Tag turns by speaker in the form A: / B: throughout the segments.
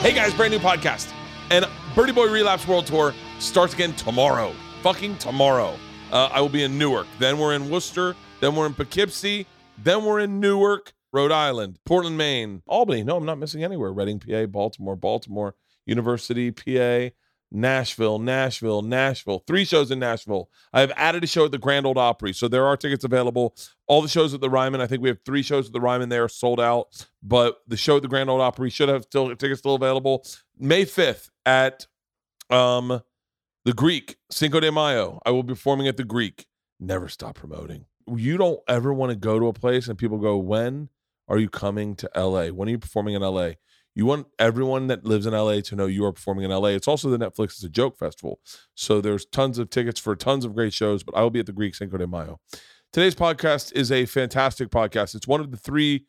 A: Hey guys, brand new podcast. And Birdie Boy Relapse World Tour starts again tomorrow. Fucking tomorrow. Uh, I will be in Newark. Then we're in Worcester. Then we're in Poughkeepsie. Then we're in Newark, Rhode Island, Portland, Maine, Albany. No, I'm not missing anywhere. Reading, PA, Baltimore, Baltimore, University, PA, Nashville, Nashville, Nashville. Three shows in Nashville. I have added a show at the Grand Old Opry. So there are tickets available. All the shows at the Ryman, I think we have three shows at the Ryman. They are sold out. But the show at the Grand Old Opry should have still tickets still available. May 5th at um the Greek, Cinco de Mayo. I will be performing at the Greek. Never stop promoting. You don't ever want to go to a place and people go, When are you coming to LA? When are you performing in LA? You want everyone that lives in LA to know you are performing in LA. It's also the Netflix is a joke festival. So there's tons of tickets for tons of great shows, but I will be at the Greek Cinco de Mayo. Today's podcast is a fantastic podcast. It's one of the three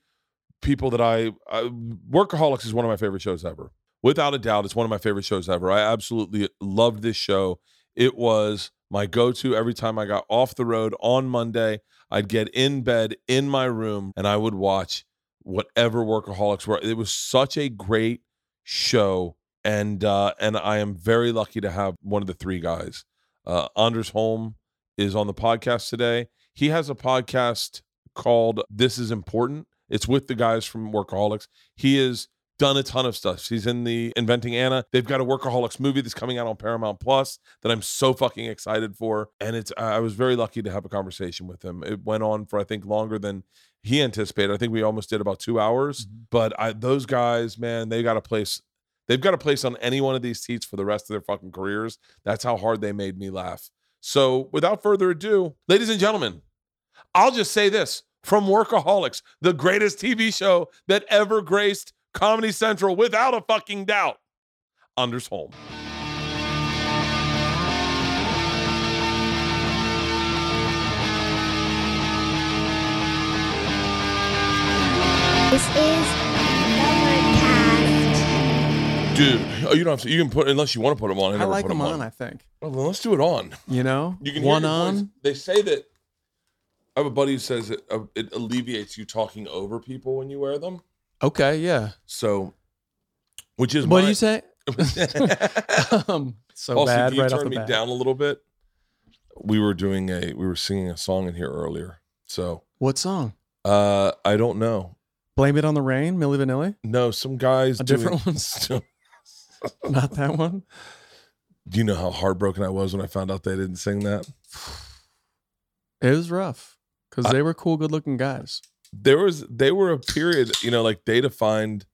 A: people that I, I Workaholics is one of my favorite shows ever. Without a doubt, it's one of my favorite shows ever. I absolutely loved this show. It was my go to every time I got off the road on Monday. I'd get in bed in my room and I would watch whatever workaholics were. It was such a great show, and uh, and I am very lucky to have one of the three guys. Uh, Anders Holm is on the podcast today. He has a podcast called "This Is Important." It's with the guys from Workaholics. He is done a ton of stuff. He's in the Inventing Anna. They've got a Workaholics movie that's coming out on Paramount Plus that I'm so fucking excited for. And it's I I was very lucky to have a conversation with him. It went on for I think longer than he anticipated. I think we almost did about two hours. But I, those guys, man, they got a place. They've got a place on any one of these seats for the rest of their fucking careers. That's how hard they made me laugh. So without further ado, ladies and gentlemen, I'll just say this from Workaholics, the greatest TV show that ever graced Comedy Central without a fucking doubt. Anders Holm.
B: This is the
A: Dude, oh, you don't have to, you can put, unless you want to put them on. I,
C: I
A: never
C: like
A: put
C: them
A: 'em
C: on, I think.
A: Well, then let's do it on.
C: You know,
A: You can
C: one
A: hear your
C: on.
A: voice. They say that I have a buddy who says it, uh, it alleviates you talking over people when you wear them.
C: Okay, yeah.
A: So, which is my,
C: What do you say?
A: also,
C: um, so bad
A: can you
C: right off
A: turn
C: the
A: me
C: bat.
A: down a little bit? We were doing a we were singing a song in here earlier. So
C: What song?
A: uh I don't know.
C: Blame it on the rain, Milli Vanilli.
A: No, some guys
C: A
A: doing-
C: different one. Not that one.
A: Do you know how heartbroken I was when I found out they didn't sing that?
C: It was rough because they were cool, good-looking guys.
A: there was they were a period, you know, like they defined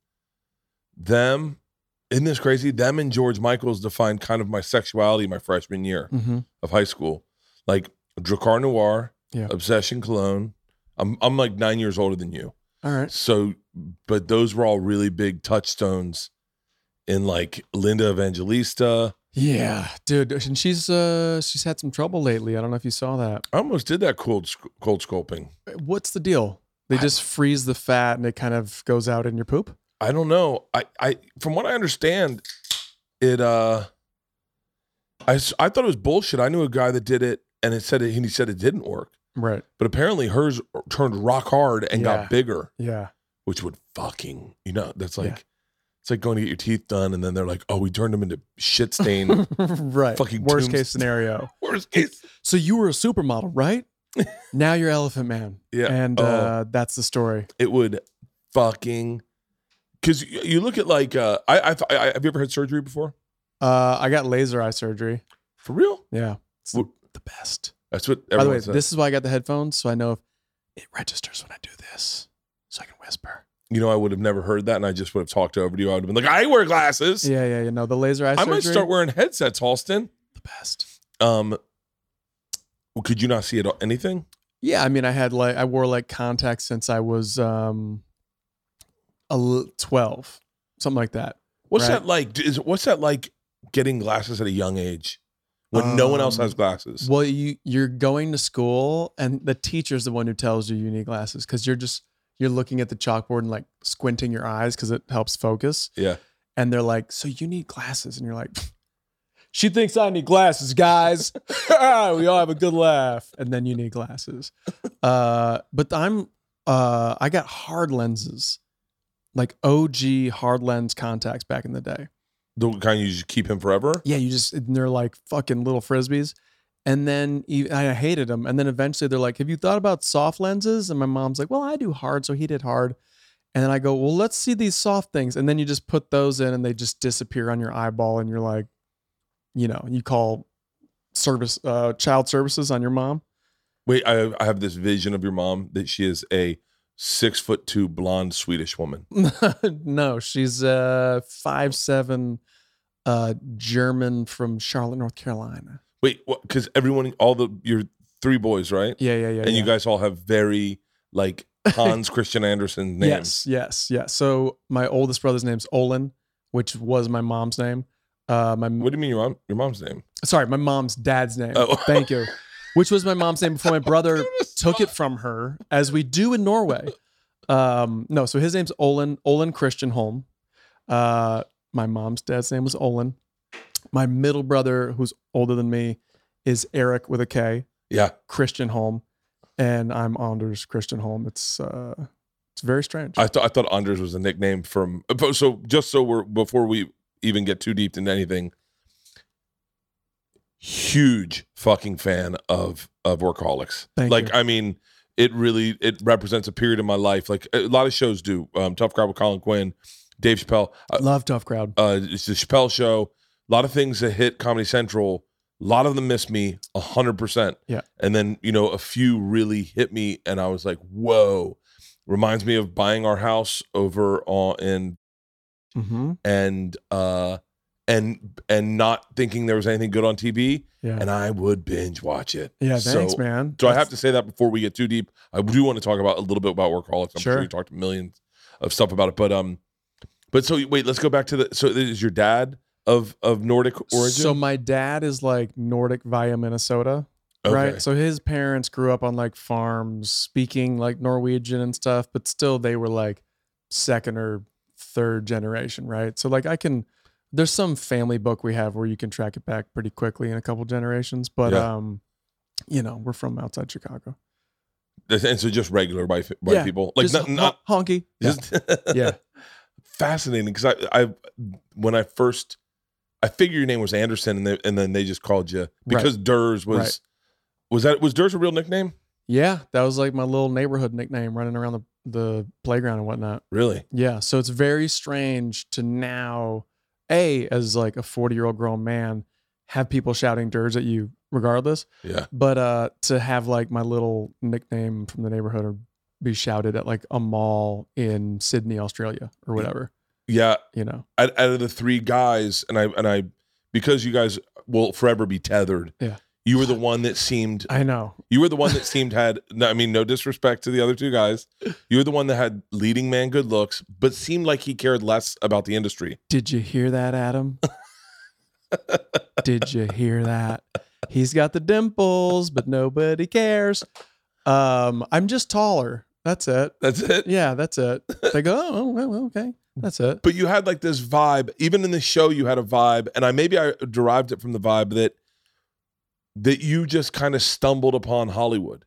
A: them. Isn't this crazy? Them and George Michaels defined kind of my sexuality my freshman year
C: Mm-hmm.
A: of high school. Like Dracar Noir,
C: Yeah.
A: Obsession Cologne. I'm I'm like nine years older than you.
C: All right.
A: So but those were all really big touchstones in like Linda Evangelista.
C: Yeah, dude, and she's uh she's had some trouble lately. I don't know if you saw that.
A: I almost did that cold sc- cold sculpting.
C: What's the deal? They just freeze the fat and it kind of goes out in your poop.
A: I don't know. I, I from what I understand, it uh, I s- I thought it was bullshit. I knew a guy that did it, and it said it, and he said it didn't work.
C: Right.
A: But apparently, hers turned rock hard and
C: Yeah.
A: got bigger,
C: Yeah.
A: which would fucking you know that's
C: Yeah.
A: like it's like going to get your teeth done, and then they're like, oh, we turned them into shit stain.
C: right.
A: Fucking
C: worst
A: tombs-
C: case scenario.
A: Worst case,
C: So you were a supermodel, right? now you're Elephant Man.
A: Yeah.
C: And
A: Oh.
C: uh, that's the story.
A: it would fucking because you, you look at like uh, I, I I have you ever had surgery before?
C: Uh, I got laser eye surgery.
A: For real?
C: Yeah. It's the,
A: Wh-
C: the best.
A: That's what.
C: By the way,
A: everyone says.
C: this is why I got the headphones. So I know if it registers when I do this. So I can whisper.
A: you know, I would have never heard that, and I just would have talked over to you. I would have been like, I wear glasses.
C: Yeah, yeah, you know, the laser eye
A: I
C: surgery.
A: might start wearing headsets, Halston.
C: the best.
A: Um, could you not see it anything?
C: Yeah, I mean, I had like I wore like contacts since I was um, el- twelve, something like that.
A: What's
C: Right.
A: that like? Is what's that like getting glasses at a young age when no one else
C: Um,
A: has glasses?
C: Well, you you're going to school, and the teacher's the one who tells you you need glasses because you're just you're looking at the chalkboard and like squinting your eyes because it helps focus.
A: Yeah.
C: And they're like, "So you need glasses?" And you're like, "She thinks I need glasses, guys. All right, we all have a good laugh." And then you need glasses. Uh, but I'm uh, I got hard lenses like OG hard lens contacts back in the day.
A: The kind you just keep him forever.
C: Yeah, you just and they're like fucking little frisbees. And then e- I hated them. And then eventually they're like, "Have you thought about soft lenses?" And my mom's like, "Well, I do hard, so he did hard." And then I go, "Well, let's see these soft things." And then you just put those in, and they just disappear on your eyeball, and you're like, you know, you call service uh, child services on your mom.
A: Wait, I, I have this vision of your mom that she is a six foot two blonde Swedish woman.
C: no, she's uh five seven uh German from Charlotte, North Carolina.
A: Wait, because everyone, all the your three boys, right?
C: Yeah, yeah, yeah.
A: and
C: yeah.
A: you guys all have very like Hans Christian Andersen names.
C: Yes, yes, yes. So my oldest brother's name's Olin, which was my mom's name. Uh my
A: What do you mean your mom? Your mom's name?
C: sorry, my mom's dad's name.
A: Oh.
C: Thank you. Which was my mom's name before my brother took it from her, as we do in Norway. Um, no, so his name's Olin, Olin Christian Holm. Uh, my mom's dad's name was Olin. My middle brother, who's older than me, is Eric with a K,
A: Yeah,
C: Christian Holm. And I'm Anders Christian Holm. It's uh, it's very strange.
A: I thought I thought Anders was a nickname from. So just so we're before we even get too deep into anything, huge fucking fan of of workaholics.
C: Thank
A: like
C: you.
A: I mean, it really it represents a period of my life. Like a lot of shows do. Um, Tough Crowd with Colin Quinn, Dave Chappelle. Uh,
C: Love tough crowd.
A: uh, it's the Chappelle Show. A lot of things that hit Comedy Central. A lot of them missed me a hundred percent.
C: Yeah.
A: and then you know a few really hit me, and I was like, whoa. Reminds me of buying our house over on in
C: Mm-hmm.
A: and uh and and not thinking there was anything good on TV,
C: Yeah.
A: and I would binge watch it.
C: yeah. Thanks,
A: so,
C: man.
A: So I
C: That's-
A: have to say that before we get too deep. I do want to talk about a little bit about workaholics. I'm sure,
C: Sure.
A: you talked millions of stuff about it, but um, but so wait, let's go back to the. So is your dad of of Nordic origin?
C: So my dad is like Nordic via Minnesota,
A: Okay.
C: right? So his parents grew up on like farms, speaking like Norwegian and stuff, but still they were like second or third generation, right? So like I can, there's some family book we have where you can track it back pretty quickly in a couple generations, but
A: Yeah.
C: um, you know we're from outside Chicago.
A: and so just regular white white
C: Yeah,
A: people, like
C: Just
A: not,
C: hon-
A: not
C: honky. Yeah.
A: just
C: yeah.
A: fascinating because I I when I first I figured your name was Anderson and they, and then they just called you because Durs was
C: Right.
A: was that was Durs a real nickname?
C: Yeah, that was like my little neighborhood nickname running around the, the playground and whatnot.
A: Really?
C: Yeah. So it's very strange to now, A, as like a 40 year old grown man, have people shouting dirge at you regardless.
A: Yeah.
C: But uh to have like my little nickname from the neighborhood or be shouted at like a mall in Sydney, Australia or whatever,
A: Yeah.
C: you know.
A: Out, out of the three guys and I and I because you guys will forever be tethered.
C: Yeah.
A: You were the one that seemed
C: I know.
A: you were the one that seemed had no, I mean no disrespect to the other two guys. You were the one that had leading man good looks but seemed like he cared less about the industry.
C: Did you hear that, Adam? Did you hear that? He's got the dimples, but nobody cares. Um, I'm just taller. That's it.
A: That's it.
C: Yeah, that's it. They go, oh, well, well, okay, that's it.
A: but you had like this vibe even in the show you had a vibe and i maybe i derived it from the vibe that that you just kind of stumbled upon hollywood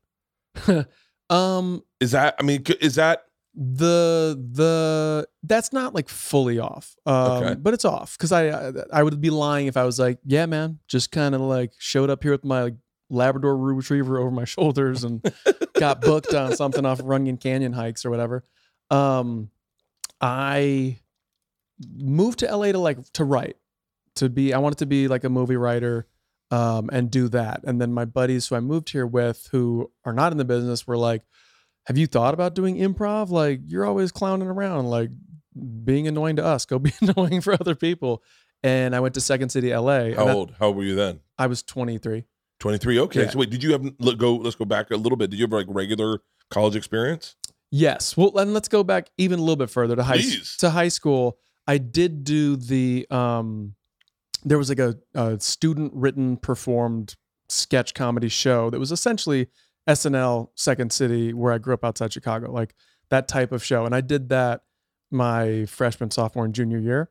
C: Um,
A: is that i mean c- is that
C: the the that's not like fully off, um,
A: Okay.
C: but it's off because I, I I would be lying if I was like, yeah, man, just kind of like showed up here with my Labrador Retriever over my shoulders and got booked on something off Runyon Canyon hikes or whatever. Um, I moved to LA to like to write, to be. I wanted to be like a movie writer, um, and do that. And then my buddies who I moved here with, who are not in the business, were like, "Have you thought about doing improv? Like, you're always clowning around, like being annoying to us. Go be annoying for other people." And I went to Second City LA. and
A: how
C: that-
A: old how old were you then
C: I was 23.
A: 23 okay
C: Yeah.
A: so wait did you have let go let's go back a little bit did you have like regular college experience
C: Yes. Well, and let's go back even a little bit further to high
A: Please.
C: to high school. I did do the um there was like a, a student written performed sketch comedy show that was essentially SNL Second City where I grew up outside Chicago, like that type of show. And I did that my freshman, sophomore, and junior year.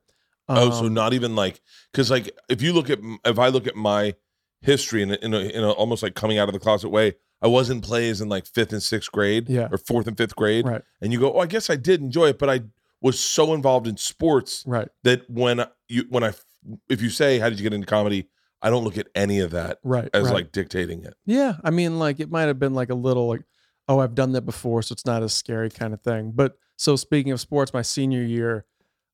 A: oh so
C: Um,
A: not even like because like if you look at m- if i look at my history in a, in a, in a almost like coming out of the closet way i was in plays in like fifth and sixth grade
C: Yeah.
A: or fourth and fifth grade
C: Right.
A: and you go oh i guess i did enjoy it but i was so involved in sports
C: Right.
A: that when you when I if you say how did you get into comedy, I don't look at any of that
C: Right.
A: as
C: right.
A: like dictating it.
C: Yeah, I mean, like it might have been like a little like, oh, I've done that before, so it's not as scary kind of thing. But so speaking of sports, my senior year,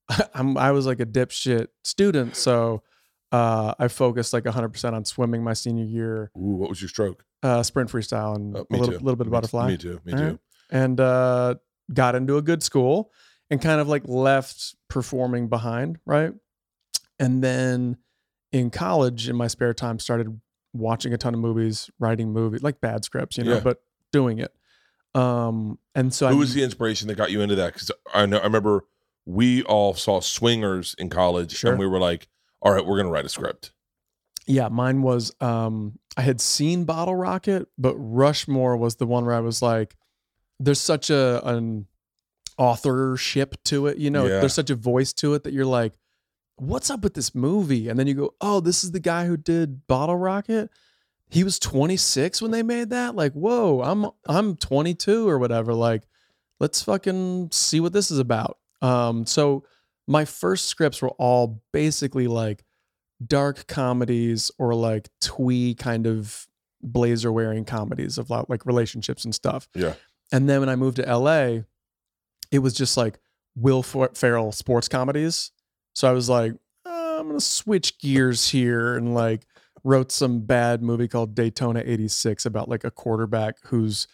C: I'm I was like a dipshit student, so uh, I focused like 100 percent on swimming my senior year,
A: Ooh, what was your stroke?
C: uh, sprint freestyle, and
A: Oh,
C: a
A: me
C: little,
A: too.
C: little bit of
A: Me-
C: butterfly,
A: Me too. Me
C: All
A: too.
C: right. and uh, got into a good school, and kind of like left performing behind, right? And then in college, in my spare time, started watching a ton of movies, writing movies, like bad scripts, you know,
A: Yeah.
C: but doing it. Um, and so I
A: Who was the inspiration that got you into that? Because I know I remember we all saw Swingers in college,
C: Sure.
A: and we were like, "All right, we're gonna write a script."
C: Yeah, mine was um I had seen Bottle Rocket, but Rushmore was the one where I was like, there's such a an authorship to it, you know,
A: Yeah.
C: there's such a voice to it that you're like, what's up with this movie? And then you go, Oh, this is the guy who did Bottle Rocket. He was 26 when they made that. Like, whoa, I'm I'm 22 or whatever. Like, let's fucking see what this is about. Um, so my first scripts were all basically like dark comedies or like twee kind of blazer wearing comedies of like, like relationships and stuff.
A: Yeah.
C: And then when I moved to LA, it was just like Will Fer- Ferrell sports comedies. So I was like, "Uh, I'm gonna switch gears here and like wrote some bad movie called Daytona 86 about like a quarterback whose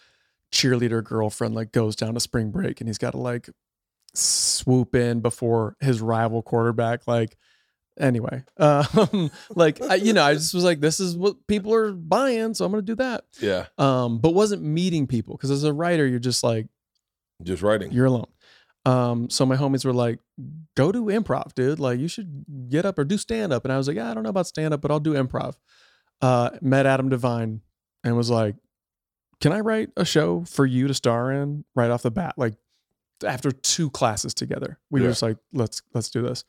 C: cheerleader girlfriend like goes down to spring break and he's got to like swoop in before his rival quarterback like anyway um like I, you know i just was like this is what people are buying so i'm gonna do that
A: Yeah,
C: um but wasn't meeting people because as a writer you're just like
A: just writing.
C: you're alone. Um, so my homies were like, go to improv, dude. Like you should get up or do stand up. And I was like, yeah, I don't know about stand up, but I'll do improv. Uh, met Adam Devine and was like, can I write a show for you to star in right off the bat? Like after two classes together, we
A: Yeah.
C: were just like, let's, let's do this.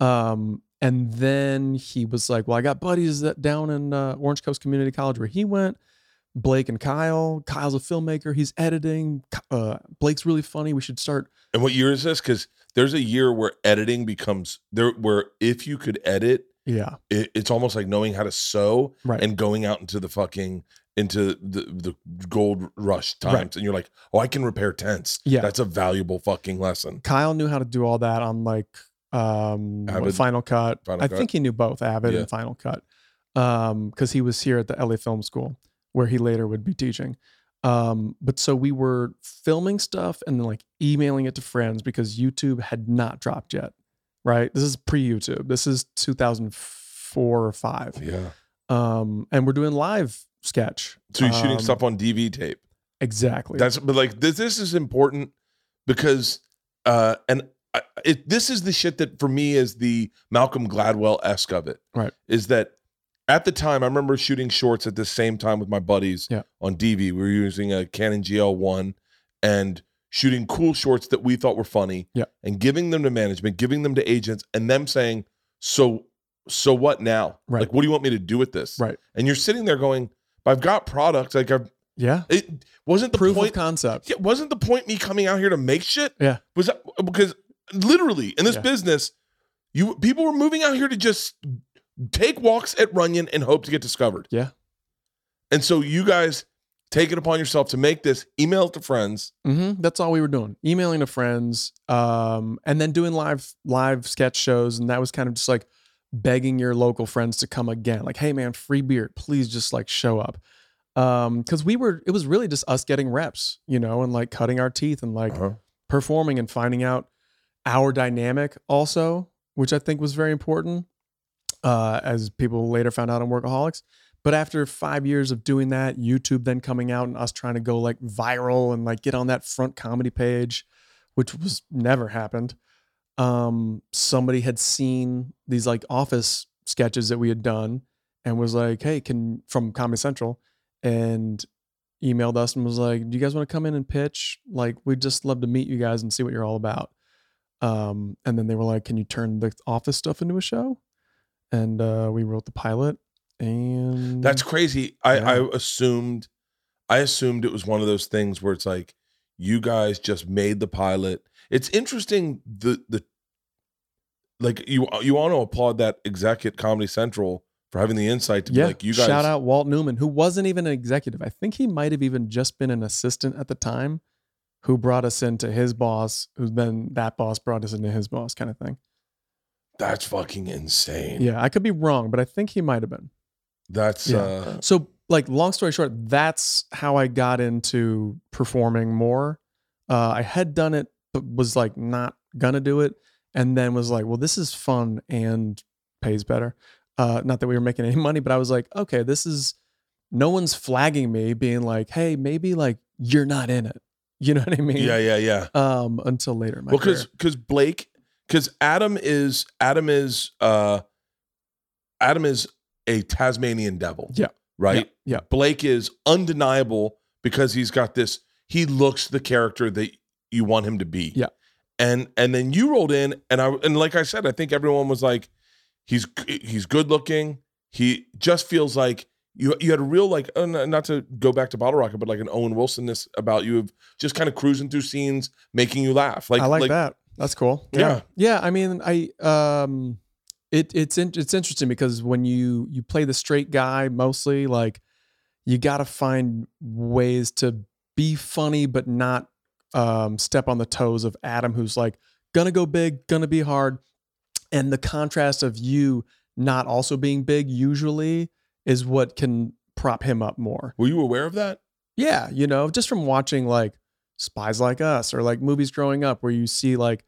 C: Um, and then he was like, well, I got buddies that down in uh, Orange Coast Community College where he went. Blake and Kyle. Kyle's a filmmaker. He's editing. K- Uh, Blake's really funny. We should start.
A: And what year is this? Because there's a year where editing becomes there, where if you could edit,
C: Yeah,
A: it, it's almost like knowing how to sew
C: right.
A: and going out into the fucking into the the gold rush times,
C: Right.
A: and you're like, "Oh, I can repair tents."
C: Yeah.
A: that's a valuable fucking lesson.
C: Kyle knew how to do all that on like um what,
A: Avid?
C: Final Cut.
A: Final
C: I
A: Cut?
C: think he knew both Avid
A: Yeah.
C: and Final Cut. Um, because he was here at the LA Film School where he later would be teaching. Um, but so we were filming stuff and then like emailing it to friends because YouTube had not dropped yet. Right? This is pre-YouTube. This is 2004 or 5.
A: Yeah.
C: um, and we're doing live sketch.
A: So you're shooting
C: Um,
A: stuff on DV tape.
C: Exactly.
A: That's but like this this is important because uh and I, it, this is the shit that for me is the Malcolm Gladwell esque of it.
C: Right.
A: Is that at the time I remember shooting shorts at the same time with my buddies
C: Yeah.
A: on DV. We were using a Canon GL one and shooting cool shorts that we thought were funny.
C: Yeah.
A: And giving them to management, giving them to agents, and them saying, So so what now?
C: Right.
A: Like what do you want me to do with this?
C: Right.
A: And you're sitting there going, I've got product, like I've
C: yeah.
A: it wasn't the
C: Proof
A: point
C: of concept.
A: yeah, wasn't the point me coming out here to make shit?
C: Yeah.
A: Was that, because literally in this
C: Yeah.
A: business, you people were moving out here to just take walks at Runyon and hope to get discovered.
C: Yeah.
A: And so you guys take it upon yourself to make this, email it to friends.
C: hmm That's all we were doing. Emailing to friends, um, and then doing live live sketch shows, and that was kind of just like begging your local friends to come again. Like, hey man, free beer, please just like show up. Um, because we were, it was really just us getting reps, you know, and like cutting our teeth and like performing and finding out our dynamic also, which I think was very important, uh, as people later found out on Workaholics. But after five years of doing that, YouTube then coming out and us trying to go like viral and like get on that front comedy page, which was never happened. Um, somebody had seen these like office sketches that we had done and was like, hey, can from Comedy Central and emailed us and was like, do you guys want to come in and pitch? Like, we'd just love to meet you guys and see what you're all about. Um, and then they were like, "Can you turn the office stuff into a show?" And uh, we wrote the pilot, and
A: That's crazy. I,
C: Yeah.
A: I assumed I assumed it was one of those things where it's like you guys just made the pilot. It's interesting the the like you you want to applaud that exec at Comedy Central for having the insight to
C: yeah.
A: be like you guys
C: Shout out Walt Newman, who wasn't even an executive. I think he might have even just been an assistant at the time, who brought us into his boss, who's then that boss brought us into his boss, kind of thing.
A: that's fucking insane.
C: Yeah, I could be wrong, but I think he might have been.
A: That's
C: Yeah.
A: uh
C: So, like, long story short, that's how I got into performing more. Uh, I had done it, but was like not gonna do it, and then was like, well, this is fun and pays better. Uh, not that we were making any money, but I was like, okay, this is no one's flagging me, being like, hey, maybe like you're not in it. You know what I mean?
A: yeah, yeah, yeah.
C: Um, until later, in my
A: Well, because
C: career.
A: because Blake, because Adam is Adam is uh Adam is a Tasmanian devil.
C: Yeah.
A: Right.
C: Yeah, yeah.
A: Blake is undeniable because he's got this. He looks the character that you want him to be.
C: Yeah.
A: And and then you rolled in, and I and like I said, I think everyone was like, he's he's good looking. He just feels like you you had a real like uh, n- not to go back to Bottle Rocket, but like an Owen Wilsonness about you of just kind of cruising through scenes, making you laugh. Like
C: I like, that. That's cool.
A: Yeah.
C: yeah. I mean, I um, it it's in, it's interesting because when you you play the straight guy mostly, like you got to find ways to be funny but not um step on the toes of Adam, who's like gonna go big, gonna be hard, and the contrast of you not also being big usually is what can prop him up more.
A: Were you aware of that?
C: Yeah, you know, just from watching like Spies Like Us or like movies growing up where you see like,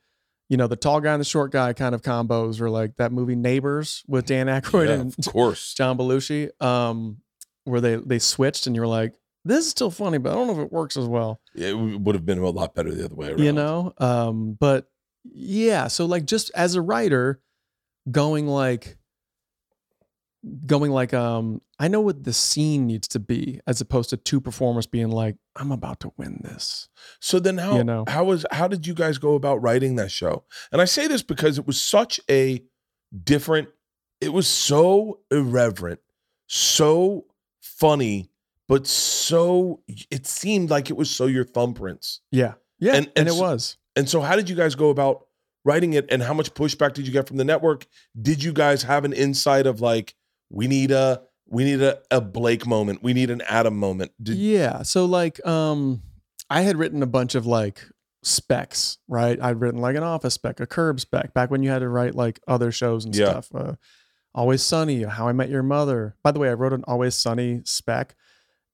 C: you know, the tall guy and the short guy kind of combos or like that movie Neighbors with Dan Aykroyd
A: Yeah,
C: and
A: of course.
C: John Belushi, um, where they they switched and you're like, this is still funny, but I don't know if it works as well.
A: It w- would have been a lot better the other way around.
C: You know? Um, but yeah, so like just as a writer, going like going like um I know what the scene needs to be as opposed to two performers being like, I'm about to win this.
A: So then how
C: You know.
A: how was how did you guys go about writing that show? And I say this because it was such a different it was so irreverent, so funny, but so it seemed like it was so your thumbprints.
C: Yeah. Yeah.
A: And-
C: And,
A: and
C: it
A: so-
C: was.
A: And so how did you guys go about writing it and how much pushback did you get from the network? Did you guys have an insight of like we need a we need a, a Blake moment. We need an Adam moment. Did,
C: yeah. So like um I had written a bunch of like specs, right? I'd written like an office spec, a curb spec, back when you had to write like other shows and
A: Yeah.
C: stuff. Uh, Always Sunny, How I Met Your Mother. By the way, I wrote an Always Sunny spec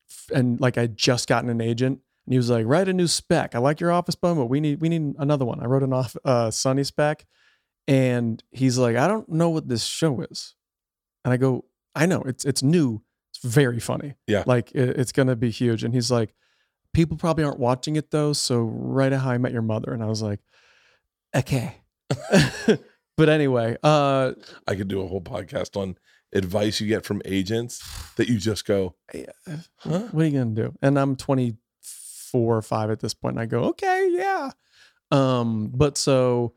C: f- and like I'd just gotten an agent and he was like, write a new spec. I like your office bone, but we need we need another one. I wrote an off uh Sunny spec and he's like, I don't know what this show is. And I go, I know, it's it's new. It's very funny.
A: Yeah.
C: Like it- it's gonna be huge. And he's like, people probably aren't watching it though, so write a how I met your mother. And I was like, okay. but anyway, uh
A: I could do a whole podcast on advice you get from agents that you just go, huh?
C: what are you gonna do? And I'm 24 or five at this point. And I go, okay, yeah. Um, but so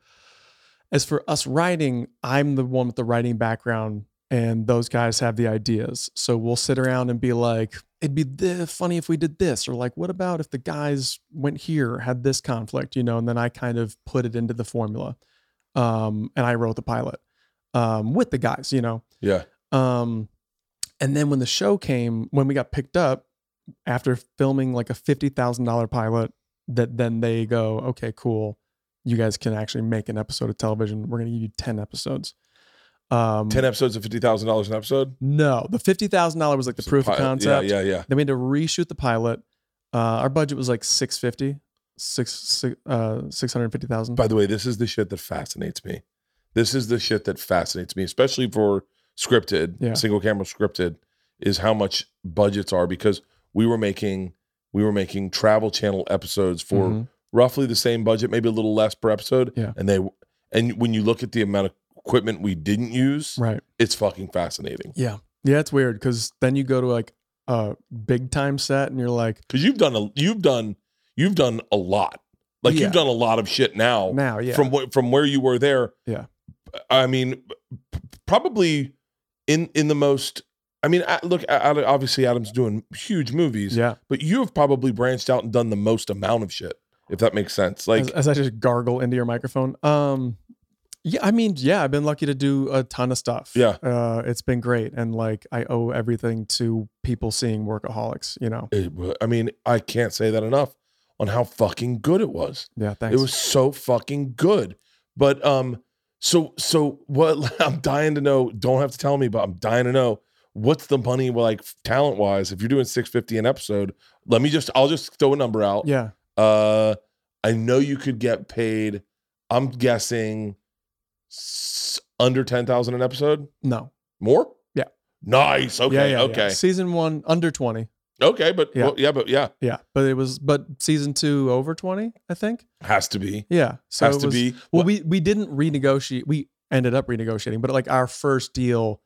C: as for us writing, I'm the one with the writing background, and those guys have the ideas. So we'll sit around and be like, it'd be the funny if we did this, or like, what about if the guys went here, had this conflict, you know? And then I kind of put it into the formula. Um, and I wrote the pilot um with the guys, you know.
A: Yeah.
C: Um, and then when the show came, when we got picked up after filming like a fifty thousand dollar pilot, that then they go, okay, cool, you guys can actually make an episode of television. We're gonna give you ten episodes. Um,
A: 10 episodes of $50,000 an episode.
C: no, the fifty thousand dollar was like the
A: So
C: proof of
A: pi-
C: concept.
A: Yeah, yeah, yeah.
C: Then we had to reshoot the pilot. Uh, our budget was like six fifty, six six uh six hundred fifty thousand.
A: By the way, this is the shit that fascinates me. This is the shit that fascinates me, especially for scripted,
C: Yeah.
A: single camera scripted, is how much budgets are because we were making we were making travel channel episodes for
C: Mhm.
A: roughly the same budget, maybe a little less per episode.
C: Yeah.
A: And they and when you look at the amount of equipment we didn't use,
C: right.
A: it's fucking fascinating.
C: Yeah, yeah, it's weird because then you go to like a big time set and you're like.
A: because you've done a you've done you've done a lot like
C: Yeah.
A: you've done a lot of shit now,
C: now yeah
A: from wh- from where you were there
C: Yeah.
A: i mean p- probably in in the most i mean I, look I, I- obviously adam's doing huge movies
C: yeah
A: but you have probably branched out and done the most amount of shit if that makes sense. Like
C: as, as I just gargle into your microphone. Um, yeah, I mean, yeah, I've been lucky to do a ton of stuff.
A: Yeah.
C: uh, it's been great, and like I owe everything to people seeing workaholics. You know,
A: it wa- I mean, I can't say that enough on how fucking good it was.
C: yeah, thanks.
A: It was so fucking good. But um, so so what? I'm dying to know. Don't have to tell me, but I'm dying to know what's the money like talent wise. If you're doing 650 an episode, let me just I'll just throw a number out.
C: yeah,
A: Uh, I know you could get paid. I'm guessing s- under 10,000 an episode.
C: no,
A: More?
C: Yeah.
A: Nice. Okay.
C: yeah, yeah, yeah.
A: okay.
C: Season one under twenty.
A: Okay. But
C: Yeah.
A: well, yeah, but yeah,
C: Yeah, but it was but season two over twenty, I think.
A: has to be.
C: Yeah, so
A: has
C: it
A: to
C: was-
A: be.
C: Well, we we didn't renegotiate. We ended up renegotiating, but like our first deal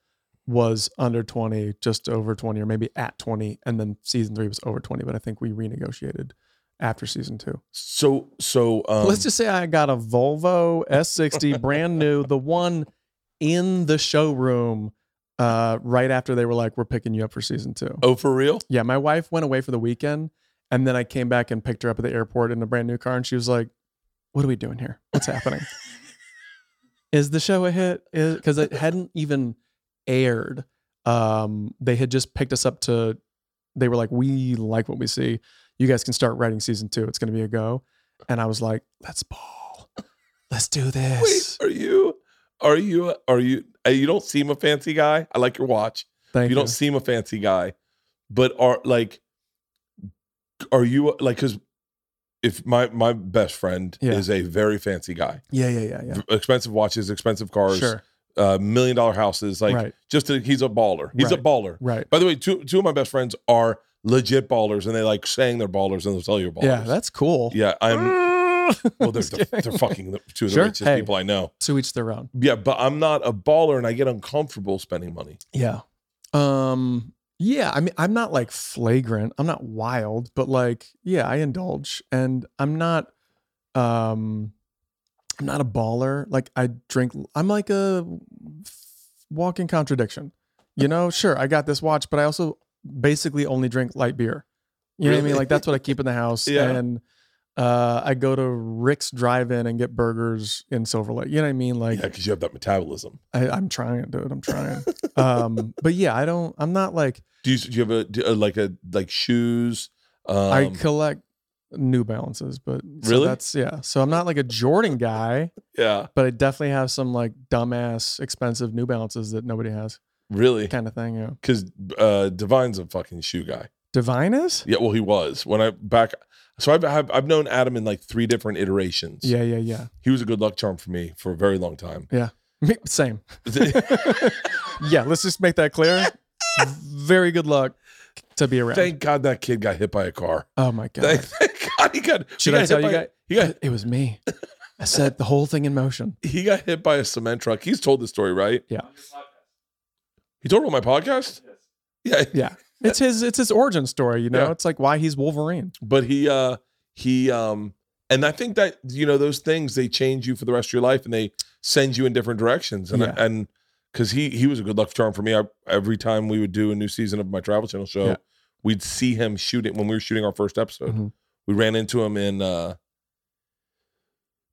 C: was under 20, just over 20 or maybe at 20 and then season 3 was over 20, but I think we renegotiated after season 2.
A: So so um,
C: Let's just say I got a Volvo S60 brand new, the one in the showroom uh right after they were like we're picking you up for season 2.
A: oh for real.
C: Yeah, my wife went away for the weekend and then I came back and picked her up at the airport in a brand new car and she was like, What are we doing here? What's happening? Is the show a hit? Because it hadn't even aired. Um, they had just picked us up to, they were like, We like what we see. You guys can start writing season two. It's going to be a go. And I was like, Let's ball. Let's do this.
A: Wait, are you are you are you uh, you don't seem a fancy guy? I like your watch.
C: Thank
A: you
C: you.
A: don't seem a fancy guy, but are like, are you like? Because if my my best friend
C: Yeah.
A: is a very fancy guy,
C: yeah, yeah, yeah, yeah.
A: V- expensive watches, expensive cars,
C: Sure.
A: uh, million dollar houses, like
C: right,
A: just a, he's a baller. He's a
C: Right.
A: baller.
C: right.
A: By the way, two two of my best friends are legit ballers, and they like saying they're ballers, and they'll tell you are ballers.
C: Yeah, that's cool.
A: yeah. I'm well, they're
C: Just
A: they're,
C: kidding.
A: they're fucking the- two of the
C: Sure.
A: richest
C: Hey.
A: people I know.
C: to each their own.
A: Yeah, but I'm not a baller, and I get uncomfortable spending money.
C: Yeah. Um yeah, I mean I'm not like flagrant, I'm not wild, but like yeah, I indulge and I'm not um I'm not a baller. Like I drink I'm like a walking contradiction. You know, sure, I got this watch, but I also basically only drink light beer. You know what I mean?
A: Really?
C: Like that's what I keep in the house
A: Yeah.
C: and uh, I go to Rick's Drive-In and get burgers in Silver Lake. You know what I mean? Like
A: yeah, because you have that metabolism.
C: I, I'm trying, dude. I'm trying. um, but yeah, I don't. I'm not like
A: Do you, do you have a, do, uh, like a like shoes? Um,
C: I collect New Balances, but so
A: Really?
C: that's yeah. So I'm not like a Jordan guy,
A: yeah,
C: but I definitely have some like dumbass expensive New Balances that nobody has,
A: really,
C: kind of thing. Yeah.
A: because uh, Divine's a fucking shoe guy.
C: Divinus?
A: Yeah, well, he was when I back. So I've I've, I've known Adam in like three different iterations.
C: Yeah, yeah, yeah.
A: he was a good luck charm for me for a very long time.
C: Me- Same. yeah. Let's just make that clear. Very good luck to be around.
A: Thank God that kid got hit by a car.
C: oh my god.
A: Thank, thank God he got. he
C: Should
A: got
C: I
A: hit
C: tell you
A: by-
C: guys?
A: He got
C: It was me. I set the whole thing in motion.
A: he got hit by a cement truck. He's told the story, right?
C: Yeah.
A: He told it on my podcast. Yeah,
C: Yeah. It's his it's his origin story, you know.
A: Yeah.
C: It's like why he's Wolverine.
A: but he uh he um and i think that you know those things they change you for the rest of your life and they send you in different directions and
C: Yeah.
A: and because he he was a good luck charm for me I, every time we would do a new season of my travel channel show
C: Yeah.
A: we'd see him shoot it when we were shooting our first episode
C: Mhm.
A: we ran into him in uh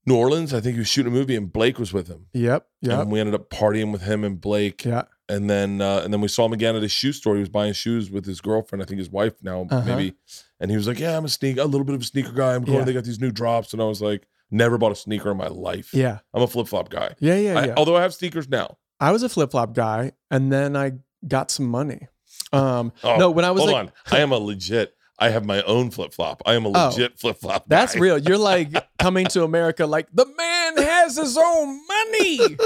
A: new orleans i think he was shooting a movie and blake was with him
C: Yep. Yep.
A: and we ended up partying with him and blake
C: Yeah.
A: and then uh, and then we saw him again at a shoe store. He was buying shoes with his girlfriend, I think his wife now
C: Uh-huh.
A: maybe. And he was like, "Yeah, I'm a sneaker, a little bit of a sneaker guy. I'm going.
C: Yeah.
A: They got these new drops." And I was like, "Never bought a sneaker in my life.
C: Yeah.
A: I'm a flip flop guy.
C: Yeah. Yeah.
A: I-
C: yeah.
A: although I have sneakers now.
C: I, was a flip flop guy, and then I got some money. Um.
A: Oh,
C: no, when I was
A: hold
C: like,
A: on, I am a legit. I have my own flip flop. I am a
C: Oh.
A: legit flip flop.
C: that's real. You're like coming to America, like the man has his own money.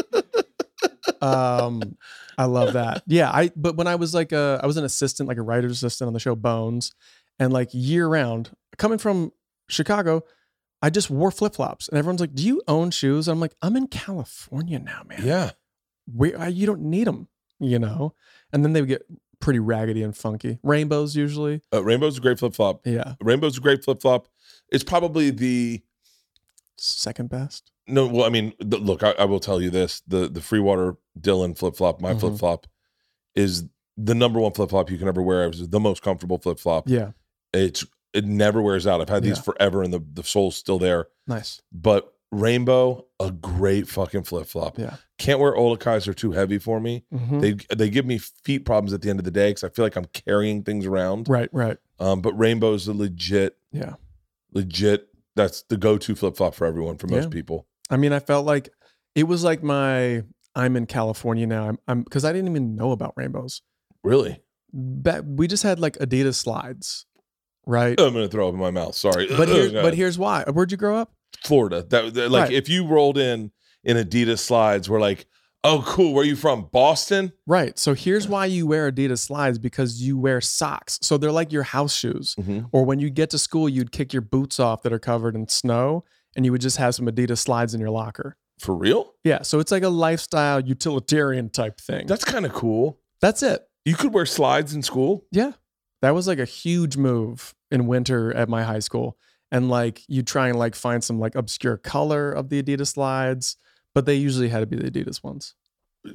C: um. I love that. Yeah. I. But when I was like a, I was an assistant, like a writer's assistant on the show Bones, and like year round, coming from Chicago. I just wore flip flops, and everyone's like, "Do you own shoes?" I'm like, "I'm in California now, man.
A: Yeah,
C: where uh, you don't need them, you know? And then they would get pretty raggedy and funky. Rainbows usually.
A: uh, Rainbow's a great flip flop.
C: Yeah.
A: Rainbow's a great flip flop. It's probably the
C: Second best.
A: No, well, I mean, th- look, I, I will tell you this: the the free water Dylan flip flop, my
C: Mhm.
A: flip flop, is the number one flip flop you can ever wear. It was the most comfortable flip flop.
C: Yeah.
A: It's it never wears out. I've had these
C: Yeah.
A: forever, and the the sole's still there.
C: Nice.
A: But rainbow, a great fucking flip flop.
C: Yeah.
A: Can't wear Olakais; they're too heavy for me.
C: Mhm.
A: They they give me feet problems at the end of the day because I feel like I'm carrying things around.
C: right. Right.
A: Um, but rainbow's a legit,
C: Yeah.
A: legit. That's the go to flip flop for everyone for most
C: Yeah.
A: people.
C: I mean, I felt like it was like my I'm in California now. I'm I'm because I didn't even know about rainbows.
A: Really,
C: Ba- we just had like Adidas slides, right?
A: I'm gonna throw up in my mouth. Sorry,
C: but here,
A: Oh, God.
C: but here's why. Where'd you grow up?
A: Florida. That, that- like
C: Right.
A: if you rolled in in Adidas slides, we're like, oh cool, where are you from? Boston?
C: Right. So here's why you wear Adidas slides because you wear socks. So they're like your house shoes. Or when you get to school, you'd kick your boots off that are covered in snow, and you would just have some Adidas slides in your locker.
A: For real?
C: Yeah. So it's like a lifestyle utilitarian type thing.
A: That's kind of cool.
C: That's it.
A: You could wear slides in school.
C: That was like a huge move in winter at my high school. And like you try and like find some like obscure color of the Adidas slides, but they usually had to be the Adidas ones.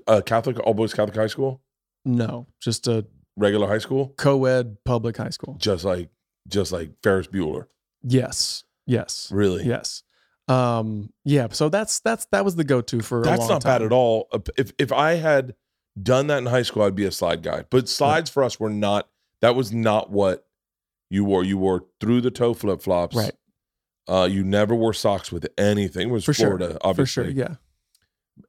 A: Uh, Catholic, all boys Catholic high school,
C: No, just a
A: regular high school,
C: co-ed public high school.
A: just like just like Ferris Bueller.
C: Yes. Yes.
A: Really?
C: Yes. Um yeah, so that's that's that was the go-to for a
A: That's
C: long
A: not bad
C: time.
A: at all. Uh, If if I had done that in high school, I'd be a slide guy. But slides for us were not. That was not what you wore. You wore through the toe flip flops.
C: Right.
A: Uh, you never wore socks with anything. It was
C: For sure.
A: Florida, obviously.
C: For sure. Yeah.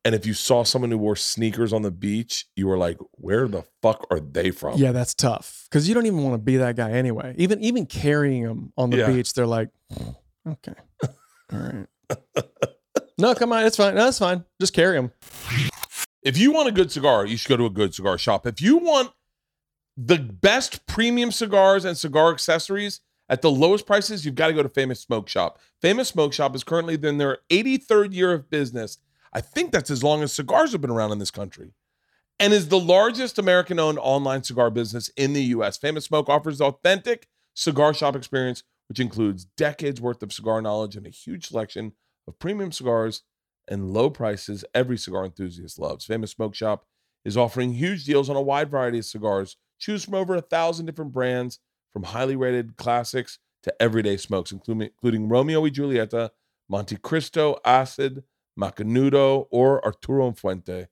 A: And if you saw someone who wore sneakers on the beach, you were like, "Where the fuck are they from?"
C: Yeah, that's tough cuz you don't even want to be that guy anyway. Even even carrying them on the
A: Yeah.
C: beach, they're like "Hmm, okay. All right. no, come on, it's fine. No, it's fine. Just carry them.
A: If you want a good cigar, you should go to a good cigar shop. If you want the best premium cigars and cigar accessories at the lowest prices, you've got to go to Famous Smoke Shop. Famous Smoke Shop is currently in their 83rd year of business. I think that's as long as cigars have been around in this country. And is the largest American owned online cigar business in the US. Famous Smoke offers authentic cigar shop experience, which includes decades worth of cigar knowledge and a huge selection of premium cigars and low prices every cigar enthusiast loves. Famous Smoke Shop is offering huge deals on a wide variety of cigars. Choose from over a thousand different brands, from highly rated classics to everyday smokes, including, including Romeo y Julieta, Monte Cristo, Acid, Macanudo, or Arturo and Fuente.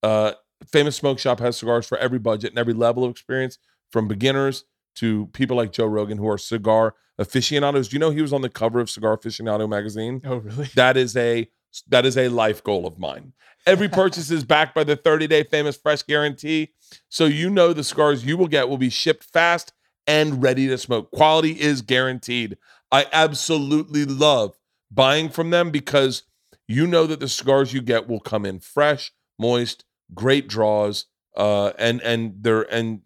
A: Uh, Famous Smoke Shop has cigars for every budget and every level of experience, from beginners to people like Joe Rogan, who are cigar aficionados. Do you know he was on the cover of Cigar Aficionado magazine?
C: Oh, really?
A: That is a that is a life goal of mine. Every purchase is backed by the 30-day famous fresh guarantee. So you know the cigars you will get will be shipped fast and ready to smoke. Quality is guaranteed. I absolutely love buying from them because you know that the cigars you get will come in fresh, moist, great draws, uh, and and they're and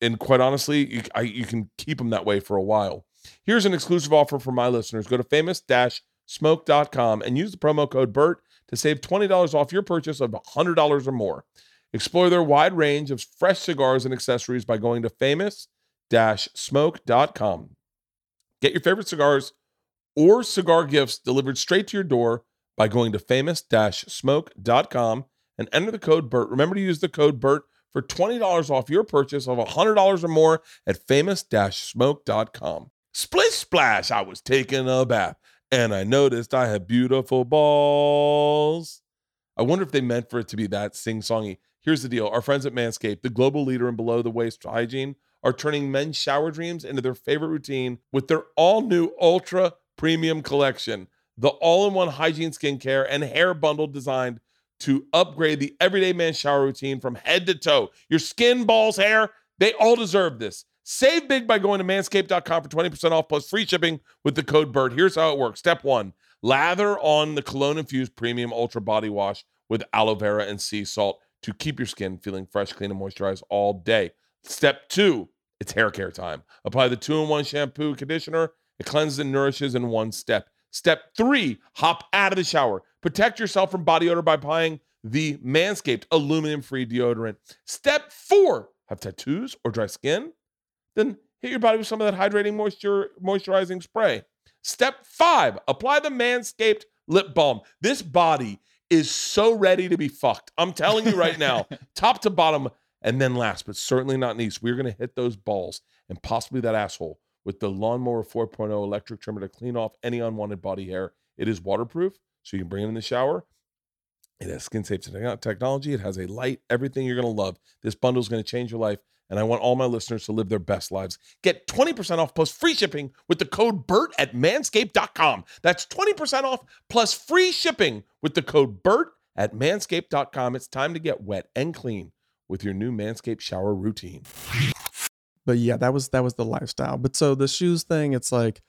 A: and quite honestly, you, I, you can keep them that way for a while. Here's an exclusive offer for my listeners. Go to famous smoke.com and use the promo code BERT to save $20 off your purchase of $100 or more. Explore their wide range of fresh cigars and accessories by going to famous smoke.com. Get your favorite cigars or cigar gifts delivered straight to your door by going to famous smoke.com and enter the code BERT. Remember to use the code BERT for $20 off your purchase of $100 or more at famous smoke.com. Splish splash, I was taking a bath and I noticed I had beautiful balls. I wonder if they meant for it to be that sing songy. Here's the deal our friends at Manscaped, the global leader in below the waist hygiene, are turning men's shower dreams into their favorite routine with their all new ultra premium collection. The all in one hygiene, skincare, and hair bundle designed to upgrade the everyday man shower routine from head to toe. Your skin, balls, hair, they all deserve this. Save big by going to manscaped.com for 20% off plus free shipping with the code BIRD. Here's how it works. Step one, lather on the cologne infused premium ultra body wash with aloe vera and sea salt to keep your skin feeling fresh, clean, and moisturized all day. Step two, it's hair care time. Apply the two in one shampoo and conditioner. It cleanses and nourishes in one step. Step three, hop out of the shower. Protect yourself from body odor by applying the Manscaped aluminum free deodorant. Step four, have tattoos or dry skin? Then hit your body with some of that hydrating moisture moisturizing spray. Step five, apply the Manscaped lip balm. This body is so ready to be fucked. I'm telling you right now, top to bottom. And then last, but certainly not least, we're going to hit those balls and possibly that asshole with the Lawnmower 4.0 electric trimmer to clean off any unwanted body hair. It is waterproof, so you can bring it in the shower. It has skin safe techno- technology. It has a light, everything you're going to love. This bundle is going to change your life, and I want all my listeners to live their best lives. Get 20% off plus free shipping with the code BERT at manscaped.com. That's 20% off plus free shipping with the code BERT at manscaped.com. It's time to get wet and clean with your new Manscaped shower routine.
C: But yeah, that was that was the lifestyle. But so the shoes thing, it's like,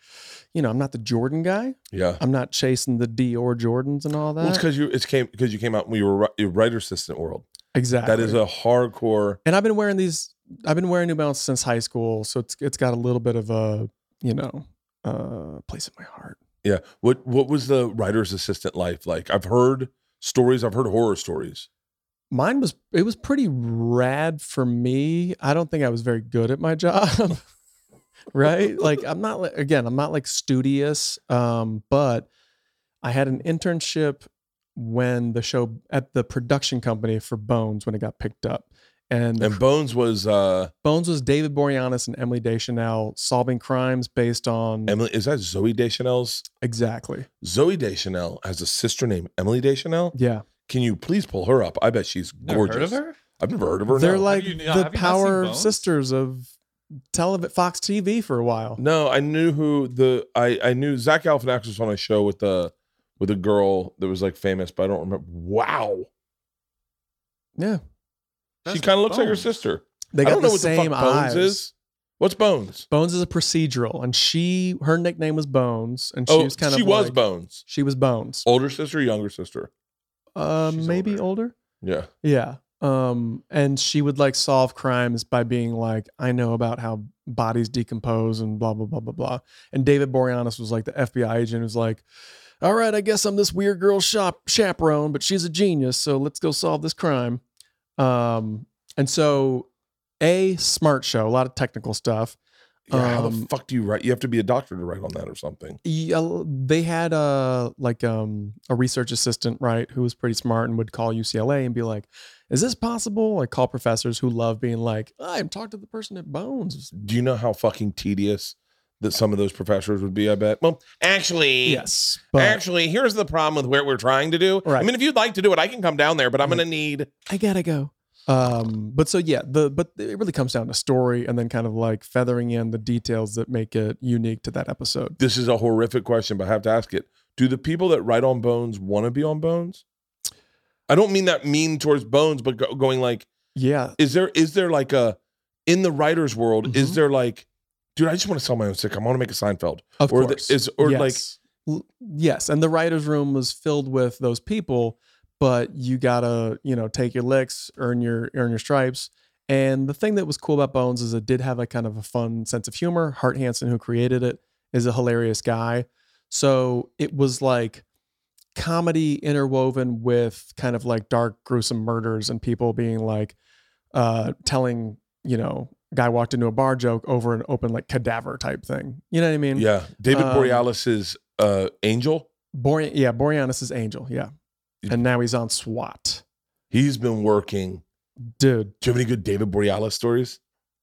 C: you know, I'm not the Jordan guy.
A: Yeah.
C: I'm not chasing the Dior Jordans and all that.
A: Well, it's because you it's came because you came out when you were a writer assistant world.
C: exactly.
A: That is a hardcore.
C: and I've been wearing these. I've been wearing New Balance since high school, so it's it's got a little bit of a you know uh place in my heart.
A: Yeah. What What was the writer's assistant life like? I've heard stories. I've heard horror stories.
C: Mine was it was pretty rad for me. I don't think I was very good at my job. right? Like I'm not like again, I'm not like studious, um but I had an internship when the show at the production company for Bones when it got picked up. And, the
A: And Bones was uh
C: Bones was David Boreanaz and Emily Deschanel solving crimes based on
A: Emily. Is that Zoe Deschanel's?
C: exactly.
A: Zoe Deschanel has a sister named Emily Deschanel.
C: Yeah.
A: Can you please pull her up? I bet she's
B: Never
A: gorgeous.
B: heard of her?
A: I've never heard of her.
C: They're
A: no.
C: like
B: you- have you
C: the
B: not seen
C: power
B: Bones?
C: sisters of telev- Fox TV for a while.
A: no, I knew who the I I knew Zach Galifianakis was on a show with the with a girl that was like famous, but I don't remember. Wow,
C: Yeah.
A: she
B: That's
A: kind of looks like her
B: Bones.
A: sister.
C: They got
A: I don't
C: the
A: know what the fuck
C: same eyes.
A: Bones is. What's Bones?
C: Bones is a procedural, and she her nickname was Bones, and she
A: oh,
C: was kind
A: she
C: of
A: was
C: like-
A: Bones.
C: She was Bones.
A: Older sister, younger sister. Oh,
C: Uh,
B: She's
C: maybe older.
A: Yeah.
C: Yeah. Um, and she would like solve crimes by being like, I know about how bodies decompose and blah blah blah blah blah. And David Boreanaz was like the FBI agent who's like, All right, I guess I'm this weird girl shop chaperone, but she's a genius, so let's go solve this crime. Um, and so a smart show, a lot of technical stuff.
A: Yeah, how the
C: Um,
A: fuck do you write? You have to be a doctor to write on that or something.
C: Yeah, they had a like um a research assistant right who was pretty smart and would call UCLA and be like is this possible like call professors who love being like I haven't talked to the person at bones
A: Do you know how fucking tedious that some of those professors would be? I bet. Well, actually,
C: yes but
A: actually, here's the problem with what we're trying to do.
C: Right.
A: I mean, if you'd like to do it, I can come down there, but I'm
C: Right.
A: gonna need.
C: I gotta go um but so yeah the but it really comes down to story and then kind of like feathering in the details that make it unique to that episode
A: This is a horrific question, but I have to ask it. Do the people that write on Bones want to be on Bones? I don't mean that mean towards Bones, but go- going like,
C: yeah
A: is there is there like a in the writer's world? Is
C: Mhm. there,
A: there like, dude, I just want to sell my own sitcom. I want to make a Seinfeld,
C: of
A: or
C: course
A: The, is or like
C: like yes and the writers room was filled with those people but you gotta you know take your licks earn your earn your stripes and the thing that was cool about bones is it did have a kind of a fun sense of humor hart hansen who created it is a hilarious guy so it was like comedy interwoven with kind of like dark gruesome murders and people being like uh telling you know guy walked into a bar joke over an open like cadaver type thing you know what i mean
A: Yeah, David
C: Um,
A: Borealis' uh, Angel.
C: Bore- yeah, Boreanaz is Angel. Yeah. And now he's on SWAT.
A: He's been working.
C: Dude,
A: Do you have any good David Borealis stories?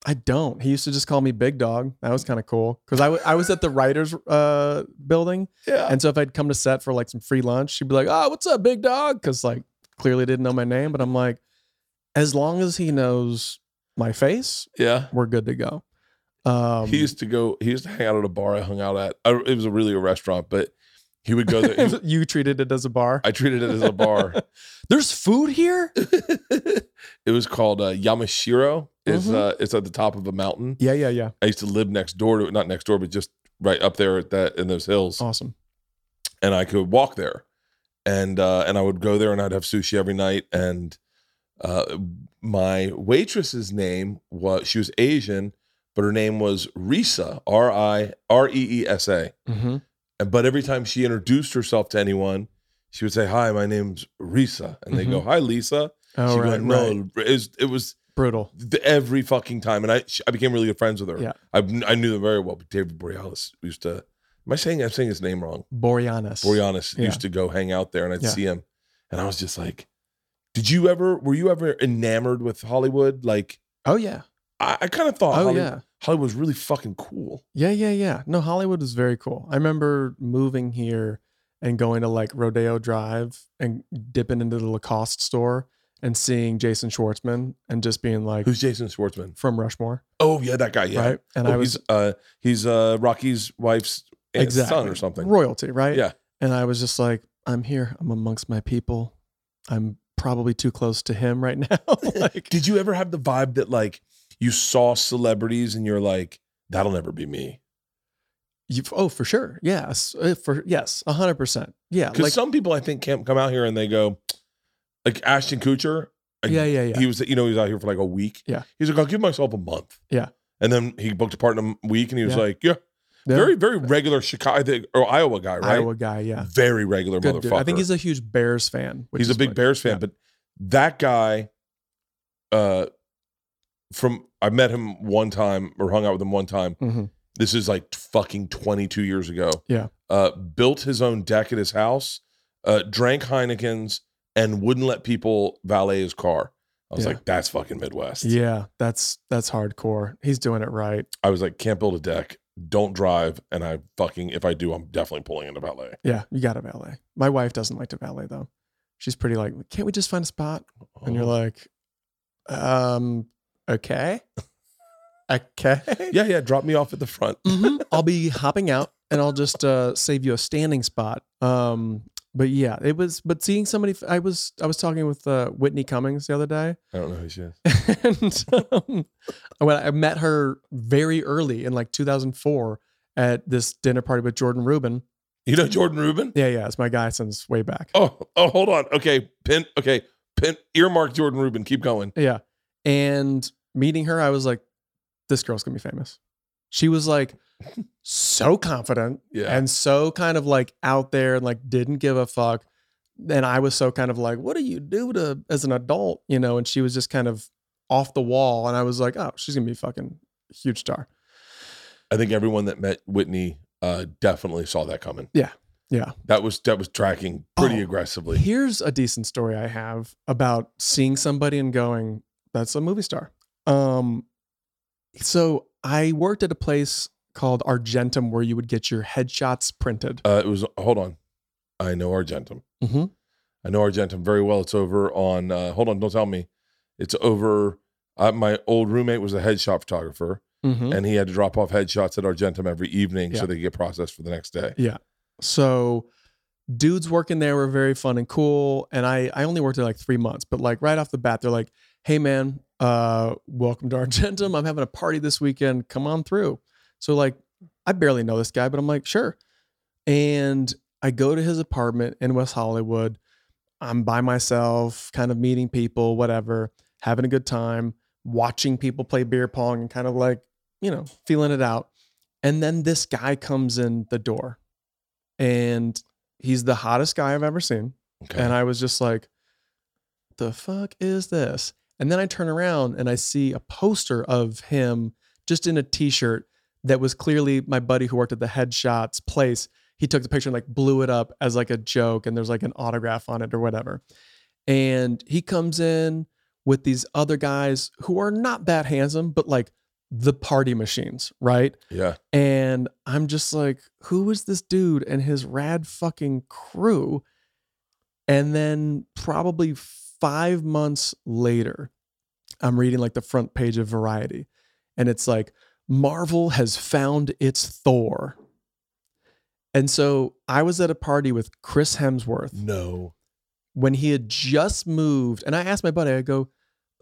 C: I don't. He used to just call me Big Dog. That was kind of cool because I wa- I was at the writer's uh, building.
A: Yeah,
C: And so if I'd come to set for like some free lunch, she'd be like, oh, what's up, Big Dog? Because like clearly didn't know my name. But I'm like, as long as he knows my face,
A: yeah.
C: we're good to go. Um,
A: he used to go. He used to hang out at a bar I hung out at. I, it was a really a restaurant, but he would go there. and
C: you treated it as a bar.
A: I treated it as a bar.
C: There's food here?
A: it was called uh, Yamashiro. It's
C: Mhm.
A: uh, it's at the top of a mountain.
C: yeah, yeah, yeah.
A: I used to live next door to it, not next door, but just right up there at that in those hills.
C: Awesome.
A: and I could walk there, and uh, and I would go there and I'd have sushi every night. And uh, my waitress's name was she was Asian, but her name was Risa R I R E E S A.
C: Mm-hmm.
A: And but every time she introduced herself to anyone, she would say, "Hi, my name's Risa," and they go, "Hi, Lisa."
C: Mm-hmm. Oh,
A: She'd be
C: right,
A: like, "No,
C: right.
A: it was, it was
C: Brutal.
A: th- every fucking time." And I she, I became really good friends with her.
C: Yeah.
A: I, I knew them very well. But David Borealis used to. Am I saying I'm saying his name wrong?
C: Boreanaz.
A: Boreanaz
C: Yeah.
A: used to go hang out there and I'd
C: Yeah.
A: see him and I was just like, Did you ever were you ever enamored with Hollywood? Like
C: Oh, yeah.
A: I, I kind of thought
C: oh
A: Hollywood,
C: yeah.
A: Hollywood was really fucking cool.
C: Yeah, yeah, yeah. No, Hollywood was very cool. I remember moving here and going to like Rodeo Drive and dipping into the Lacoste store and seeing Jason Schwartzman and just being like
A: Who's Jason Schwartzman?
C: from Rushmore,
A: Oh yeah, that guy. Yeah,
C: right? And
A: Oh,
C: I was
A: he's uh he's uh Rocky's wife's aunt's son
C: Exactly.
A: or something.
C: royalty, right?
A: Yeah.
C: And I was just like, I'm here. I'm amongst my people. I'm probably too close to him right now. like,
A: Did you ever have the vibe that like you saw celebrities and you're like, that'll never be me?
C: you, oh, for sure. Yes. Uh, For yes, hundred percent. Yeah.
A: Because
C: Like,
A: some people I think can't come out here and they go, like Ashton Kutcher. I-
C: yeah, yeah, yeah.
A: He was, you know, he was out here for like a week.
C: Yeah.
A: He's like, I'll give myself a month.
C: Yeah.
A: And then he booked a part in a week and he was
C: Yeah.
A: like, yeah,
C: Yeah.
A: very, very regular Chicago I think- or Iowa guy, right?
C: Iowa guy. Yeah.
A: Very regular
C: Good
A: motherfucker.
C: dude. I think he's a huge Bears fan. which
A: he's a
C: is
A: big
C: like-
A: Bears fan,
C: yeah.
A: but that guy, uh, from I met him one time or hung out with him one time.
C: Mhm.
A: This is like fucking 22 years ago.
C: Yeah.
A: Uh, built his own deck at his house, uh, drank Heineken's, and wouldn't let people valet his car. I was
C: Yeah.
A: like, that's fucking Midwest.
C: Yeah, that's that's hardcore. He's doing it right.
A: I was like, can't build a deck, don't drive, and I fucking if I do, I'm definitely pulling into valet.
C: Yeah, you got to valet. My wife doesn't like to valet though. She's pretty like, can't we just find a spot? And
A: Oh.
C: you're like, um, okay, okay.
A: yeah, yeah, drop me off at the front.
C: Mhm. I'll be hopping out and I'll just uh, save you a standing spot. Um, but yeah, it was. But seeing somebody, I was I was talking with uh, Whitney Cummings the other day,
A: I don't know who she is.
C: and um, when I met her very early in like 2004 at this dinner party with Jordan Rubin.
A: You know Jordan Rubin?
C: Yeah, yeah, it's my guy since way back.
A: Oh, oh, hold on. Okay, pin. Okay, pin. Earmark Jordan Rubin. Keep going.
C: Yeah, and meeting her, I was like, this girl's gonna be famous. She was like so confident
A: Yeah.
C: and so kind of like out there and like didn't give a fuck. And I was so kind of like, what do you do to as an adult, you know? And she was just kind of off the wall, and I was like, oh, she's gonna be a fucking huge star.
A: I think everyone that met Whitney uh, definitely saw that coming.
C: Yeah, yeah.
A: That was that was tracking pretty
C: Oh.
A: aggressively.
C: Here's a decent story I have about seeing somebody and going, that's a movie star. Um, so I worked at a place called Argentum where you would get your headshots printed.
A: Uh, it was. Hold on. I know Argentum.
C: Mhm.
A: I know Argentum very well. It's over on. Uh, hold on. Don't tell me. It's over. Uh, my old roommate was a headshot photographer, and he had to drop off headshots at Argentum every evening
C: Hmm? Yeah.
A: so they could get processed for the next day.
C: So dudes working there were very fun and cool. And I, I only worked there like three months, but like right off the bat, they're like, hey man, uh, welcome to Argentum. I'm having a party this weekend. Come on through. So like I barely know this guy, but I'm like, sure. And I go to his apartment in West Hollywood. I'm by myself, kind of meeting people, whatever, having a good time, watching people play beer pong and kind of like, you know, feeling it out. And then this guy comes in the door and he's the hottest guy I've ever seen.
A: Okay.
C: And I was just like, the fuck is this? And then I turn around and I see a poster of him just in a t shirt that was clearly my buddy who worked at the headshots place. He took the picture and like blew it up as like a joke, and there's like an autograph on it or whatever. And he comes in with these other guys who are not that handsome, but like the party machines, right?
A: yeah.
C: And I'm just like, who is this dude and his rad fucking crew? And then probably five months later, I'm reading like the front page of Variety, and it's like, Marvel has found its Thor. And so I was at a party with Chris Hemsworth
A: No.
C: when he had just moved and i asked my buddy i go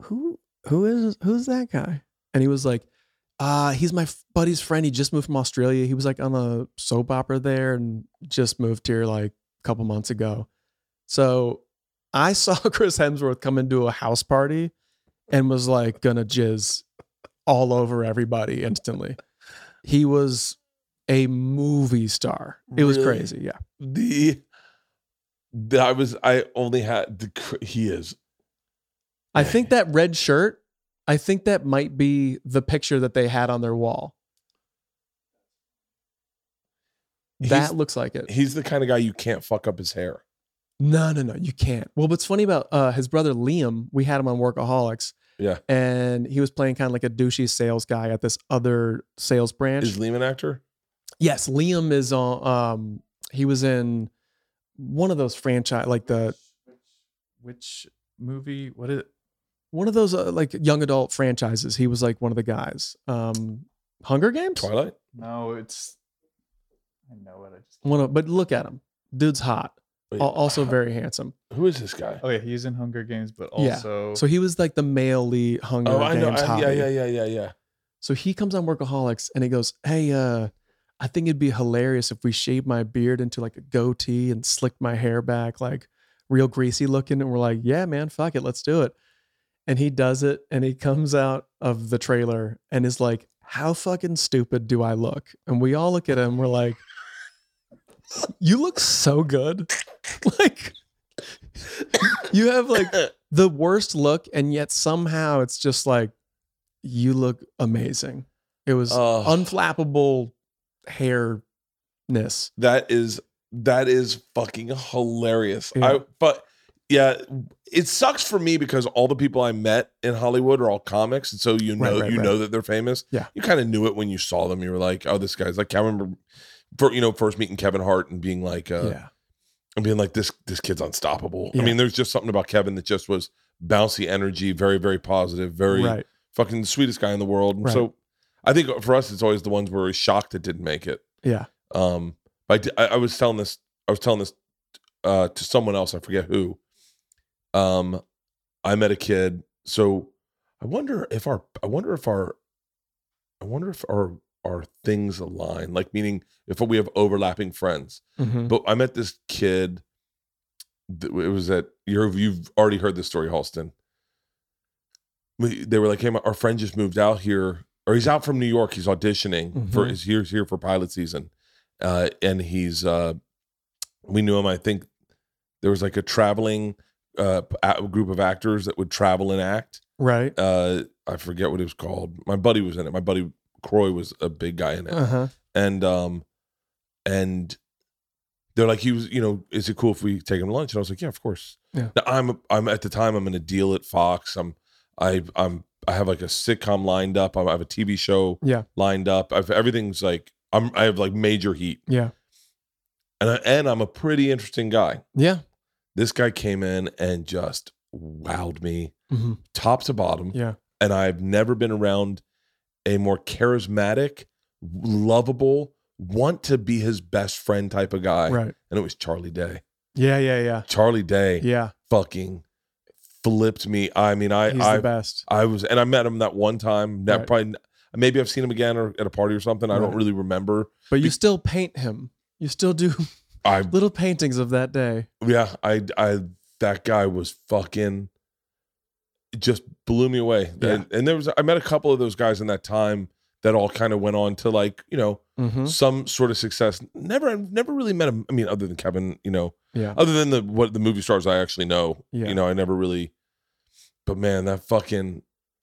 C: who who is who's that guy and he was like uh he's my f- buddy's friend he just moved from australia he was like on a soap opera there and just moved here like a couple months ago so i saw chris hemsworth come into a house party and was like gonna jizz all over everybody instantly he was a movie star it was
A: Really?
C: crazy yeah
A: The. the- I was. I only had. The, cr- he is
C: I think that red shirt, I think that might be the picture that they had on their wall.
A: He's-
C: That looks like it.
A: he's the kind of guy you can't fuck up his hair.
C: No, no, no, you can't. Well, what's funny about uh, his brother Liam, we had him on Workaholics,
A: Yeah.
C: And he was playing kind of like a douchey sales guy at this other sales branch.
A: Is Liam an actor?
C: yes, Liam is on. Um, he was in one of those franchise, like the
B: Which movie? What is?
C: one of those uh, like young adult franchises. He was like one of the guys. Um, Hunger Games.
A: Twilight?
B: No, it's. I know it. I just.
C: One of, but look at him. Dude's hot.
A: Wait,
C: Al- Also very handsome.
A: Who is this guy?
B: Okay, Oh, he's in Hunger Games, but
C: Yeah,
B: also.
C: So he was like the male lead Hunger
A: Oh, I
C: Games
A: know. I,
C: hottie.
A: yeah, yeah, yeah, yeah, yeah.
C: So he comes on Workaholics and he goes, "Hey, uh, I think it'd be hilarious if we shaved my beard into like a goatee and slicked my hair back, like real greasy looking." And we're like, "Yeah, man, fuck it, let's do it." And he does it, and he comes out of the trailer and is like, "How fucking stupid do I look?" And we all look at him. We're like, "You look so good, like." You have like the worst look, and yet somehow it's just like you look amazing. It was
A: Oh.
C: unflappable hairness.
A: That is that is fucking hilarious. I
C: Yeah.
A: but yeah, it sucks for me because all the people I met in Hollywood are all comics, and so you
C: Right,
A: know
C: right,
A: you
C: right.
A: know that they're famous.
C: Yeah.
A: you kind of knew it when you saw them. You were like, oh, this guy's like. I remember, for you know, first meeting Kevin Hart and being like, uh,
C: yeah,
A: and being like, this this kid's unstoppable. I
C: Yeah.
A: mean, there's just something about Kevin that just was bouncy energy, very very positive, very
C: right.
A: fucking the sweetest guy in the world. And
C: Right.
A: So I think for us, it's always the ones where we're shocked that didn't make it.
C: Yeah.
A: Um, I, di- I I was telling this, I was telling this uh, to someone else. I forget who. Um, I met a kid. So I wonder if our, I wonder if our, I wonder if our, our things align. Like meaning if we have overlapping friends.
C: Mhm.
A: But I met this kid. th- It was at you're, you've already heard this story, Halston. We, they were like, "Hey, my, our friend just moved out here, or he's out from New York. He's auditioning for
C: Mhm.
A: he's here, he's here for pilot season, uh, and he's uh, we knew him. I think there was like a traveling uh, p- a- group of actors that would travel and act.
C: Right.
A: Uh, I forget what it was called. My buddy was in it. My buddy Croy was a big guy in it
C: Uh huh.
A: and um and they're like he was you know is it cool if we take him to lunch and i was like yeah of course
C: Yeah.
A: Now, i'm i'm at the time i'm in a deal at fox i'm i i'm i have like a sitcom lined up i have a tv show
C: Yeah.
A: lined up i've everything's like i'm i have like major heat
C: Yeah.
A: and I, and i'm a pretty interesting guy
C: Yeah.
A: this guy came in and just wowed me
C: Mhm.
A: top to bottom
C: Yeah.
A: and I've never been around a more charismatic, lovable, want to be his best friend type of guy.
C: Right.
A: And it was Charlie Day.
C: Yeah. Yeah. Yeah.
A: Charlie Day
C: Yeah.
A: fucking flipped me. I mean, I
C: He's the
A: I,
C: best.
A: I was and I met him that one time. That
C: Right.
A: probably maybe I've seen him again or at a party or something. I don't
C: Right.
A: really remember.
C: But you
A: be-
C: still paint him. You still do
A: I
C: little paintings of that day.
A: yeah, I I that guy was fucking it just blew me away.
C: Yeah.
A: And, and there was I met a couple of those guys in that time that all kind of went on to like, you know,
C: Mm-hmm.
A: some sort of success. Never, I've never really met him. I mean, other than Kevin, you know,
C: Yeah.
A: other than the what the movie stars I actually know.
C: Yeah.
A: You know, I never really. But man, that fucking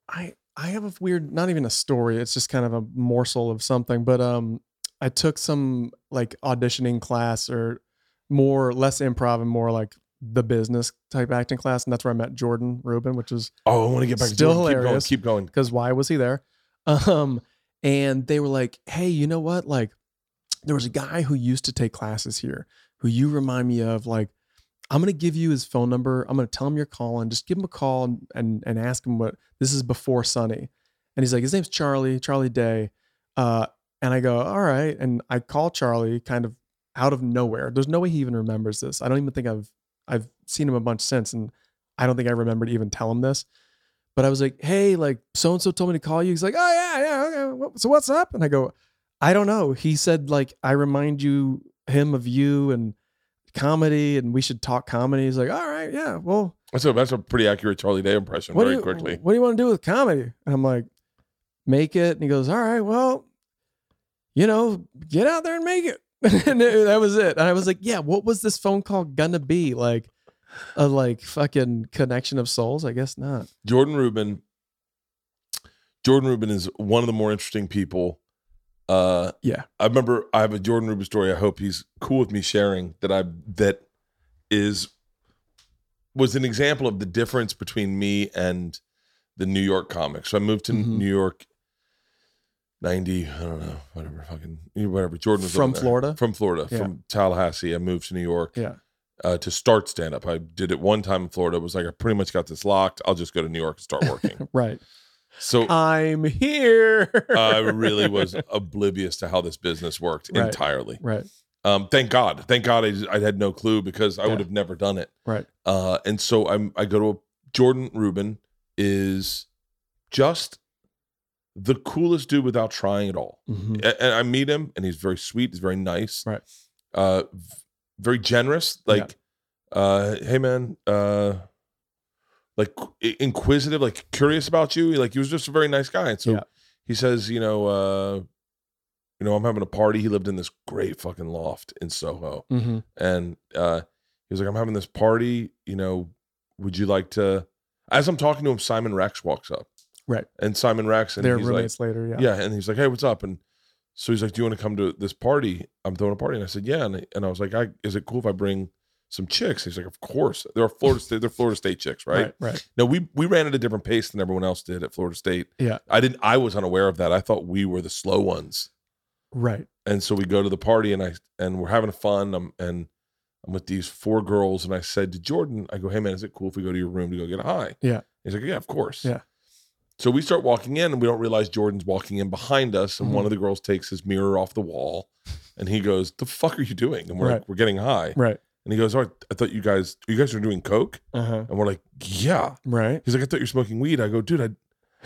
C: I I have a weird, not even a story. It's just kind of a morsel of something. But um, I took some like auditioning class or more less improv and more like the business type acting class, and that's where I met Jordan Rubin, which is
A: oh, I want to get back. to
C: Still
A: Jordan.
C: hilarious.
A: Keep going. Keep
C: because why was he there? Um, and they were like, hey, you know what? Like, there was a guy who used to take classes here who you remind me of. Like, I'm gonna give you his phone number. I'm gonna tell him you're calling. Just give him a call and and, and ask him what this is before Sunny. And he's like, his name's Charlie, Charlie Day. Uh, and I go, all right. And I call Charlie kind of out of nowhere. There's no way he even remembers this. I don't even think I've I've seen him a bunch since, and I don't think I remember to even tell him this. But I was like, hey, like so and so told me to call you. He's like, oh yeah, yeah. Okay. What- So what's up? And I go, I don't know. He said like I remind you him of you and comedy, and we should talk comedy. He's like, all right, yeah. Well,
A: going. That's a that's a pretty accurate Charlie Day impression.
C: what
A: very
C: do you,
A: quickly.
C: What do you want to do with comedy? And I'm like, make it. And he goes, all right, well, you know, get out there and make it. and that was it. And I was like, yeah, what was this phone call gonna be? Like a like fucking connection of souls? I guess not.
A: Jordan Rubin. Jordan Rubin is one of the more interesting people. Uh,
C: Yeah.
A: I remember I have a Jordan Rubin story. I hope he's cool with me sharing that. I that is was an example of the difference between me and the New York comics. So I moved to
C: Mhm.
A: New York. 90, I don't know, whatever, fucking, whatever. Jordan was
C: From
A: living there.
C: Florida?
A: From Florida,
C: Yeah.
A: from Tallahassee. I moved to New York
C: Yeah.
A: uh, to start stand up. I did it one time in Florida. It was like, I pretty much got this locked. I'll just go to New York and start working.
C: Right.
A: so
C: I'm here.
A: I really was oblivious to how this business worked
C: Right.
A: entirely.
C: Right.
A: Um, thank God. Thank God I, I had no clue because I
C: Yeah.
A: would have never done it.
C: Right.
A: Uh, and so I'm I go to a, Jordan Rubin is just the coolest dude without trying at all.
C: Mhm.
A: A- And I meet him and he's very sweet, he's very nice.
C: Right.
A: Uh v- very generous,
C: Yeah.
A: like uh hey man, uh like i- inquisitive, like curious about you. Like he was just a very nice guy. And so
C: Yeah.
A: he says, you know, uh you know, I'm having a party. He lived in this great fucking loft in Soho
C: Mhm.
A: and uh, he was like, "I'm having this party. You know, would you like to?" As I'm talking to him, Simon Rex walks up,
C: Right.
A: And Simon Rex and
C: They're
A: he's like,
C: roommates later. Yeah.
A: yeah. and he's like, "Hey, what's up?" And so he's like, "Do you want to come to this party? I'm throwing a party." And I said, "Yeah." And I, and I was like, I, "Is it cool if I bring some chicks?" He's like, "Of course. They're Florida State. They're Florida State chicks, right?"
C: Right. Right.
A: No, we we ran at a different pace than everyone else did at Florida State.
C: Yeah.
A: I didn't. I was unaware of that. I thought we were the slow ones
C: Right.
A: and so we go to the party and I and we're having fun. I'm and I'm with these four girls and I said to Jordan, I go, hey man, is it cool if we go to your room to go get a high?
C: Yeah.
A: He's like, yeah, of course.
C: Yeah.
A: So we start walking in and we don't realize Jordan's walking in behind us and
C: Mm-hmm.
A: one of the girls takes his mirror off the wall and he goes, the fuck are you doing? And we're like,
C: Right.
A: we're getting high.
C: Right.
A: And he goes, oh, I, I thought you guys you guys are doing coke.
C: Uh huh.
A: And we're like, yeah.
C: Right.
A: He's like, I thought you're smoking weed. I go, dude, I.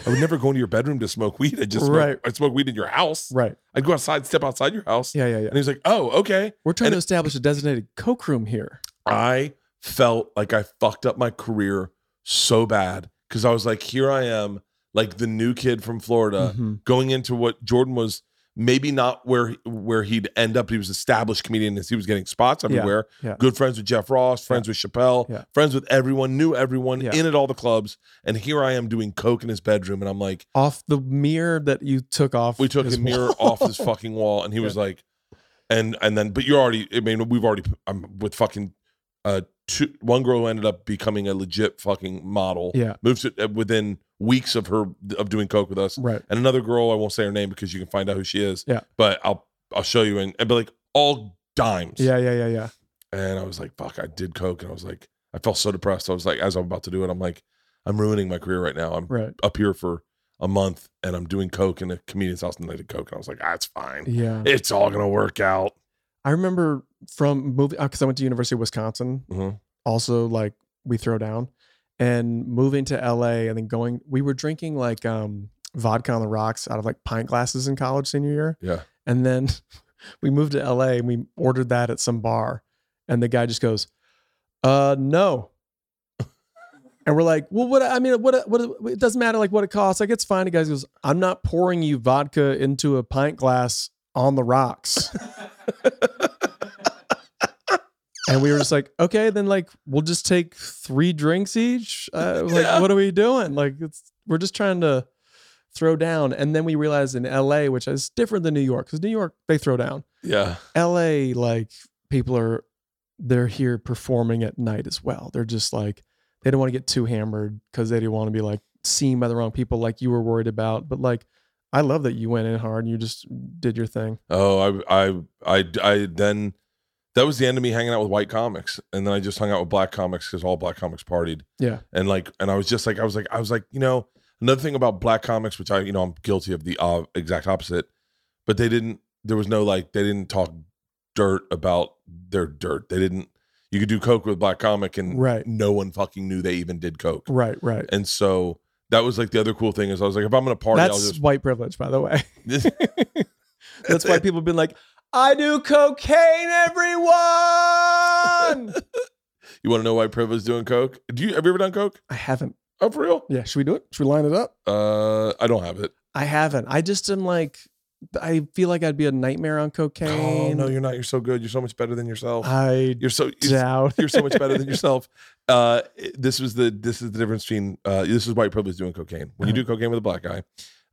A: I would never go into your bedroom to smoke weed. I just smoke,
C: Right.
A: I smoke weed in your house.
C: Right.
A: I'd go outside, step outside your house,
C: Yeah. Yeah. Yeah.
A: and he's like, "Oh, okay."
C: We're trying
A: and-
C: to establish a designated coke room here.
A: I felt like I fucked up my career so bad because I was like, "Here I am, like the new kid from Florida,
C: Mhm.
A: going into what Jordan was maybe not where where he'd end up. He was established comedian, as he was getting spots
C: Yeah,
A: everywhere.
C: yeah.
A: Good friends with Jeff Ross, friends with Chappelle,
C: yeah.
A: friends with everyone, knew everyone
C: Yeah.
A: in at all the clubs. And here I am doing coke in his bedroom, and I'm like."
C: Off the mirror that you took off.
A: we took
C: his
A: a mirror
C: wall.
A: off his fucking wall and he was like and and then but you're already i mean we've already i'm with fucking uh two one girl who ended up becoming a legit fucking model
C: Yeah.
A: moves it uh, within weeks of her of doing coke with us
C: Right.
A: and another girl i won't say her name because you can find out who she is
C: Yeah.
A: but i'll i'll show you and, and but like all dimes
C: Yeah. Yeah. Yeah. Yeah.
A: and i was like fuck i did coke and i was like i felt so depressed i was like as i'm about to do it i'm like i'm ruining my career right now i'm
C: Right.
A: up here for a month and I'm doing coke in a comedian's house and they did coke and I was like, ah, it's fine.
C: Yeah.
A: It's all gonna work out.
C: I remember from moving because I went to University of Wisconsin.
A: Mhm.
C: Also, like we throw down, and moving to LA, and then going. We were drinking like um, vodka on the rocks out of like pint glasses in college senior year,
A: Yeah.
C: and then we moved to LA and we ordered that at some bar, and the guy just goes, "Uh, no." And we're like, well, what? I mean, what? What? It doesn't matter, like what it costs. Like it's fine. The guy goes, I'm not pouring you vodka into a pint glass on the rocks. And we were just like, okay, then like we'll just take three drinks each. Uh, like,
A: Yeah.
C: what are we doing? Like, it's we're just trying to throw down. And then we realized in LA, which is different than New York, because New York they throw down.
A: Yeah.
C: LA, like people are they're here performing at night as well. They're just like they don't want to get too hammered because they don't want to be like seen by the wrong people, like you were worried about. But like, I love that you went in hard and you just did your thing.
A: Oh, I I I I then that was the end of me hanging out with white comics. And then I just hung out with black comics because all black comics partied.
C: Yeah.
A: And like and I was just like, I was like, I was like, you know, another thing about black comics, which I, you know, I'm guilty of the uh, exact opposite, but they didn't there was no like they didn't talk dirt about their dirt. They didn't you could do coke with a black comic and
C: Right.
A: no one fucking knew they even did coke.
C: Right. Right.
A: And so that was like the other cool thing is I was like, if I'm gonna party,
C: That's
A: I'll just
C: white privilege, by the way.
A: this,
C: That's why people have been like, I do cocaine, everyone.
A: you want to know why Priva's doing coke? Do you have you ever done coke?
C: I haven't.
A: Oh, for real?
C: Yeah, should we do it? Should we line it up?
A: Uh, I don't have it.
C: I haven't. I just am like, I feel like I'd be a nightmare on
A: Oh
C: cocaine.
A: no, you're not. You're so good. You're so much better than yourself.
C: I
A: You're so you're,
C: doubt.
A: you're so much better than yourself. Uh, this was the this is the difference between uh this is white privilege doing cocaine. When you
C: Uh-huh.
A: do cocaine with a black guy,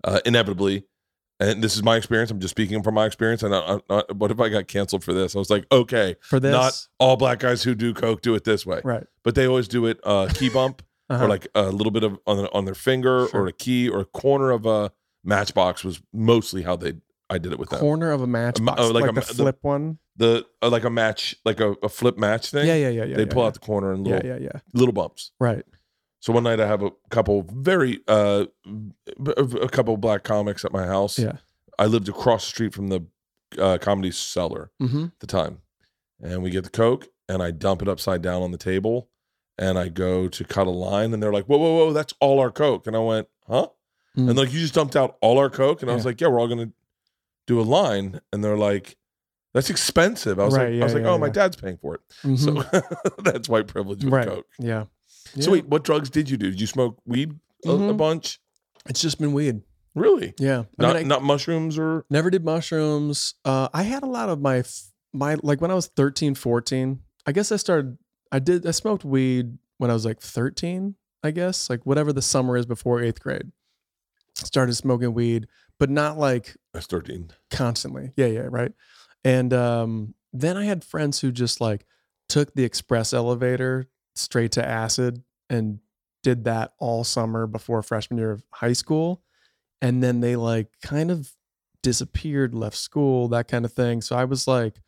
A: uh, inevitably. And this is my experience. I'm just speaking from my experience. And I, I, I, what if I got canceled for this? I was like, okay,
C: for this.
A: not all black guys who do coke do it this way.
C: right.
A: but they always do it uh, key bump
C: Uh-huh.
A: or like a little bit of on, on their finger
C: Sure.
A: or a key or a corner of a matchbox was mostly how they I did it with them.
C: corner of a matchbox,
A: oh, like
C: like,
A: a
C: the
A: ma- the-
C: flip one.
A: The uh, like a match, like a, a flip match thing.
C: Yeah, yeah, yeah, yeah.
A: they
C: yeah,
A: pull
C: yeah.
A: out the corner and
C: Yeah,
A: little
C: yeah, yeah.
A: little bumps.
C: Right.
A: So one night I have a couple very uh b- a couple black comics at my house.
C: Yeah.
A: I lived across the street from the uh, comedy cellar
C: Mm-hmm.
A: at the time. And we get the Coke and I dump it upside down on the table and I go to cut a line and they're like, Whoa, whoa, whoa, that's all our Coke. And I went, Huh? And
C: Mm.
A: they're like, You just dumped out all our Coke? And I was
C: Yeah.
A: like, Yeah, we're all gonna do a line. And they're like, That's expensive. I was
C: Right,
A: like,
C: yeah,
A: I was like,
C: yeah,
A: Oh, my
C: yeah.
A: dad's paying for it. So that's white privilege with
C: Mm-hmm. Right.
A: Coke.
C: yeah.
A: So wait, what drugs did you do? Did you smoke weed a, a
C: Mhm.
A: bunch?
C: it's just been weird.
A: Really?
C: Yeah. I
A: Not
C: mean, I
A: not mushrooms or
C: never did mushrooms. Uh, I had a lot of my, f- my, like when I was 13, 14, I guess I started, I did, I smoked weed when I was like 13, I guess, like whatever the summer is before eighth grade. Started smoking weed, but not like
A: that's thirteen.
C: constantly. Yeah, yeah, right. And um, then I had friends who just like took the express elevator straight to acid and did that all summer before freshman year of high school. And then they like kind of disappeared, left school, that kind of thing. So I was like,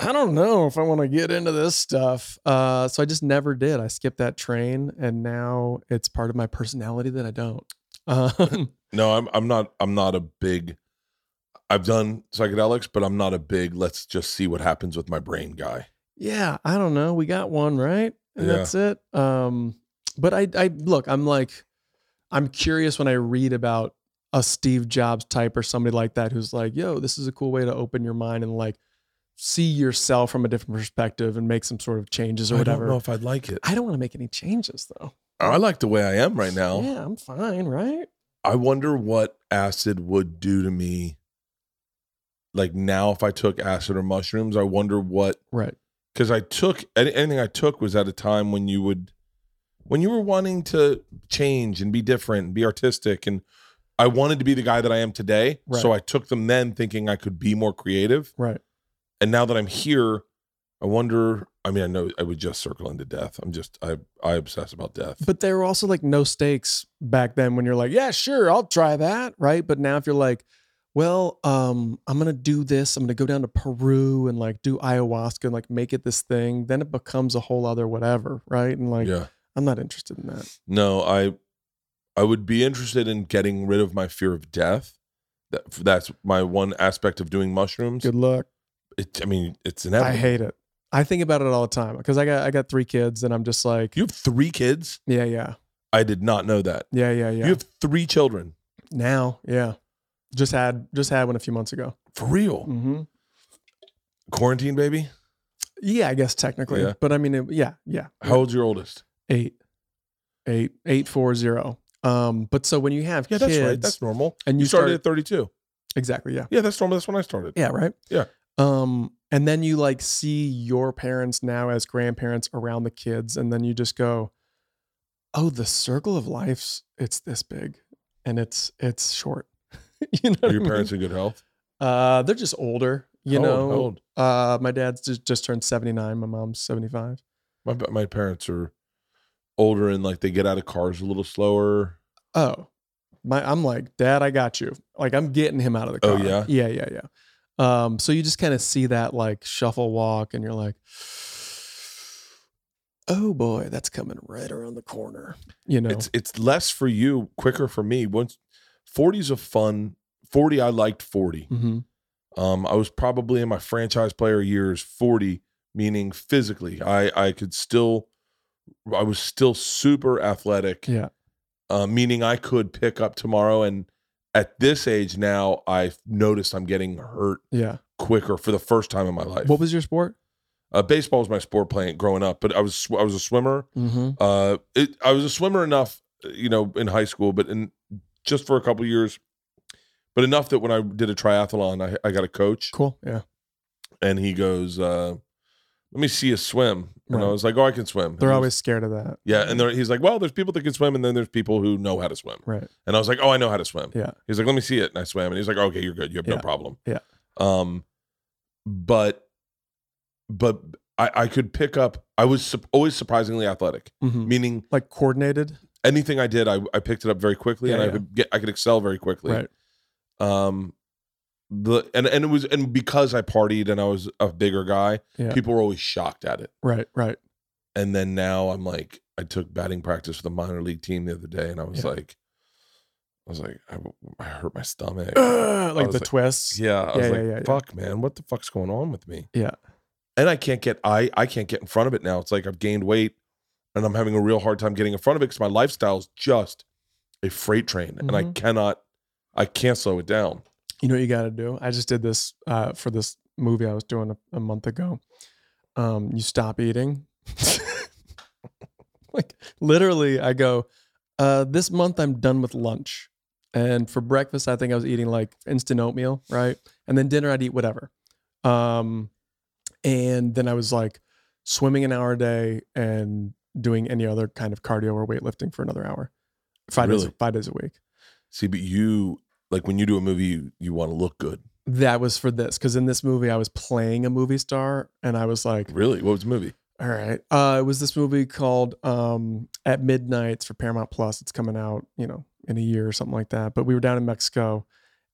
C: I don't know if I want to get into this stuff. Uh, so I just never did. I skipped that train and now it's part of my personality that I don't. Um,
A: No, I'm I'm not I'm not a big I've done psychedelics, but I'm not a big let's just see what happens with my brain guy.
C: yeah, I don't know. We got one, right? And
A: Yeah.
C: that's it. Um, but I, I look, I'm like, I'm curious when I read about a Steve Jobs type or somebody like that who's like, yo, this is a cool way to open your mind and like see yourself from a different perspective and make some sort of changes or whatever.
A: I don't know if I'd like it.
C: I don't want to make any changes though.
A: I like the way I am right now.
C: Yeah, I'm fine, right?
A: I wonder what acid would do to me. Like now, if I took acid or mushrooms, I wonder what
C: Right.
A: because I took any- anything I took was at a time when you would, when you were wanting to change and be different and be artistic, and I wanted to be the guy that I am today. So I
C: Right.
A: took them then, thinking I could be more creative.
C: Right.
A: And now that I'm here, I wonder. I mean, I know I would just circle into death. I'm just I I obsess about death.
C: But there were also like no stakes back then when you're like, yeah, sure, I'll try that, right? But now if you're like, well, um, I'm gonna do this, I'm gonna go down to Peru and like do ayahuasca and like make it this thing, then it becomes a whole other whatever, right? And like,
A: yeah.
C: I'm not interested in that.
A: No, I I would be interested in getting rid of my fear of death. That, that's my one aspect of doing mushrooms.
C: Good luck.
A: It, I mean, it's
C: I
A: inevitable.
C: hate it. I think about it all the time because I got I got three kids and I'm just like,
A: you have three kids.
C: yeah, yeah,
A: I did not know that.
C: yeah, yeah, yeah.
A: You have three children
C: now, yeah, just had just had one a few months ago.
A: for real.
C: Mm-hmm.
A: Mm. Quarantine baby.
C: Yeah, I guess technically,
A: Yeah.
C: but I mean, it, yeah, yeah.
A: How old's your oldest?
C: eight, eight, eight, four, zero. Um, but so when you have
A: Yeah, that's
C: kids,
A: right. That's normal.
C: and
A: You
C: you
A: started
C: start
A: at 32.
C: exactly, yeah,
A: Yeah, that's normal. That's when I started.
C: yeah, right,
A: Yeah.
C: Um, and then you like see your parents now as grandparents around the kids, and then you just go, "Oh, the circle of life's it's this big, and it's it's short." you know,
A: Are
C: what
A: your
C: I mean?
A: parents in good health?
C: Uh, they're just older. You
A: How old-
C: know,
A: how old?
C: uh, my dad's just, just turned seventy nine. My mom's seventy five.
A: My my parents are older and like they get out of cars a little slower.
C: oh my i'm like dad i got you like i'm getting him out of the car
A: Oh, yeah?
C: yeah yeah yeah um so you just kind of see that like shuffle walk and you're like oh boy that's coming right around the corner you know
A: It's it's less for you, quicker for me. Once 40's a fun 40. I liked 40.
C: hmm
A: Um, I was probably in my franchise player years 40, meaning physically. I I could still I was still super athletic.
C: Yeah.
A: Uh, meaning I could pick up tomorrow and at this age now I noticed I'm getting hurt
C: yeah
A: quicker for the first time in my life.
C: what was your sport
A: uh, baseball was my sport playing growing up, but I was sw- I was a swimmer.
C: mm-hmm.
A: Uh, it, I was a swimmer enough, you know, in high school, but in just for a couple years, but enough that when I did a triathlon, I, I got a coach
C: cool yeah
A: and he goes, uh, "Let me see you swim." And I
C: Right.
A: was like, "Oh, I can swim." And
C: they're
A: he was-
C: always scared of that
A: yeah, and they're, he's like, "Well, there's people that can swim, and then there's people who know how to swim."
C: right
A: And I was like, "Oh, I know how to swim."
C: Yeah.
A: He's like, "Let me see it," and I swam, and he's like, "Okay, you're good. You have no
C: Yeah.
A: problem."
C: Yeah.
A: Um, but, but I, I could pick up. I was sup- always surprisingly athletic,
C: Mhm.
A: meaning
C: Like coordinated.
A: anything I did, I, I picked it up very quickly,
C: Yeah,
A: and I
C: yeah.
A: could get I could excel very quickly.
C: Right.
A: Um, the and and it was and because I partied and I was a bigger guy,
C: Yeah.
A: people were always shocked at it.
C: Right. Right.
A: And then now I'm like, I took batting practice for the minor league team the other day, and I was
C: Yeah.
A: like, I was like, I, I hurt my stomach.
C: Ugh, like
A: was
C: the
A: like,
C: twists.
A: Yeah, I was
C: Yeah,
A: like,
C: yeah, yeah, yeah.
A: fuck, man, what the fuck's going on with me?
C: Yeah.
A: and I can't get I I can't get in front of it now. It's like I've gained weight, and I'm having a real hard time getting in front of it because my lifestyle's just a freight train, and I
C: Mhm.
A: cannot I can't slow it down.
C: You know what you got to do? I just did this uh, for this movie I was doing a, a month ago. Um, you stop eating. like literally, I go, uh, this month I'm done with lunch. And for breakfast, I think I was eating like instant oatmeal, right? And then dinner, I'd eat whatever. Um, and then I was like swimming an hour a day and doing any other kind of cardio or weightlifting for another hour. Five days,
A: Really?
C: five days a week.
A: See, but you like when you do a movie, you, you want to look good.
C: that was for this because in this movie I was playing a movie star and I was like,
A: Really, what was the movie?
C: all right, uh, it was this movie called um, At Midnight it's for Paramount Plus. It's coming out, you know, in a year or something like that. But we were down in Mexico,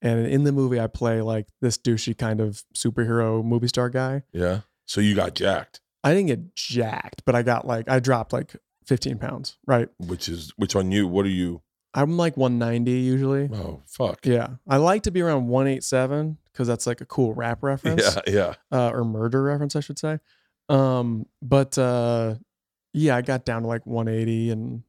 C: and in the movie I play like this douchey kind of superhero movie star guy.
A: Yeah, so you got jacked,
C: I didn't get jacked, but I got like I dropped like 15 pounds. Right,
A: which is which on you. What are you?
C: I'm like 190 usually.
A: Oh fuck.
C: Yeah, I like to be around 187 because that's like a cool rap reference.
A: yeah, yeah.
C: uh, or murder reference, I should say. Um, but uh, yeah, I got down to like 180 and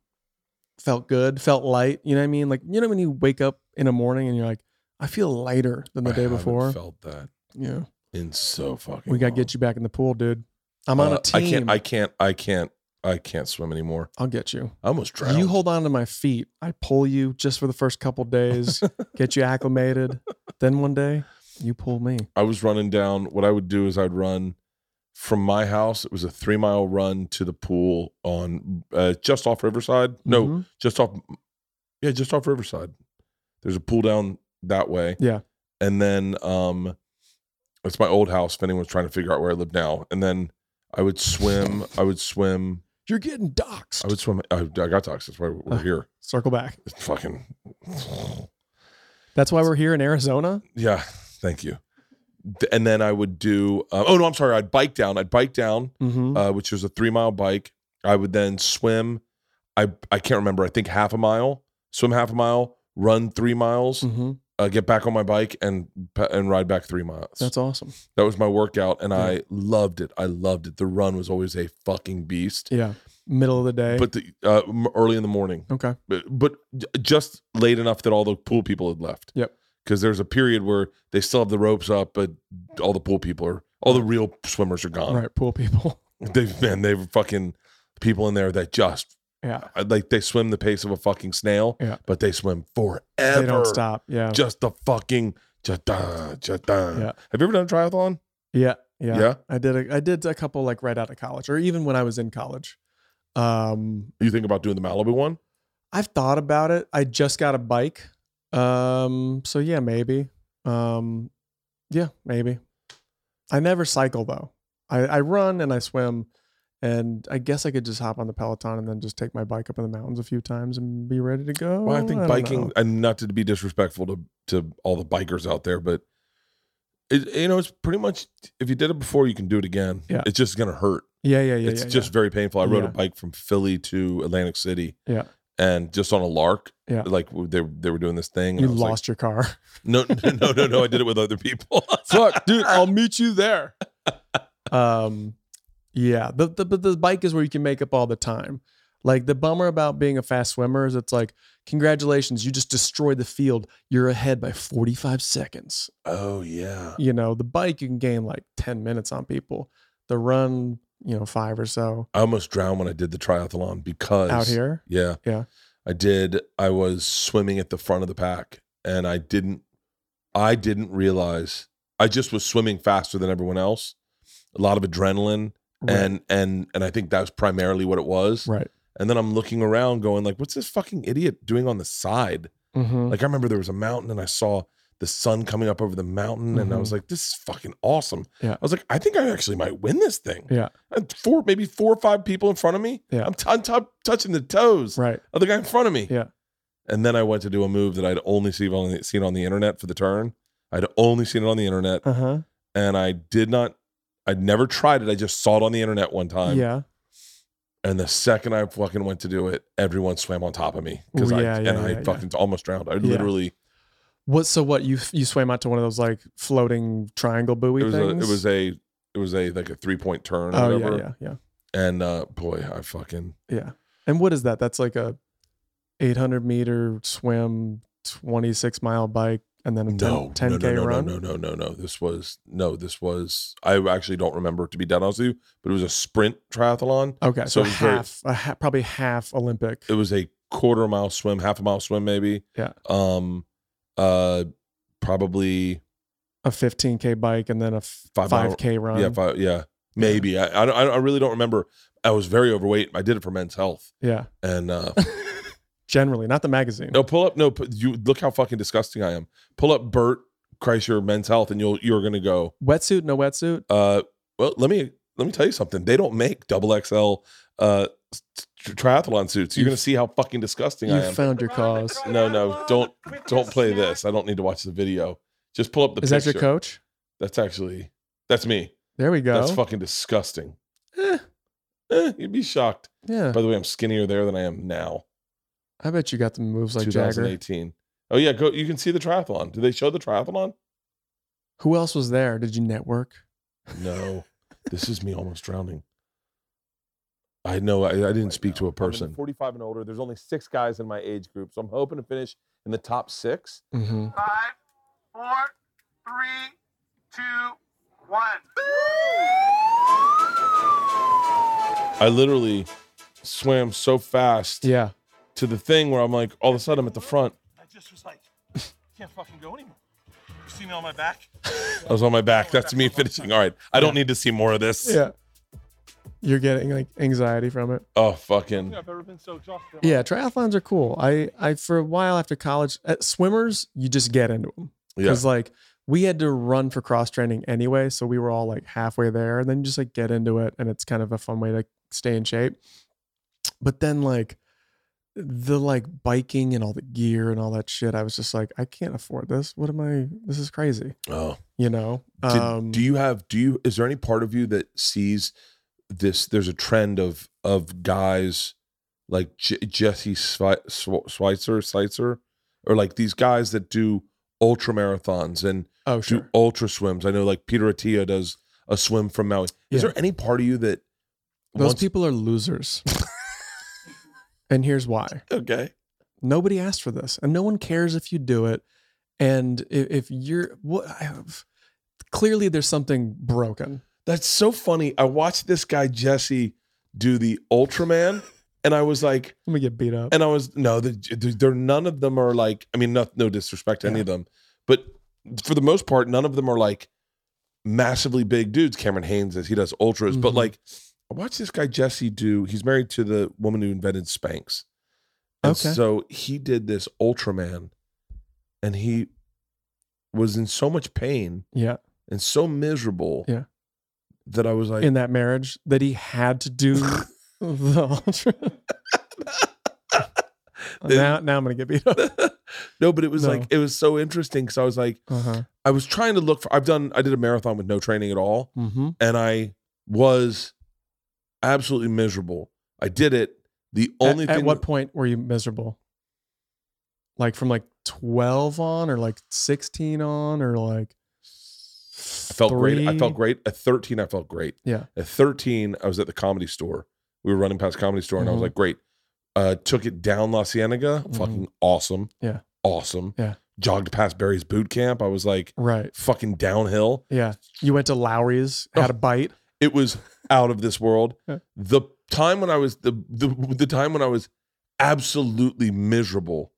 C: felt good, felt light. You know what I mean? Like you know when you wake up in the morning and you're like, I feel lighter than the
A: I
C: day
A: haven't
C: before.
A: felt that
C: yeah,
A: in so fucking. Uh,
C: we gotta get you back in the pool, dude. I'm on a team.
A: I can't. I can't. I can't. I can't swim anymore.
C: will get you.
A: I almost drowned.
C: You hold on to my feet. I pull you just for the first couple days, get you acclimated. Then one day, you pull me.
A: I was running down. What I would do is I'd run from my house. It was a three mile run to the pool on uh, just off Riverside. No,
C: Mhm.
A: just off. Yeah, just off Riverside. There's a pool down that way.
C: Yeah.
A: and then um, it's my old house. If anyone's trying to figure out where I live now, and then I would swim. I would swim.
C: you're getting doxxed.
A: I would swim. I, I got toxic. That's why we're
C: Uh.
A: here.
C: Circle back.
A: It's fucking.
C: That's why we're here in Arizona.
A: Yeah, thank you. Th- And then I would do. Uh, oh no, I'm sorry. I'd bike down. I'd bike down.
C: Mm-hmm.
A: uh, which was a three mile bike. I would then swim. I I can't remember. I think half a mile, swim half a mile, run three miles,
C: mm-hmm.
A: uh, get back on my bike and pa- and ride back three miles.
C: That's awesome.
A: that was my workout, and
C: Yeah.
A: I loved it. I loved it. The run was always a fucking beast.
C: Yeah. Middle of the day.
A: But the uh, m- early in the morning,
C: okay.
A: but, but j- just late enough that all the pool people had left.
C: Yep.
A: Because there's a period where they still have the ropes up, but all the pool people are, all the real swimmers are gone.
C: right. Pool people.
A: They've man, they were fucking people in there that just
C: Yeah.
A: like they swim the pace of a fucking snail,
C: Yeah.
A: but they swim forever.
C: They don't stop. Yeah.
A: Just the fucking cha-da, cha-da.
C: Yeah.
A: Have you ever done a triathlon?
C: yeah. Yeah. I did a I did a couple like right out of college or even when I was in college. Um
A: You think about doing the Malibu one?
C: I've thought about it. I just got a bike. Um so yeah, maybe. Um yeah, maybe. I never cycle though. I, I run and I swim and I guess I could just hop on the Peloton and then just take my bike up in the mountains a few times and be ready to go.
A: Well, I think
C: Mm, don't
A: biking,
C: know.
A: and not to be disrespectful to to all the bikers out there, but it, you know, it's pretty much if you did it before, you can do it again.
C: Yeah.
A: It's just gonna hurt.
C: Yeah, yeah, yeah.
A: it's
C: yeah,
A: just very painful. I rode
C: Yeah.
A: a bike from Philly to Atlantic City.
C: Yeah.
A: And just on a lark,
C: Yeah.
A: like they they were doing this thing. and
C: You
A: I was like,
C: lost your car.
A: No, no, no, no, no. I did it with other people.
C: Fuck, dude, I'll meet you there. Um, yeah, the, the but the bike is where you can make up all the time. Like the bummer about being a fast swimmer is it's like, congratulations, you just destroyed the field. You're ahead by 45 seconds.
A: Oh yeah.
C: You know, the bike you can gain like 10 minutes on people. The run, you know, five or so
A: I almost drowned when I did the triathlon because
C: out here.
A: Yeah.
C: Yeah.
A: I did. I was swimming at the front of the pack, and I didn't. I didn't realize. I just was swimming faster than everyone else. A lot of adrenaline, and and and I think that was primarily what it was.
C: right.
A: And then I'm looking around, going like, "What's this fucking idiot doing on the side?"
C: hmm
A: Like I remember there was a mountain, and I saw the sun coming up over the mountain, and I was like, "This is fucking awesome."
C: Mm-hmm. Yeah.
A: I was like, "I think I actually might win this thing."
C: Yeah.
A: I had four, maybe four or five people in front of me.
C: Yeah.
A: I'm, t- I'm t- touching the toes
C: Right.
A: of the guy in front of me.
C: Yeah.
A: and then I went to do a move that I'd only seen on the, seen on the internet for the turn. I'd only seen it on the internet,
C: Uh huh.
A: and I did not. I'd never tried it. I just saw it on the internet one time.
C: Yeah.
A: And the second I fucking went to do it, everyone swam on top of me because
C: Ooh,
A: I
C: yeah, yeah,
A: and I
C: yeah, yeah.
A: fucking almost drowned. I
C: Yeah.
A: literally
C: What? So what? You you swam out to one of those like floating triangle buoy
A: it was a,
C: things?
A: it was a it was a like a three point turn or
C: Oh yeah,
A: whatever.
C: yeah, yeah,
A: And uh boy, I fucking
C: yeah. And what is that? That's like a 800 meter swim, 26 mile bike, and then a 10,
A: no
C: 10
A: no,
C: k
A: no, no,
C: run.
A: No, no, no, no, no. This was no, this was I actually don't remember to be dead honest with you, but it was a sprint triathlon.
C: Okay,
A: So
C: so,
A: it was very-
C: half, a ha- probably half Olympic.
A: It was a quarter mile swim, half a mile swim maybe.
C: Yeah.
A: Um uh probably
C: a 15k bike and then a f-
A: Five
C: 5
A: mile-
C: k run.
A: yeah, five, yeah. Maybe. I, I don't- I don't- I really don't remember. I was very overweight. I did it for men's health.
C: Yeah.
A: And uh
C: Generally, not the magazine.
A: No, pull up. No, pu- you look how fucking disgusting I am. Pull up Bert Kreischer Men's Health, and you'll you're gonna go.
C: Wetsuit, no wetsuit.
A: Uh, well, let me let me tell you something. They don't make double XL uh s- tr- triathlon suits. You're
C: You-
A: gonna see how fucking disgusting I
C: You
A: am.
C: found your cause.
A: no, no, don't don't play this. I don't need to watch the video. Just pull up the.
C: Is that
A: picture.
C: your coach?
A: That's actually that's me.
C: There we go.
A: That's fucking disgusting.
C: Eh,
A: Eh, you'd be shocked.
C: yeah.
A: By the way, I'm skinnier there than I am now.
C: I bet you got the moves like Jagger.
A: 2018. Oh yeah, go. You can see the triathlon. Did they show the triathlon?
C: Who else was there? Did you network?
A: No, this is me almost drowning. I know I, I didn't speak to a person. 45 and older. There's only six guys in my age group, so I'm hoping to finish in the top six.
C: Mm-hmm.
D: Five, four, three, two, one.
A: I literally swam so fast
C: Yeah.
A: to the thing where I'm like, all of a sudden I'm at the front.
D: I just was like, can't fucking go anymore. You see me on my back?
A: I was on my back. That's me finishing. All right, I don't need to see more of this.
C: Yeah. You're getting like anxiety from it.
A: Oh
D: I don't
A: fucking.
D: think I've ever been so exhausted.
C: Yeah, triathlons are cool. I, I for a while after college, uh, swimmers you just get into them
A: Yeah.
C: because like we had to run for cross training anyway, so we were all like halfway there, and then you just like get into it, and it's kind of a fun way to stay in shape. But then like the like biking and all the gear and all that shit, I was just like, I can't afford this. What am I? This is crazy,
A: Oh.
C: you know.
A: Did-
C: Um,
A: do you have do you is there any part of you that sees this there's a trend of of guys like J- jesse Swi- Sw- schweitzer schweitzer or like these guys that do ultra marathons and
C: oh
A: do
C: sure.
A: ultra swims i know like peter atia does a swim from maui is
C: Yeah.
A: there any part of you that
C: Those
A: wants-
C: people are losers. and here's why.
A: okay
C: Nobody asked for this, and no one cares if you do it. And if, if you're what I have, clearly there's something broken.
A: That's so funny. I watched this guy Jesse do the Ultraman, and I was like,
C: Let me get beat up.
A: and I was no, the- the- they're none of them are like. I mean, no, no disrespect to any
C: Yeah.
A: of them, but for the most part, none of them are like massively big dudes. Cameron Haynes as he does ultras, but
C: Mhm.
A: like I watched this guy Jesse do. He's married to the woman who invented Spanx, and
C: Okay.
A: so he did this Ultraman, and he was in so much pain
C: yeah,
A: and so miserable.
C: Yeah.
A: That I was like,
C: in that marriage that he had to do the ultra. now, now I'm gonna get beat up.
A: no, but it was
C: No.
A: like it was so interesting because I was like,
C: Uh-huh.
A: I was trying to look for. I've done. I did a marathon with no training at all,
C: Mm-hmm.
A: and I was absolutely miserable. I did it. The only
C: at,
A: thing.
C: at what point were you miserable? Like from like 12 on, or like 16 on, or like
A: I felt great. I
C: three?
A: felt great. At 13, I felt great.
C: Yeah.
A: At 13, I was at the comedy store. We were running past comedy store, and I was
C: Mhm.
A: like, great. Uh, took it down La Cienega.
C: Mhm.
A: Fucking awesome.
C: Yeah.
A: Awesome.
C: Yeah.
A: Jogged past Barry's boot camp. I was like,
C: Right.
A: fucking downhill.
C: Yeah. You went to Lowry's, had a bite.
A: it was out of this world.
C: Yeah.
A: The time when I was the, the the time when I was absolutely miserable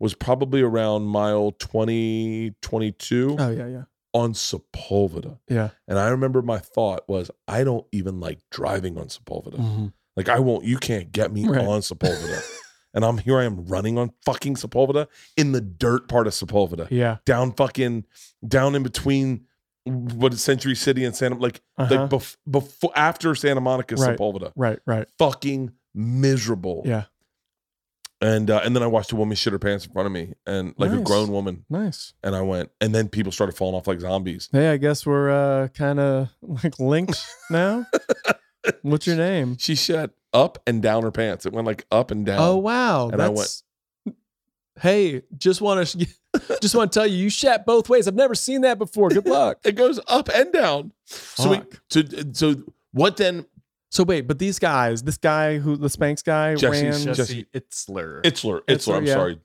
A: was probably around mile 20 22
C: Oh yeah, yeah.
A: on Sepulveda.
C: Yeah.
A: And I remember my thought was I Mm-hmm. don't even like driving on Sepulveda. Like I won't you can't get me
C: Mm. Right.
A: on Sepulveda. and I'm here. I am running on fucking Sepulveda in the dirt part of Sepulveda,
C: Yeah.
A: down fucking down in between what is Century City and Santa like
C: Uh-huh.
A: like bef- before after Santa Monica
C: Right.
A: Sepulveda,
C: right. Right.
A: fucking miserable.
C: Yeah.
A: And uh, and then I watched a woman shit her pants in front of me, and like a
C: Nice.
A: grown woman,
C: Nice.
A: and I went, and then people started falling off like zombies.
C: Hey, I guess we're uh, kind of like linked now. What's your name?
A: She shit up and down her pants. It went like up and down.
C: Oh wow,
A: And I
C: that's. hey, just want to, just want to tell you, you shat both ways. I've never seen that before. Good luck.
A: It goes up and down. So we,
C: Fuck.
A: so so what then?
C: so wait, but these guys, this guy who the Spanx guy
A: Jesse
C: ran,
A: Jesse
B: Jesse Itzler.
A: Itzler,
C: Itzler,
A: Itzler. I'm
C: yeah.
A: sorry.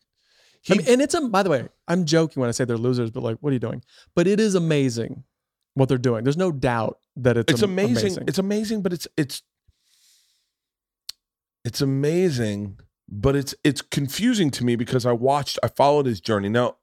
C: I mean, and it's a. By the way, I'm joking when I say they're losers, but like, what are you doing? But it is amazing what they're doing. There's no doubt that it's
A: it's
C: am-
A: amazing. It's amazing, but it's it's it's amazing, but it's it's confusing to me because I watched, I followed his journey. Now,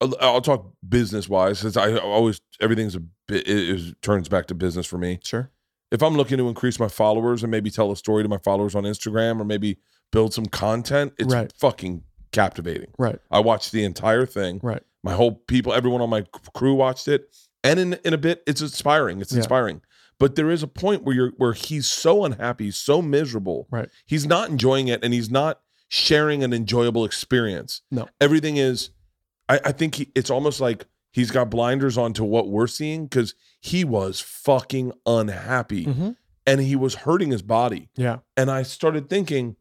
A: I'll, I'll talk business wise, since I always everything's a bit is turns back to business for me.
C: sure.
A: If I'm looking to increase my followers and maybe tell a story to my followers on Instagram or maybe build some content, it's
C: Right.
A: fucking captivating.
C: Right.
A: I watched the entire thing.
C: Right.
A: My whole people, everyone on my c- crew watched it. And in in a bit, it's inspiring. It's
C: Yeah.
A: inspiring. But there is a point where you're where he's so unhappy, he's so miserable.
C: Right.
A: He's not enjoying it and he's not sharing an enjoyable experience.
C: No.
A: Everything is I, I think he, it's almost like he's got blinders on to what we're seeing because he was fucking unhappy
C: hmm
A: and he was hurting his body.
C: Yeah.
A: And I started thinking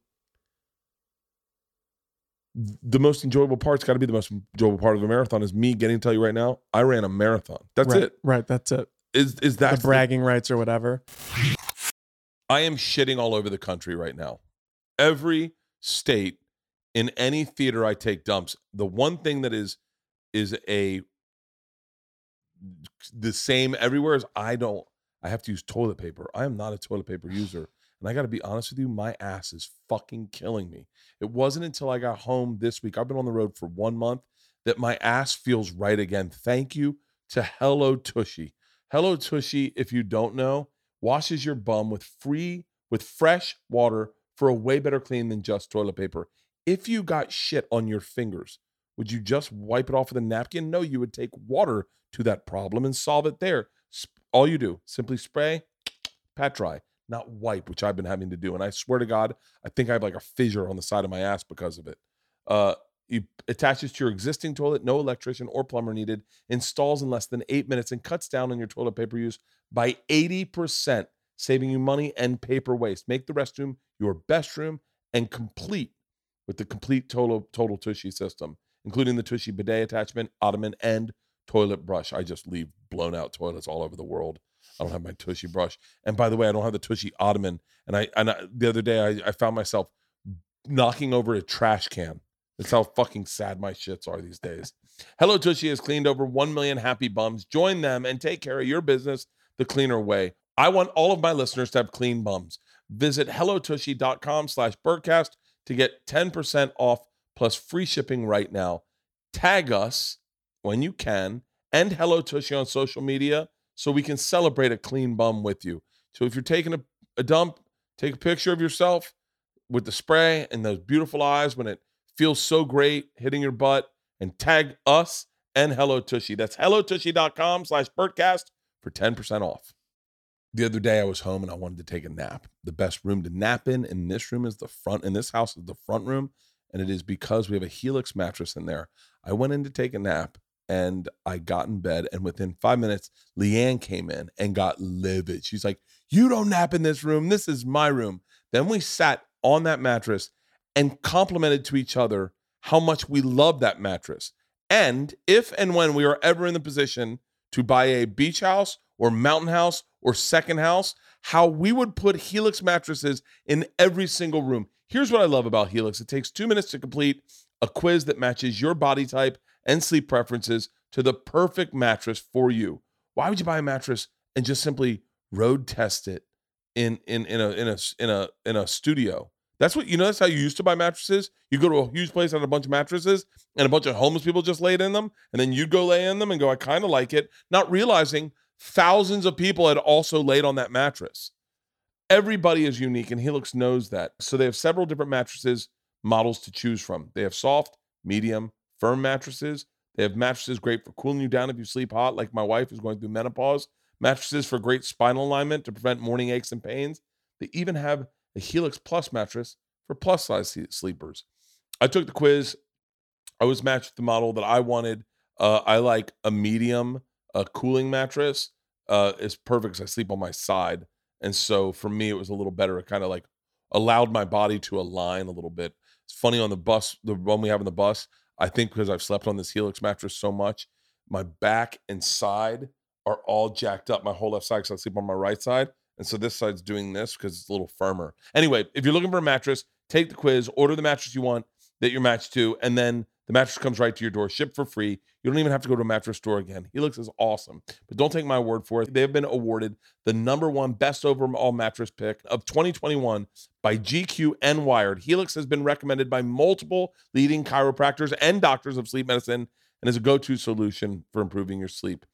A: the most enjoyable part's got to be the most enjoyable part of a marathon is me getting to tell you right now, I ran a marathon. That's
C: right,
A: it.
C: Right. That's it.
A: Is is that
C: the bragging rights or whatever.
A: I am shitting all over the country right now. Every state in any theater I take dumps. The one thing that is is a the same everywhere is I don't I have to use toilet paper. I am not a toilet paper user. And I got to be honest with you, my ass is fucking killing me. It wasn't until I got home this week. I've been on the road for 1 month that my ass feels right again. Thank you to Hello Tushy. Hello Tushy, if you don't know, washes your bum with free with fresh water for a way better clean than just toilet paper. If you got shit on your fingers, would you just wipe it off with a napkin? No, you would take water to that problem and solve it there. Sp- All you do, simply spray, pat dry, not wipe, which I've been having to do. And I swear to God, I think I have like a fissure on the side of my ass because of it. Uh, it attaches to your existing toilet, no electrician or plumber needed, installs in less than eight minutes, and cuts down on your toilet paper use by 80%, saving you money and paper waste. Make the restroom your best room and complete with the complete total, total Tushy system, including the Tushy bidet attachment, ottoman, and toilet brush. I just leave blown out toilets all over the world. I don't have my Tushy brush. And by the way, I don't have the Tushy ottoman. And I, and I the other day, I, I found myself knocking over a trash can. That's how fucking sad my shits are these days. Hello Tushy has cleaned over 1 million happy bums. Join them and take care of your business the cleaner way. I want all of my listeners to have clean bums. Visit hellotushy.com slash birdcast to get 10% off plus free shipping right now. Tag us when you can and Hello Tushy on social media so we can celebrate a clean bum with you. So if you're taking a, a dump, take a picture of yourself with the spray and those beautiful eyes when it feels so great hitting your butt and tag us and Hello Tushy. That's hellotushy.com slash birdcast for 10% off. The other day I was home and I wanted to take a nap. The best room to nap in in this room is the front, in this house is the front room. And it is because we have a Helix mattress in there. I went in to take a nap and I got in bed. And within five minutes, Leanne came in and got livid. She's like, You don't nap in this room. This is my room. Then we sat on that mattress and complimented to each other how much we love that mattress. And if and when we are ever in the position to buy a beach house or mountain house or second house, how we would put Helix mattresses in every single room. Here's what I love about Helix it takes two minutes to complete a quiz that matches your body type and sleep preferences to the perfect mattress for you. Why would you buy a mattress and just simply road test it in in in a in a in a in a studio? That's what you know. That's how you used to buy mattresses. You go to a huge place that had a bunch of mattresses, and a bunch of homeless people just laid in them, and then you'd go lay in them and go, "I kind of like it," not realizing thousands of people had also laid on that mattress. Everybody is unique, and Helix knows that. So they have several different mattresses models to choose from. They have soft, medium, firm mattresses. They have mattresses great for cooling you down if you sleep hot, like my wife is going through menopause. Mattresses for great spinal alignment to prevent morning aches and pains. They even have a Helix Plus mattress for plus size se- sleepers. I took the quiz. I was matched with the model that I wanted. Uh, I like a medium uh, cooling mattress. Uh, it's perfect 'cause I sleep on my side. And so for me, it was a little better. It kind of like allowed my body to align a little bit. It's funny on the bus, the one we have on the bus, I think because I've slept on this Helix mattress so much, my back and side are all jacked up. My whole left side, because I sleep on my right side. And so this side's doing this because it's a little firmer. Anyway, if you're looking for a mattress, take the quiz, order the mattress you want that you're matched to, and then the mattress comes right to your door, shipped for free. You don't even have to go to a mattress store again. Helix is awesome. But don't take my word for it. They have been awarded the number one best overall mattress pick of 2021 by GQ and Wired. Helix has been recommended by multiple leading chiropractors and doctors of sleep medicine and is a go-to solution for improving your sleep.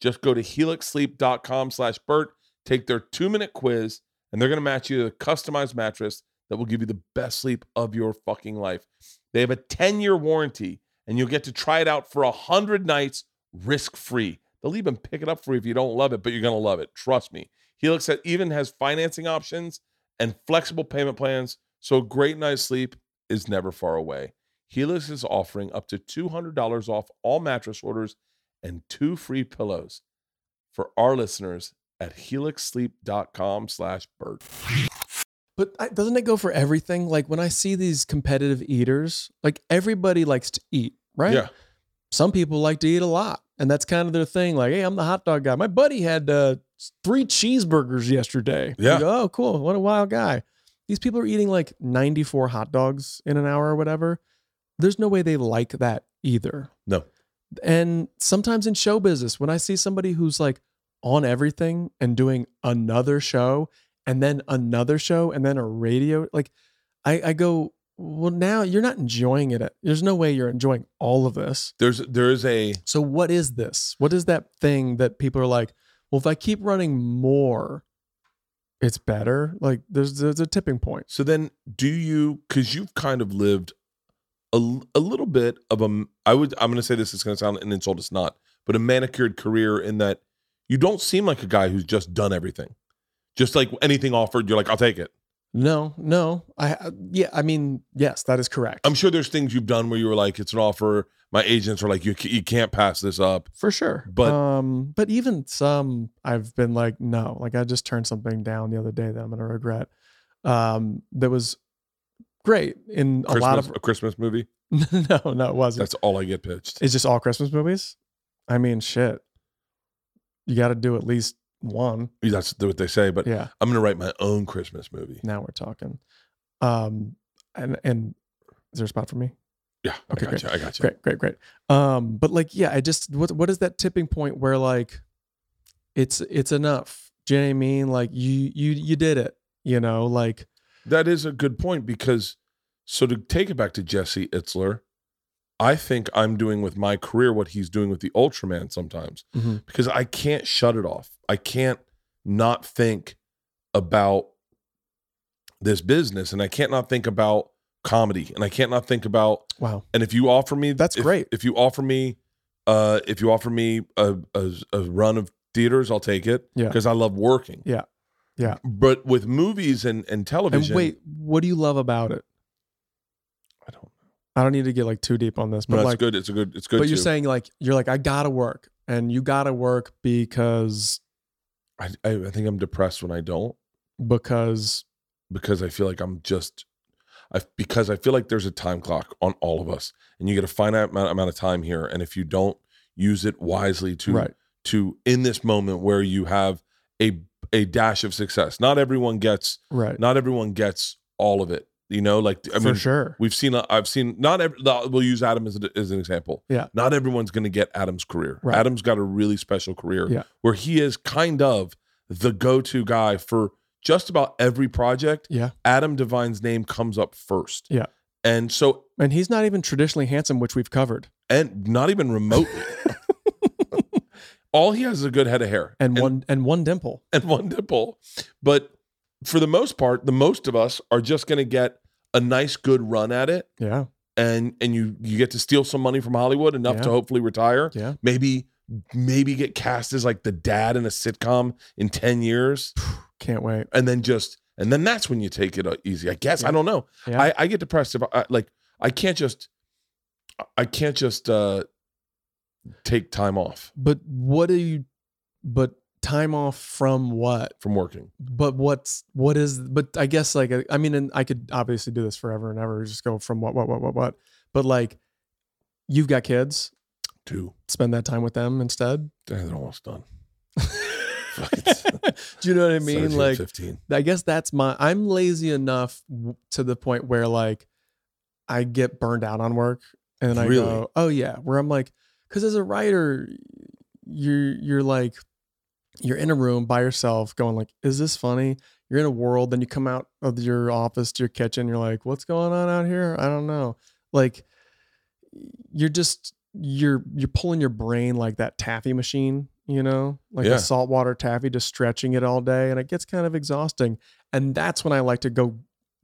A: Just go to helixsleep.com slash Bert, take their two-minute quiz, and they're going to match you to a customized mattress that will give you the best sleep of your fucking life. They have a 10-year warranty, and you'll get to try it out for 100 nights risk-free. They'll even pick it up for you if you don't love it, but you're going to love it. Trust me. Helix ha- even has financing options and flexible payment plans, so a great night's sleep is never far away. Helix is offering up to $200 off all mattress orders and two free pillows for our listeners at helixsleep.com slash bird.
C: But I, doesn't it go for everything? Like when I see these competitive eaters, like everybody likes to eat, right?
A: Yeah.
C: Some people like to eat a lot, and that's kind of their thing. Like, hey, I'm the hot dog guy. My buddy had uh, three cheeseburgers yesterday. You
A: Yeah.
C: go, oh, cool. What a wild guy. These people are eating like 94 hot dogs in an hour or whatever. There's no way they like that either.
A: No.
C: And sometimes in show business, when I see somebody who's like on everything and doing another show and then another show and then a radio, like I, I go, well, now you're not enjoying it. There's no way you're enjoying all of this.
A: There's there is a
C: So what is this? What is that thing that people are like, well, if I keep running more, it's better. Like there's there's a tipping point.
A: so then do you because you've kind of lived a, l- a little bit of a m- I would I'm gonna say this is gonna sound an insult, it's not, but a manicured career in that you don't seem like a guy who's just done everything. Just like anything offered, you're like, I'll take it.
C: No, no. I I- yeah, I mean, yes, that is correct.
A: I'm sure there's things you've done where you were like, it's an offer. My agents are like, you, ca- you can't pass this up.
C: for sure
A: But-
C: um but even some i've been like no like i just turned something down the other day that i'm gonna regret um that was great in a
A: Christmas,
C: lot of
A: a Christmas movie.
C: no no it wasn't
A: That's all I get pitched.
C: it's just all christmas movies i mean shit you gotta do at least one
A: That's what they say. But
C: yeah
A: I'm gonna write my own Christmas movie.
C: now we're talking um and and is there a spot for me
A: Yeah, I
C: Okay,
A: got
C: great.
A: you. I got you.
C: great great great um but like yeah i just what what is that tipping point where like it's it's enough do you know what i mean like you you you did it you know like
A: That is a good point because so to take it back to Jesse Itzler, I think I'm doing with my career what he's doing with the Ultraman sometimes
C: Mhm.
A: because I can't shut it off. I can't not think about this business and I can't not think about comedy and I can't not think about
C: wow
A: And if you offer me,
C: That's
A: if-
C: great.
A: If you offer me, uh, if you offer me a, a, a run of theaters, I'll take it.
C: Yeah.
A: because I love working.
C: Yeah. Yeah.
A: But with movies and and
C: and
A: television,
C: wait what do you love about it
A: I don't.
C: i don't need to get like too deep on this
A: No,
C: but
A: it's
C: like
A: good. It's a good. It's good.
C: but you're
A: too.
C: saying like you're like i gotta work and you gotta work because
A: I, I I think I'm depressed when I don't
C: because
A: because I feel like I'm just. I, because I feel like there's a time clock on all of us, and you get a finite amount, amount of time here, and if you don't use it wisely to
C: right
A: to in this moment where you have a a dash of success, not everyone gets
C: right
A: not everyone gets all of it you know like i mean
C: for sure
A: we've seen uh, i've seen not every we'll use adam as, a, as an example
C: Yeah.
A: not everyone's going to get adam's career
C: Right.
A: adam's got a really special career
C: Yeah.
A: where he is kind of the go-to guy for just about every project
C: Yeah.
A: adam devine's name comes up first
C: Yeah.
A: and so
C: and he's not even traditionally handsome which we've covered
A: and not even remotely all he has is a good head of hair
C: and, one and one dimple
A: and one dimple but for the most part, the most of us are just going to get a nice good run at it,
C: Yeah.
A: and and you you get to steal some money from Hollywood enough
C: Yeah.
A: to hopefully retire.
C: Yeah.
A: Maybe maybe get cast as like the dad in a sitcom in ten years,
C: Can't wait.
A: and then just and then that's when you take it uh, easy. I guess I
C: Yeah.
A: don't know.
C: Yeah.
A: I, I get depressed if I like I can't just I can't just uh take time off
C: But what do you? But time off from what?
A: from working.
C: But what's what is? But I guess like uh, I mean, and I could obviously do this forever and ever. Just go from what what what what what. But like, you've got kids.
A: Two.
C: Spend that time with them instead.
A: Damn, they're almost done. Fuck, it's
C: do you know what I
A: 13,
C: mean? Like,
A: 15.
C: I guess that's my. I'm lazy enough w- to the point where like I get burned out on work, and then I
A: Really?
C: go, "Oh yeah," where I'm like, because as a writer, you're you're like you're in a room by yourself, going like, "Is this funny?" You're in a world, then you come out of your office to your kitchen, you're like, "What's going on out here?" I don't know. Like, you're just you're you're pulling your brain like that taffy machine you know like
A: Yeah.
C: a saltwater taffy just stretching it all day and it gets kind of exhausting and that's when i like to go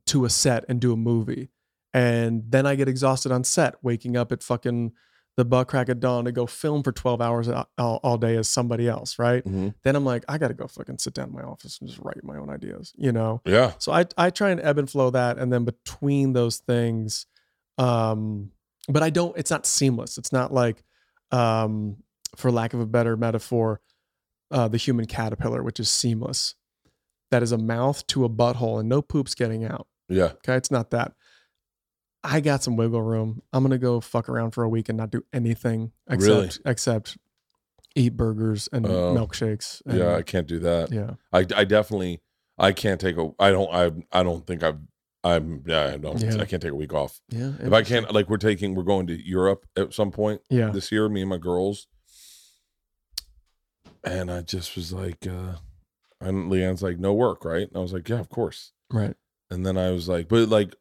C: to a set and do a movie and then i get exhausted on set waking up at fucking the butt crack of dawn to go film for 12 hours all, all all day as somebody else right
A: Mhm.
C: then i'm like i gotta go fucking sit down in my office and just write my own ideas you know
A: Yeah.
C: so I I try and ebb and flow that, and then between those things, um, but I don't. It's not seamless. It's not like, um, for lack of a better metaphor, uh, the human caterpillar, which is seamless. That is a mouth to a butthole, and no poop's getting out.
A: Yeah.
C: Okay, it's not that. I got some wiggle room. I'm gonna go fuck around for a week and not do anything except
A: Really?
C: except eat burgers and
A: Oh.
C: milkshakes. And,
A: Yeah. I can't do that.
C: yeah.
A: I, I definitely I can't take a I don't I I don't think I've I'm yeah, I don't
C: Yeah.
A: I can't take a week off.
C: Yeah.
A: If I can't like we're taking we're going to Europe at some point
C: Yeah.
A: this year, me and my girls. And I just was like, uh and Leanne's like, no work, right? And I was like, Yeah, of course.
C: Right.
A: And then I was like, but like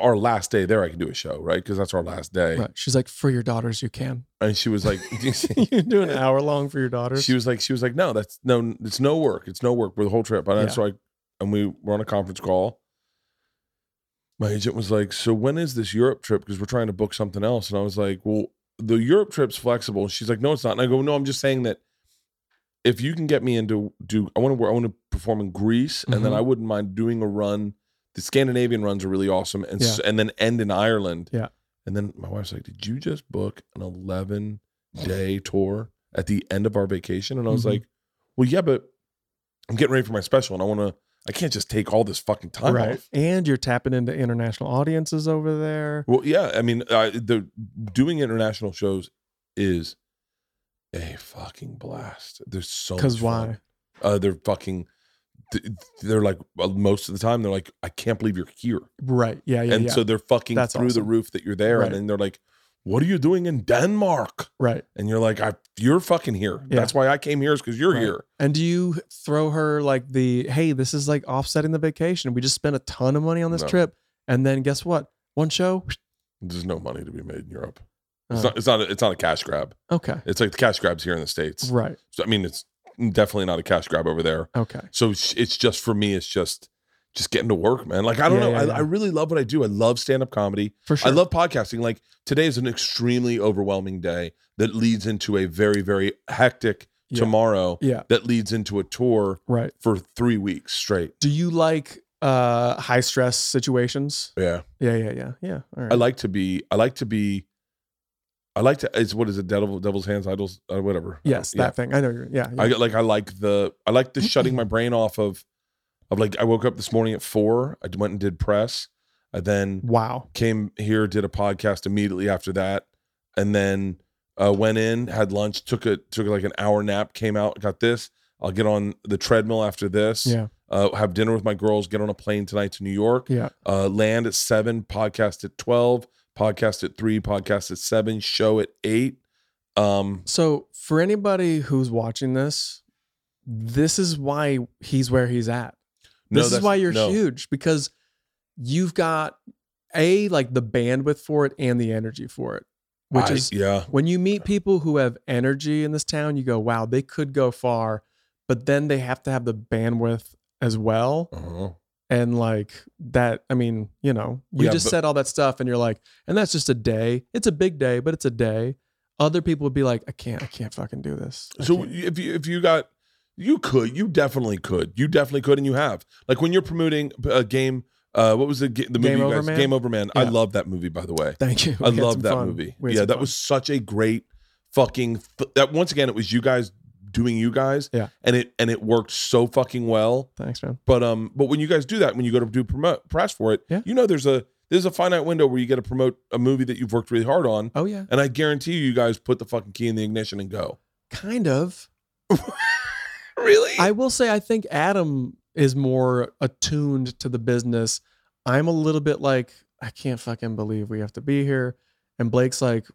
A: our last day there, I can do a show, right? Because that's our last day.
C: Right. She's like, for your daughters, you can.
A: And she was like,
C: you can do an hour long for your daughters.
A: she was like, she was like, no, that's no, it's no work. It's no work for the whole trip. And
C: Yeah.
A: so I, and we were on a conference call. My agent was like, so when is this Europe trip? Because we're trying to book something else. And I was like, well, the Europe trip's flexible. She's like, no, it's not. And I go, no, I'm just saying that if you can get me into do, I want to, I want to perform in Greece, and then
C: Mhm.
A: I wouldn't mind doing a run. The Scandinavian runs are really awesome, and s- and then end in Ireland.
C: Yeah.
A: And then my wife's like, did you just book an 11 day tour at the end of our vacation? And I was
C: Mhm.
A: like, well, yeah, but I'm getting ready for my special, and I want to. I can't just take all this fucking time
C: right.
A: off.
C: And you're tapping into international audiences over there.
A: Well, yeah, I mean, I, the doing international shows is a fucking blast. There's so
C: Because
A: much fun.
C: why?
A: Uh, they're fucking. th- They're like well, most of the time they're like, I can't believe you're here,
C: Right. Yeah. Yeah.
A: and
C: yeah.
A: so they're fucking
C: That's
A: through the
C: awesome.
A: roof that you're there,
C: Right.
A: and then they're like, What are you doing in Denmark?
C: right.
A: And you're like, I, you're fucking here.
C: Yeah.
A: That's why I came here is because you're
C: Right.
A: here.
C: And do you throw her like the, hey, this is like offsetting the vacation. We just spent a ton of money on this
A: No.
C: trip. And then guess what? One show.
A: There's no money to be made in Europe.
C: Oh,
A: It's not. It's not. A, it's not a cash grab.
C: okay.
A: It's like the cash grabs here in the states.
C: Right.
A: So, I mean, it's definitely not a cash grab over there.
C: Okay.
A: So it's, it's just for me. It's just just getting to work, man. Like I don't
C: Yeah,
A: know.
C: yeah,
A: I,
C: yeah.
A: I really love what I do. I love stand up comedy.
C: For sure.
A: I love podcasting. Like today is an extremely overwhelming day that leads into a very very hectic
C: Yeah.
A: tomorrow
C: Yeah.
A: that leads into a tour
C: Right.
A: for three weeks straight.
C: Do you like uh high stress situations?
A: Yeah,
C: Yeah. Yeah. Yeah. Yeah. All right.
A: I like to be. I like to be. I like to. It's what is it? Devil, devil's hands, idols, uh, whatever.
C: yes.
A: Yeah.
C: That thing. I know. You're, yeah. yeah.
A: I get like I like the I like the shutting my brain off of of like I woke up this morning at four. I went and did press. I then
C: wow.
A: came here, did a podcast immediately after that, and then uh, went in, had lunch, took a took like an hour nap, came out, got this. I'll get on the treadmill after this.
C: Yeah.
A: Uh, have dinner with my girls. Get on a plane tonight to New York.
C: Yeah.
A: Uh, land at seven. Podcast at twelve. Podcast at three. Podcast at seven. Show at eight. Um,
C: So for anybody who's watching this, this is why he's where he's at.
A: no,
C: This
A: that's-
C: is why you're
A: no.
C: huge because you've got a like the bandwidth for it and the energy for it, which
A: I-
C: is
A: yeah.
C: when you meet people who have energy in this town, you go, wow, they could go far, but then they have to have the bandwidth as well.
A: Uh-huh.
C: And like that, I mean, you know, you
A: Yeah,
C: just
A: but-
C: said all that stuff and you're like, and that's just a day. It's a big day, but it's a day. Other people would be like, I can't, I can't fucking do this. I
A: So
C: can't."
A: if you if you got you could you definitely could you definitely could and you have like when you're promoting a game uh what was the ga- the movie
C: Game
A: you
C: Over
A: guys-
C: Man?
A: Game Over Man I
C: Yeah.
A: love that movie by the way
C: thank you.
A: I
C: We had
A: love
C: some
A: that
C: fun.
A: movie
C: We had
A: yeah
C: some
A: that
C: fun.
A: was such a great fucking th- that once again it was you guys doing you guys
C: Yeah.
A: and it and it worked so fucking well
C: Thanks, man.
A: but um, but when you guys do that, when you go to do promote press for it,
C: Yeah.
A: you know there's a there's a finite window where you get to promote a movie that you've worked really hard on,
C: Oh yeah,
A: and I guarantee you, you guys put the fucking key in the ignition and go.
C: kind of.
A: Really?
C: I will say, I think Adam is more attuned to the business. I'm a little bit like, I can't fucking believe we have to be here. And Blake's like,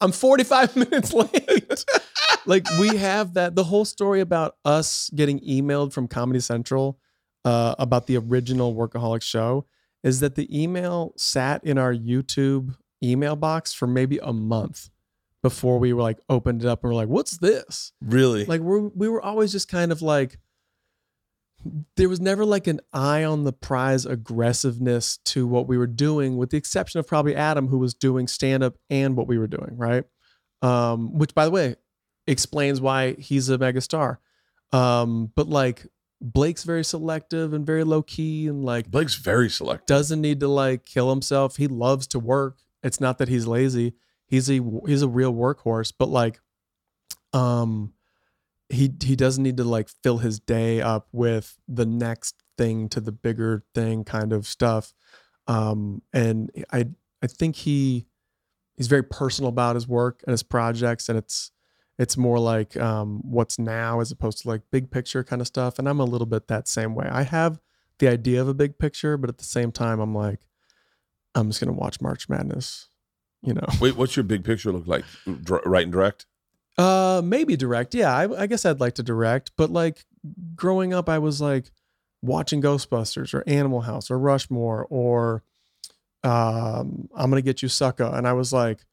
C: I'm 45 minutes late. like, we have that. The whole story about us getting emailed from Comedy Central uh, about the original Workaholic show is that the email sat in our YouTube email box for maybe a month before we were like opened it up and we're like, what's this?
A: really?
C: like we we were always just kind of like there was never like an eye on the prize aggressiveness to what we were doing with the exception of probably Adam who was doing stand up and what we were doing right um which by the way explains why he's a megastar um but like Blake's very selective and very low key and like
A: Blake's very selective.
C: doesn't need to like kill himself. He loves to work. It's not that he's lazy. He's a he's a real workhorse, but like um he he doesn't need to like fill his day up with the next thing to the bigger thing kind of stuff. Um and I I think he he's very personal about his work and his projects and it's it's more like um what's now as opposed to like big picture kind of stuff and I'm a little bit that same way. I have the idea of a big picture, but at the same time, I'm like, I'm just gonna watch March Madness, you know.
A: Wait, what's your big picture look like? Dr- right and direct.
C: Uh, maybe direct. Yeah, I, I guess I'd like to direct, but like growing up, I was like watching Ghostbusters or Animal House or Rushmore or um, I'm gonna get you sucker, and I was like,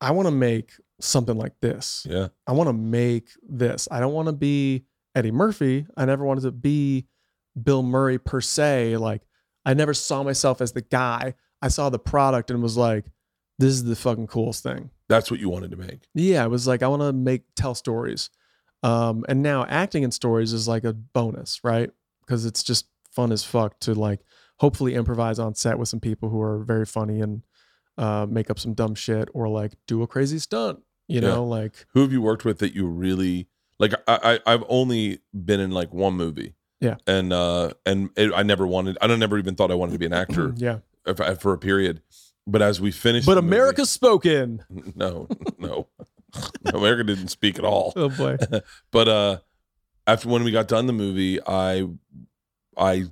C: I want to make something like this.
A: Yeah.
C: I want to make this. I don't want to be Eddie Murphy. I never wanted to be Bill Murray per se. Like, I never saw myself as the guy. I saw the product and was like, this is the fucking coolest thing.
A: That's what you wanted to make.
C: Yeah, I was like, I want to make tell stories. Um, and now acting in stories is like a bonus, right? Because it's just fun as fuck to like hopefully improvise on set with some people who are very funny and uh, make up some dumb shit or like do a crazy stunt, you
A: Yeah.
C: know, like
A: Who have you worked with that you really like? I, I I've only been in like one movie.
C: Yeah.
A: And uh and it, I never wanted. I don't never even thought I wanted to be an actor
C: yeah.
A: if I- for a period. But as we finished,
C: But
A: the movie-
C: America's spoken.
A: No, no. America didn't speak at all.
C: Oh boy.
A: But uh after when we got done the movie, I I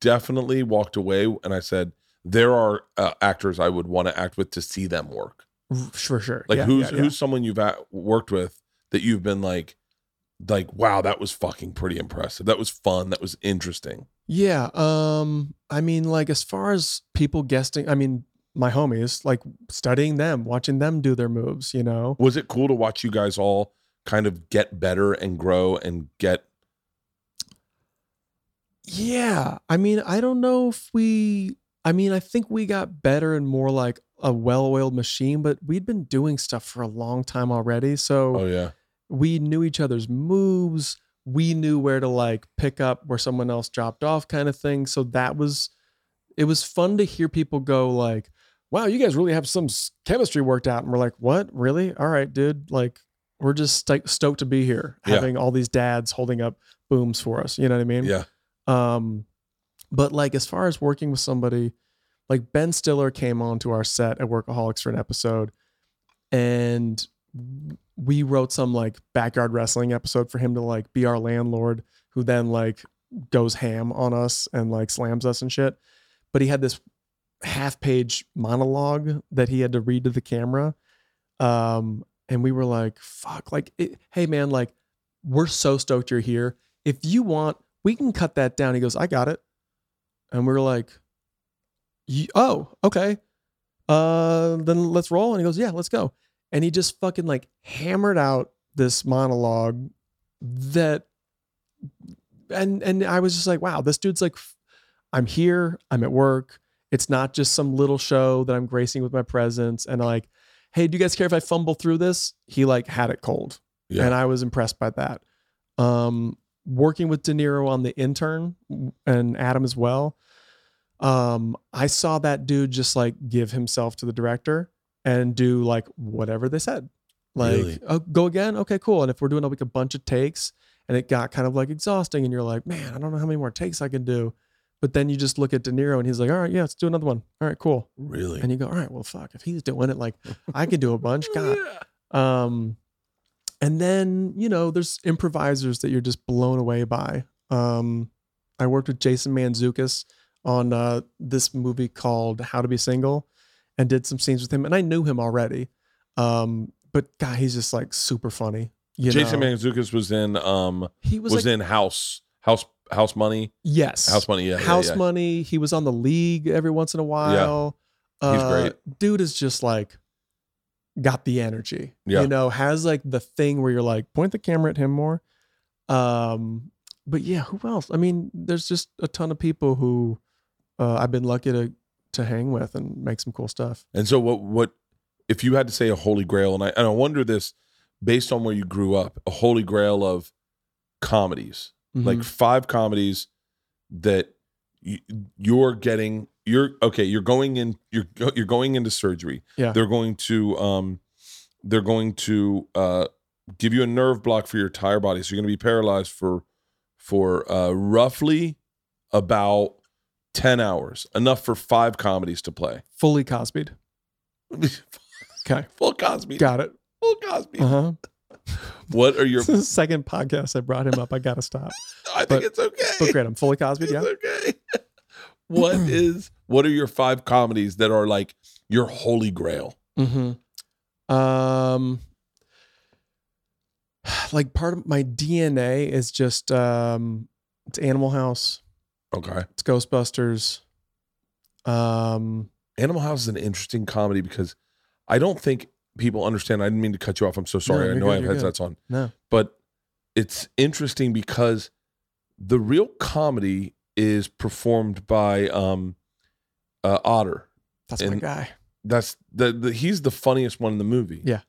A: definitely walked away and I said there are uh, actors I would want to act with to see them work.
C: For sure.
A: Like
C: Yeah,
A: who's
C: yeah, yeah.
A: who's someone you've at, worked with that you've been like like wow, that was fucking pretty impressive. That was fun. That was interesting.
C: Yeah. Um, I mean, like as far as people guessing, I mean, my homies, like studying them, watching them do their moves, you know?
A: Was it cool to watch you guys all kind of get better and grow and get
C: Yeah. I mean, I don't know if we I mean, I think we got better and more like a well-oiled machine, but we'd been doing stuff for a long time already. So
A: Oh yeah.
C: we knew each other's moves we knew where to like pick up where someone else dropped off kind of thing so that was it was fun to hear people go like wow you guys really have some s- chemistry worked out and we're like what really all right dude like we're just st- stoked to be here
A: Yeah.
C: having all these dads holding up booms for us you know what i mean
A: Yeah.
C: um, but like as far as working with somebody, like Ben Stiller came onto our set at Workaholics for an episode, and we wrote some like backyard wrestling episode for him to like be our landlord, who then like goes ham on us and like slams us and shit. But he had this half page monologue that he had to read to the camera. Um, and we were like, fuck, like, it, hey man, like, we're so stoked you're here. If you want, we can cut that down. He goes, I got it. And we are like, "You- oh, okay. Uh, then let's roll. And he goes, yeah, let's go. And he just fucking like hammered out this monologue that and and I was just like, wow, this dude's like, f- I'm here, I'm at work. It's not just some little show that I'm gracing with my presence. And like, hey, do you guys care if I fumble through this? He like had it cold,
A: Yeah.
C: and I was impressed by that. Um, working with De Niro on the intern and Adam as well. Um, I saw that dude just like give himself to the director and do like whatever they said. Like,
A: Really?
C: oh, go again. Okay, cool. And if we're doing like a bunch of takes, and it got kind of like exhausting and you're like man i don't know how many more takes i can do but then you just look at de niro and he's like all right yeah let's do another one all right cool
A: Really?
C: and you go all right well fuck if he's doing it like i could do a bunch god um and then you know there's improvisers that you're just blown away by um i worked with jason manzukis on uh this movie called how to be single and did some scenes with him and i knew him already um but god he's just like super funny you
A: Jason
C: know?
A: Manzukis was in um
C: he
A: was,
C: was, like,
A: in House House House Money
C: yes
A: House Money yeah yeah,
C: House
A: yeah.
C: Money. He was on the league every once in a while.
A: He's
C: Uh,
A: great.
C: Dude is just like got the energy.
A: Yeah.
C: You know, has like the thing where you're like, point the camera at him more. Um, but yeah, who else? I mean, there's just a ton of people who uh, I've been lucky to to hang with and make some cool stuff.
A: And so what what if you had to say a holy grail and I and I wonder this based on where you grew up a holy grail of comedies like
C: Mm-hmm.
A: five comedies that you, you're getting you're okay you're going in you're go- you're going into surgery
C: Yeah.
A: they're going to um they're going to uh give you a nerve block for your entire body so you're going to be paralyzed for for uh roughly about 10 hours enough for five comedies to play
C: fully Cosby'd. Okay.
A: full cosby
C: Got it.
A: full cosby
C: Uh-huh.
A: what are your
C: This is the second podcast I brought him up. I gotta stop.
A: i think
C: But-
A: it's okay
C: But great, I'm fully Cosby'd. Yeah.
A: It's okay. what is what are your five comedies that are like your holy grail?
C: Mm-hmm. Um, like part of my DNA is just um, it's Animal House,
A: Okay.
C: it's Ghostbusters. Um,
A: Animal House is an interesting comedy because I don't think people understand. I didn't mean to cut you off. I'm so sorry. I
C: you're
A: know
C: good,
A: I have
C: you're good.
A: headsets on.
C: no,
A: But it's interesting because the real comedy is performed by um uh, Otter.
C: that's my
A: And-
C: guy.
A: That's the, the he's the funniest one in the movie.
C: Yeah.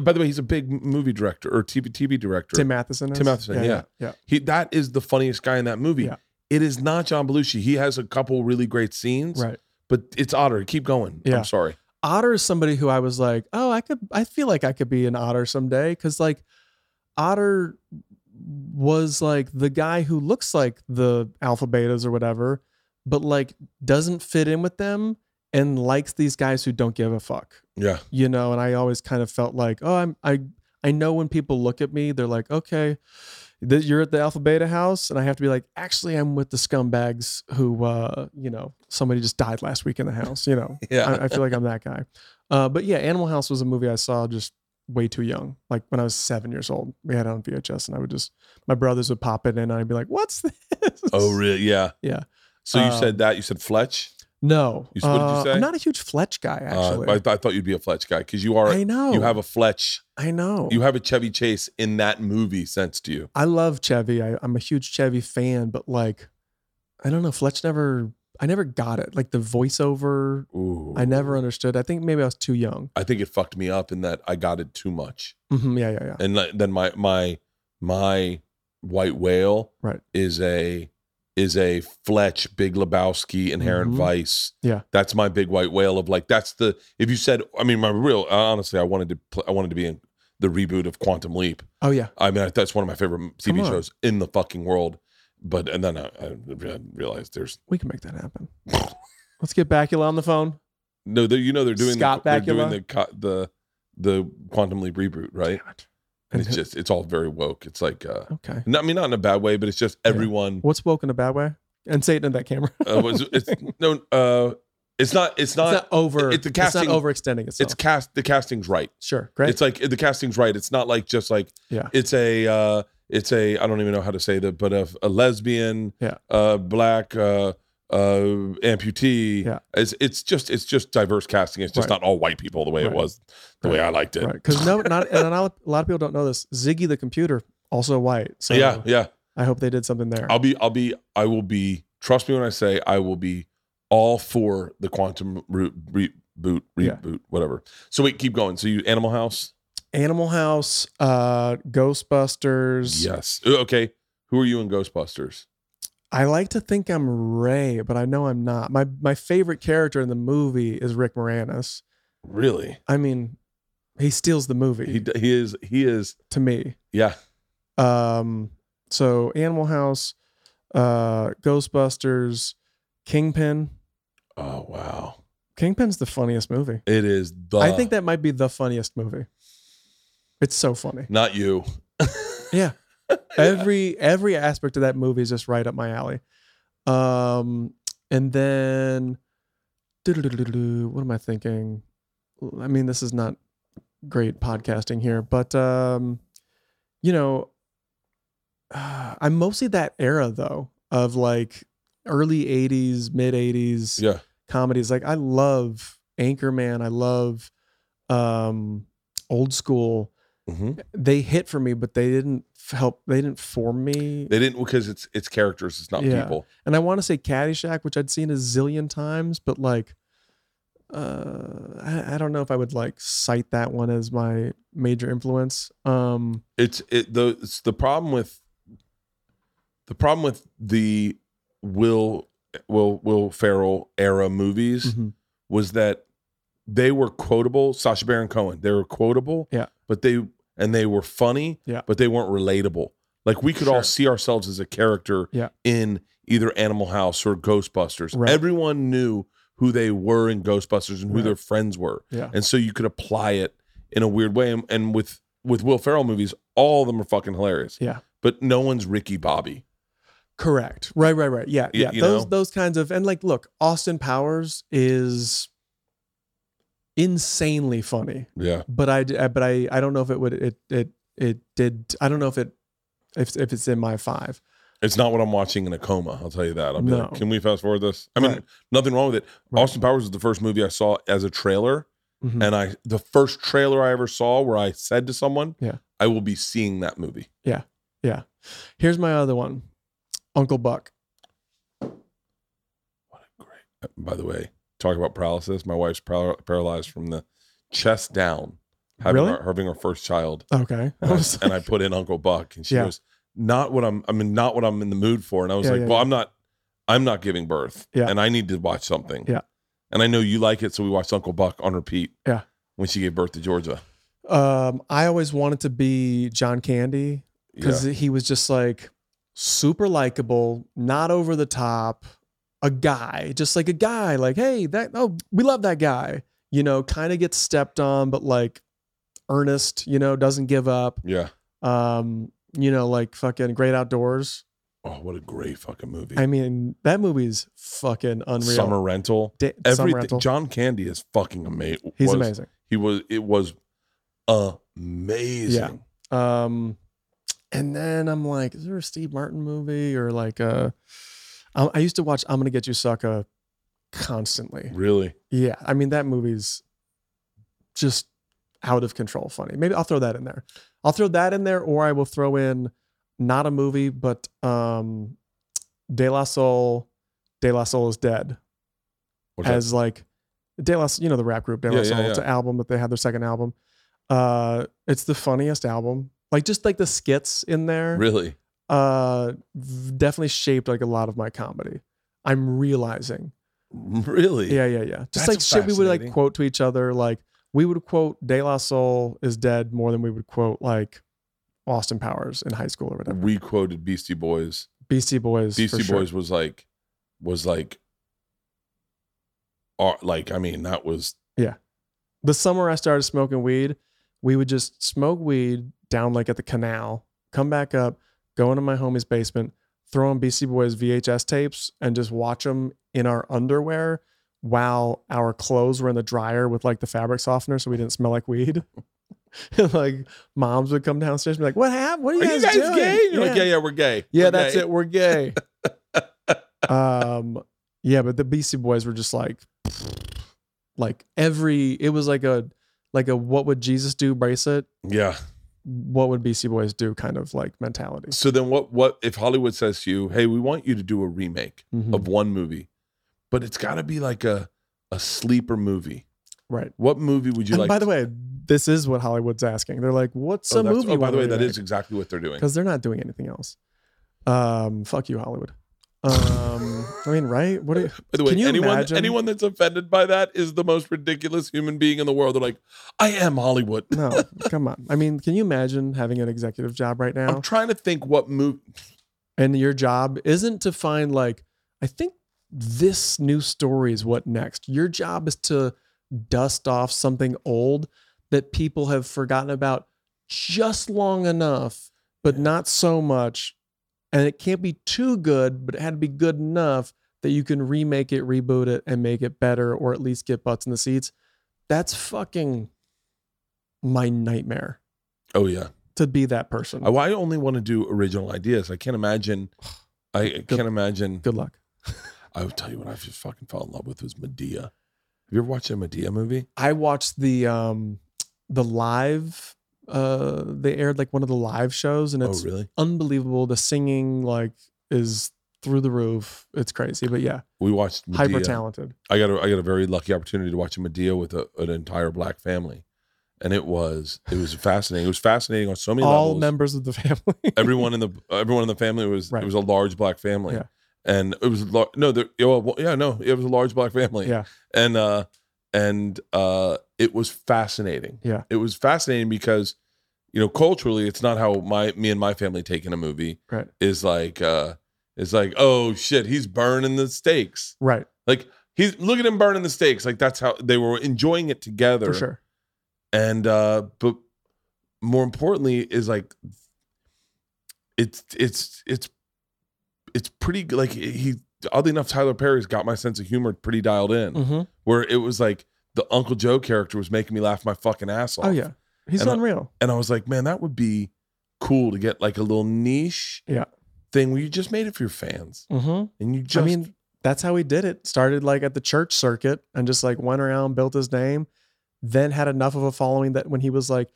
A: By the way, he's a big movie director or TV TV director.
C: Tim Matheson. is?
A: Tim Matheson, yeah.
C: yeah, yeah.
A: He that is the funniest guy in that movie.
C: Yeah.
A: It is not John Belushi. He has a couple really great scenes,
C: Right.
A: but it's Otter. Keep going.
C: Yeah.
A: I'm sorry.
C: Otter is somebody who I was like, oh, I could, I feel like I could be an otter someday. Cause like Otter was like the guy who looks like the alpha betas or whatever, but like doesn't fit in with them and likes these guys who don't give a fuck,
A: Yeah.
C: you know? And I always kind of felt like, oh, I'm, I, I know when people look at me, they're like, okay, th- you're at the alpha beta house. And I have to be like, actually, I'm with the scumbags who, uh, you know, somebody just died last week in the house, you know?
A: Yeah.
C: I, I feel like I'm that guy. Uh, but yeah, Animal House was a movie I saw just way too young. Like when I was seven years old, we had it on VHS, and I would just my brothers would pop it in, and I'd be like, "What's this?"
A: oh, really? Yeah.
C: Yeah.
A: So you
C: Um,
A: said that. You said Fletch.
C: no.
A: You- what did you
C: uh,
A: say?
C: I'm not a huge Fletch guy,
A: Uh,
C: actually.
A: I, I thought you'd be a Fletch guy because you are.
C: I know.
A: You have a Fletch.
C: I know.
A: You have a Chevy Chase in that movie sense to you.
C: I love Chevy. I, I'm a huge Chevy fan, but like, I don't know. Fletch never. I never got it. Like the voiceover,
A: Ooh.
C: I never understood. I think maybe I was too young.
A: I think it fucked me up in that I got it too much,
C: Mhm, yeah, yeah, yeah.
A: and like, then my my my white whale
C: Right.
A: is a is a Fletch, Big Lebowski, Inherent
C: Mhm.
A: Vice.
C: Yeah.
A: that's my big white whale of like that's the if you said I mean my real uh, honestly I wanted to pl- I wanted to be in the reboot of Quantum Leap.
C: Oh yeah.
A: I mean that's one of my favorite TV
C: Come on.
A: shows in the fucking world. But and then I, I re- realized there's
C: We can make that happen. Let's get Bakula on the phone.
A: no they- you know they're doing
C: Scott
A: the, they're doing
C: Bakula?
A: the co- the the Quantum Leap reboot right
C: Damn it.
A: and
C: And
A: it's
C: who-
A: just it's all very woke. It's like uh,
C: okay.
A: not, I mean not in a bad way, but it's just
C: Yeah.
A: everyone
C: What's woke in a bad way? And say it in that camera.
A: uh, was it's no uh it's not it's
C: It's
A: not.
C: not over.
A: it- it's the casting-
C: not overextending itself.
A: it's cast the casting's right
C: sure. Great.
A: It's like the casting's right. It's not like just like
C: Yeah.
A: It's a uh, it's a I don't even know how to say that, but a, a lesbian,
C: Yeah.
A: uh, black, uh, uh, amputee.
C: Yeah.
A: It's it's just it's just diverse casting. It's just
C: Right.
A: not all white people the way it
C: Right.
A: was, the way I liked it.
C: right. Because no, not and a lot a lot of people don't know this. Ziggy the computer also white. So
A: yeah, yeah.
C: I hope they did something there.
A: I'll be, I'll be, I will be. Trust me when I say I will be all for the quantum re- reboot, reboot,
B: Yeah.
A: whatever. So wait, keep going. So you Animal House?
C: Animal House, uh, Ghostbusters.
A: Yes. Uh, Okay. Who are you in Ghostbusters?
C: I like to think I'm Ray, but I know I'm not. My my favorite character in the movie is Rick Moranis.
A: Really?
C: I mean, he steals the movie
A: He d- he is he is
C: to me.
A: yeah.
C: Um, so Animal House, uh, Ghostbusters, Kingpin.
A: Oh wow.
C: Kingpin's the funniest movie.
A: It is the
C: I think that might be the funniest movie. It's so funny.
A: not you.
C: Yeah. Every every aspect of that movie is just right up my alley. Um, and then, what am I thinking? I mean, this is not great podcasting here, but um, you know, uh, I'm mostly that era though of like early '80s, mid '80s
A: Yeah.
C: comedies. Like I love Anchorman. I love um, old school
A: hmm
C: they hit for me, but they didn't f- help. They didn't form me.
A: They didn't because it's it's characters, it's not
C: Yeah.
A: people.
C: And I want to say Caddyshack, which I'd seen a zillion times, but like, uh, I, I don't know if I would like cite that one as my major influence. Um,
A: It's it the it's the problem with the problem with the Will Will Will Ferrell era
C: Mm-hmm.
A: movies was that they were quotable. Sasha Baron Cohen, they were quotable.
C: Yeah.
A: But they and they were funny.
C: Yeah.
A: But they weren't relatable. Like we could all
C: Sure.
A: see ourselves as a character
C: Yeah.
A: in either Animal House or Ghostbusters.
C: Right.
A: Everyone knew who they were in Ghostbusters and who
C: Right.
A: their friends were.
C: Yeah.
A: And so you could apply it in a weird way. And, and with with Will Ferrell movies, all of them are fucking hilarious.
C: Yeah.
A: But no one's Ricky Bobby.
C: Correct. Right. Right. Right. Yeah.
A: Y-
C: Yeah.
A: you
C: Those
A: know?
C: those kinds of and like, look, Austin Powers is insanely funny.
A: Yeah.
C: but I d- uh, but I I don't know if it would it it it did I don't know if it if if it's in my five.
A: It's not what I'm watching in a coma. I'll tell you that. I'll be like,
C: No.
A: can we fast forward this? I mean,
C: Right.
A: nothing wrong with it.
C: Right.
A: Austin Powers is the first movie I saw as a trailer,
C: Mhm.
A: and I the first trailer I ever saw where I said to someone,
C: Yeah.
A: I will be seeing that movie."
C: Here's my other one, Uncle Buck.
A: Great. Uh, By the way, talk about paralysis. My wife's par- paralyzed from the chest down, having
C: Really?
A: her, having her first child,
C: Okay,
A: and
C: I
A: I,
C: was
A: and I put in Uncle Buck, and she
C: Yeah.
A: goes, "Not what I'm. I mean, not what I'm in the mood for." And I was
C: Yeah,
A: like,
C: yeah,
A: "Well,
C: yeah.
A: I'm not. I'm not giving birth,
C: Yeah.
A: and I need to watch something."
C: Yeah.
A: and I know you like it, so we watched Uncle Buck on repeat.
C: Yeah.
A: when she gave birth to Georgia.
C: like, um, I always wanted to be John Candy because he was just like super likable, not over the top, a guy, just like a guy. Like, hey, that oh, we love that guy. You know, kind of gets stepped on, but like earnest. You know, doesn't give up.
A: yeah.
C: Um, you know, like fucking great outdoors.
A: Oh, what a great fucking movie.
C: I mean, that movie's fucking unreal.
A: Summer rental.
C: Da- Summer
A: Everything
C: Rental.
A: John Candy is fucking amazing.
C: He's amazing.
A: He was it was amazing.
C: Um, and then I'm like, is there a Steve Martin movie or like uh, I, I used to watch I'm gonna get you sucker constantly.
A: Really.
C: Yeah, I mean that movie's just out of control funny. Maybe I'll throw that in there. I'll throw that in there, or I will throw in not a movie, but um, De La Soul. De La Soul is dead.
A: What's
C: as like De La, you know, the rap group De La
A: Yeah, yeah,
C: Soul. It's
A: yeah.
C: an album that they had their second album. Uh, it's the funniest album. Like just like the skits in there,
A: that? Really?
C: uh, v- definitely shaped like a lot of my comedy. I'm realizing,
A: Really?
C: yeah, yeah, yeah. Just
A: That's
C: like shit we would like
A: fascinating.
C: quote to each other. Like we would quote De La Soul is dead more than we would quote like Austin Powers in high school or whatever.
A: We quoted Beastie Boys.
C: Beastie Boys, for
A: Mm-hmm. Beastie
C: sure.
A: Boys was like was like are like I mean that was
C: the summer I started smoking weed, we would just smoke weed down like at the canal, come back up, go into my homie's basement, throw on BC Boys VHS tapes, and just watch them in our underwear while our clothes were in the dryer with like the fabric softener so we didn't smell like weed. And, like moms would come downstairs and be like, What happened? What are you,
A: Are you
C: guys,
A: guys
C: doing?
A: gay? You're
C: Yeah.
A: like, yeah, yeah, we're gay.
C: Yeah,
A: We're
C: that's
A: gay."
C: it. We're gay. um, yeah, but the Beastie Boys were just like, like every. It was like a, like a what would Jesus do bracelet
A: Yeah.
C: what would BC Boys do kind of like mentality.
A: So then what what if Hollywood says to you, "Hey, we want you to do a remake
C: Mhm.
A: of one movie, but it's got to be like a a sleeper movie."
C: Right.
A: What movie would you
C: And
A: like?
C: by
A: to-
C: the way, this is what Hollywood's asking. They're like, what's
A: oh,
C: a
A: that's-
C: movie?
A: oh, by the way, that is exactly what they're doing.
C: because they're not doing anything else. Um, fuck you, Hollywood. Um, I mean, right? What? Are you,
A: By the way,
C: Can you
A: anyone
C: imagine-
A: anyone that's offended by that is the most ridiculous human being in the world. They're like, "I am Hollywood."
C: no, come on. I mean, can you imagine having an executive job right now?
A: I'm trying to think what movie.
C: and your job isn't to find like i think this new story is what next your job is to dust off something old that people have forgotten about just long enough but not so much and it can't be too good but it had to be good enough that you can remake it reboot it and make it better or at least get butts in the seats that's fucking my nightmare
A: Oh yeah, Oh,
C: to be that person
A: I, I only want to do original ideas. I can't imagine. I can't imagine.
C: good luck
A: I will tell you what I just fucking fell in love with was Medea. Have you ever watched a Medea movie?
C: I watched the um the live uh they aired like one of the live shows and it's
A: oh really?
C: unbelievable. The singing like is through the roof. It's crazy, but yeah,
A: We watched Medea.
C: hyper talented.
A: I got a, I got a very lucky opportunity to watch a Medea with a, an entire black family, and it was it was fascinating. It was fascinating on so many
C: All
A: levels.
C: members of the family.
A: everyone in the everyone in the family was
C: Right.
A: it was a large black family,
C: Yeah.
A: and it was lar- no there yeah, well, yeah no it was a large black family
C: Yeah.
A: and uh and uh it was fascinating
C: Yeah.
A: it was fascinating because you know culturally it's not how my me and my family take in a movie
C: Right.
A: is like uh it's like oh shit he's burning the stakes
C: right,
A: he's look at him burning the stakes like that's how they were enjoying it together
C: for sure.
A: and uh but more importantly is like it's it's it's it's pretty like he oddly enough tyler perry's got my sense of humor pretty dialed in
C: hmm
A: where it was like the uncle joe character was making me laugh my fucking ass off
C: Oh yeah. He's
A: And uh, I-
C: unreal.
A: and i was like man that would be cool to get like a little niche
C: Yeah.
A: thing where you just made it for your fans
C: hmm
A: and you just
C: I mean, that's how he did it. Started like at the church circuit and just like went around, built his name, then had enough of a following that when he was like,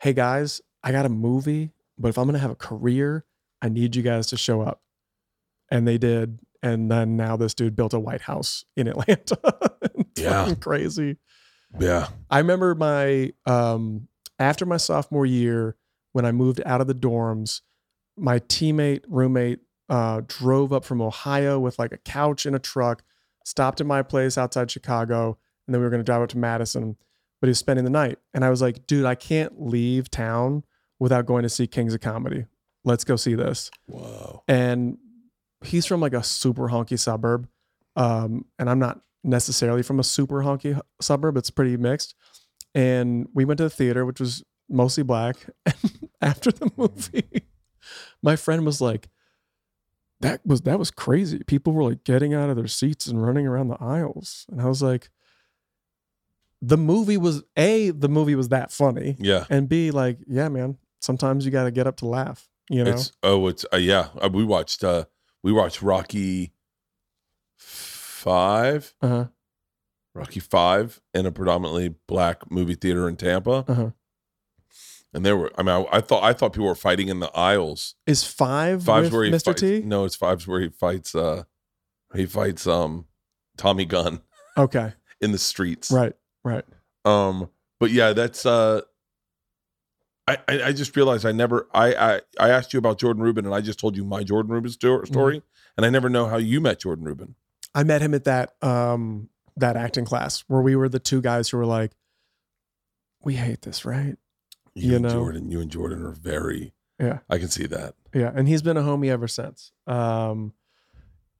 C: hey guys, I got a movie, but if I'm going to have a career, I need you guys to show up. And they did. And then now this dude built a White House in Atlanta. It's
A: Yeah.
C: fucking Crazy.
A: yeah
C: I remember my um after my sophomore year when I moved out of the dorms, my teammate roommate uh drove up from Ohio with like a couch and a truck, stopped at my place outside Chicago, and then we were going to drive up to Madison, but he was spending the night. And I was like, "Dude, I can't leave town without going to see Kings of Comedy. Let's go see this."
A: whoa
C: and he's from like a super honky suburb um and i'm not necessarily from a super honky h- suburb it's pretty mixed and we went to the theater which was mostly black after the movie my friend was like that was that was crazy people were like getting out of their seats and running around the aisles and i was like the movie was a the movie was that funny
A: yeah
C: and b like yeah man sometimes you got to get up to laugh you know
A: It's oh, it's uh, yeah. Uh, we watched uh we watched Rocky five,
C: uh-huh
A: Rocky five in a predominantly black movie theater in Tampa,
C: uh-huh
A: and there were I mean I, I thought I thought people were fighting in the aisles.
C: Is five
A: Five's
C: with
A: where he
C: Mr.
A: fights.
C: T?
A: No, it's five's where he fights. uh He fights um Tommy Gunn
C: Okay,
A: in the streets.
C: right, right.
A: Um, but yeah, that's uh I, I I just realized I never I, I I asked you about Jordan Rubin and I just told you my Jordan Rubin sto-
C: Mm-hmm.
A: story and I never know how you met Jordan Rubin.
C: I met him at that um that acting class where we were the two guys who were like, we hate this, right?
A: you,
C: You
A: and
C: know?
A: Jordan, you and Jordan are very.
C: Yeah.
A: I can see that.
C: Yeah, and he's been a homie ever since. Um,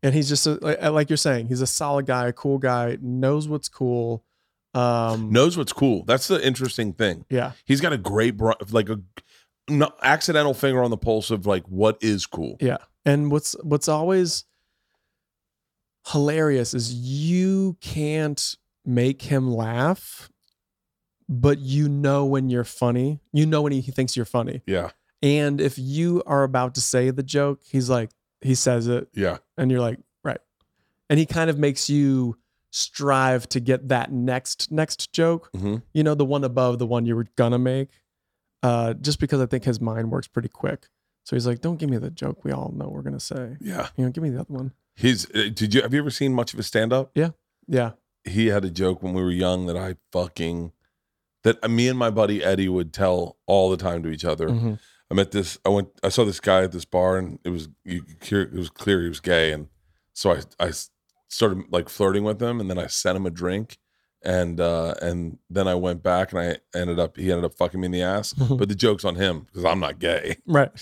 C: and he's just a, like, like you're saying, he's a solid guy, a cool guy, knows what's cool. Um,
A: Knows what's cool. That's the interesting thing.
C: yeah,
A: He's got a great, bro- like a no, accidental finger on the pulse of like what is cool.
C: Yeah. And what's what's always hilarious is you can't make him laugh, but you know when you're funny. You know when he, he thinks you're funny.
A: Yeah,
C: And if you are about to say the joke, he's like he says it
A: yeah,
C: and you're like, right. And he kind of makes you strive to get that next next joke,
A: Mhm.
C: you know, the one above the one you were gonna make. uh, just because I think his mind works pretty quick. So he's like, "Don't give me the joke we all know we're gonna say.
A: Yeah.
C: You know, give me the other one."
A: His uh, did you have you ever seen much of his stand up?
C: Yeah,
A: He had a joke when we were young that I fucking that uh, me and my buddy Eddie would tell all the time to each other.
C: Mhm.
A: I met this. I went. I saw this guy at this bar, and it was you, could hear- it was clear he was gay, and so I I s- started like flirting with him, and then I sent him a drink, and uh and then I went back, and I ended up he ended up fucking me in the ass. But the joke's on him because I'm not gay.
C: right.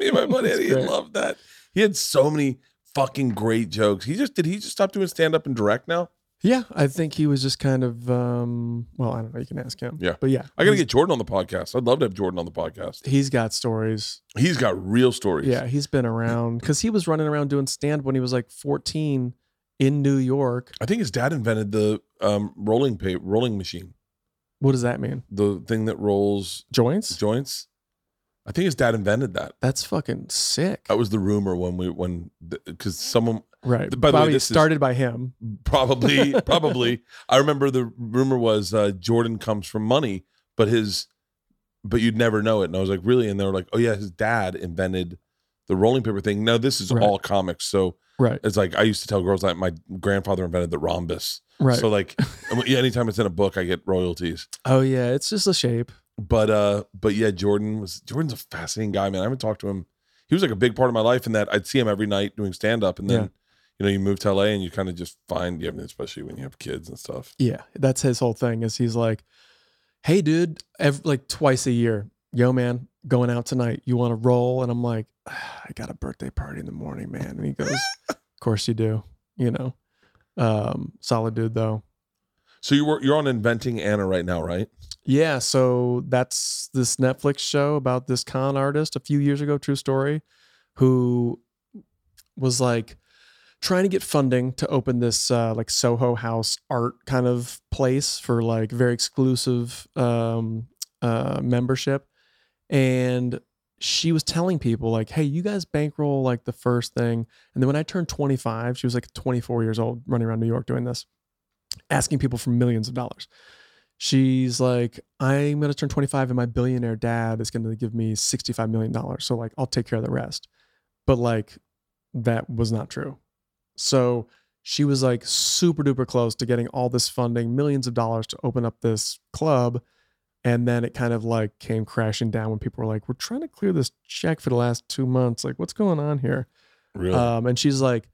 A: me and my buddy
C: That's
A: Eddie
C: great.
A: loved that. He had so many fucking great jokes. He just did. He just stop doing stand up and direct now.
C: Yeah, I think he was just kind of um well, I don't know, you can ask him.
A: Yeah.
C: But yeah.
A: I gotta
C: he's-
A: get Jordan on the podcast. I'd love to have Jordan on the podcast.
C: he's got stories.
A: He's got real stories.
C: Yeah, he's been around cuz he was running around doing stand when he was like 14 in New York.
A: I think his dad invented the um, rolling pa- rolling machine.
C: What does that mean?
A: the thing that rolls
C: Joints?
A: joints. I think his dad invented that.
C: That's fucking sick.
A: That was the rumor when we when because someone by
C: right.
A: the way,
C: Probably
A: this is-
C: started by him.
A: probably probably I remember the rumor was uh, Jordan comes from money, but his but you'd never know it. And I was like, really? And they were like, oh yeah, his dad invented the rolling paper thing. No, this is
C: Right.
A: all comics. So
C: Right.
A: it's like I used to tell girls that my grandfather invented the rhombus.
C: Right.
A: So like, yeah, anytime it's in a book, I get royalties.
C: oh yeah, it's just a shape.
A: but uh but yeah jordan was jordan's a fascinating guy man i haven't talked to him he was like a big part of my life in that i'd see him every night doing stand-up and then
C: Yeah.
A: you know you move to la and you kind of just find you have especially when you have kids and stuff
C: Yeah, that's his whole thing is he's like, "Hey, dude, ev like twice a year, yo, man, going out tonight. You want to roll?" And I'm like, "Ah, "I got a birthday party in the morning, man." And he goes, "Of course you do." You know, um, solid dude though.
A: so you were you're on inventing anna right now right
C: Yeah, so that's this Netflix show about this con artist a few years ago, true story, who was like trying to get funding to open this uh, like Soho House art kind of place for like very exclusive um, uh, membership, and she was telling people like, "Hey, you guys bankroll like the first thing," and then when I turned 25, she was like 24 years old, running around New York doing this, asking people for millions of dollars she's like, I'm gonna turn 25 and my billionaire dad is gonna give me 65 million dollars. So like I'll take care of the rest. But like that was not true. So she was like super duper close to getting all this funding, millions of dollars to open up this club. And then it kind of like came crashing down when people were like, We're trying to clear this check for the last two months. Like, what's going on here?
A: really
C: Um, and she's like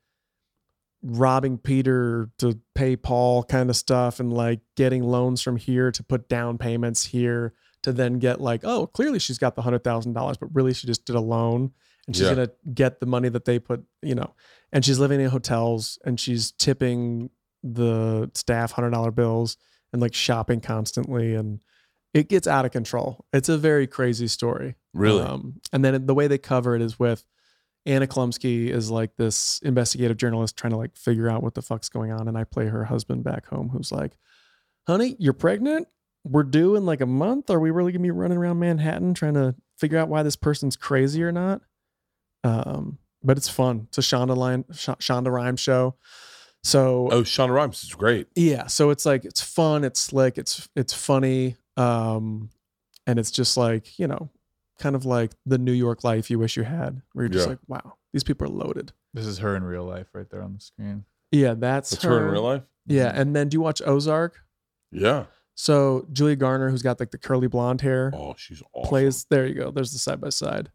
C: robbing Peter to pay Paul kind of stuff and like getting loans from here to put down payments here to then get like, oh, clearly she's got the hundred thousand dollars, but really she just did a loan and she's
A: Yeah.
C: gonna get the money that they put, you know, and she's living in hotels and she's tipping the staff hundred dollar bills and like shopping constantly and it gets out of control. It's a very crazy story.
A: really
C: Um, and then the way they cover it is with Anna Klumsky is like this investigative journalist trying to like figure out what the fuck's going on. And I play her husband back home who's like, honey, you're pregnant? We're due in like a month? Are we really gonna be running around Manhattan trying to figure out why this person's crazy or not? Um, but it's fun. It's a Shonda line, Sh- Shonda Rhimes show. So
A: oh shonda rhimes is great
C: yeah so it's like it's fun it's slick it's it's funny um and it's just like you know kind of like the new york life you wish you had where you're just
A: Yeah.
C: like wow these people are loaded
B: This is her in real life, right there on the screen.
C: yeah that's,
A: that's her in real life
C: yeah and then do you watch ozark
A: yeah
C: so julia garner who's got like the curly blonde hair
A: oh she's awesome
C: plays there you go there's the side by side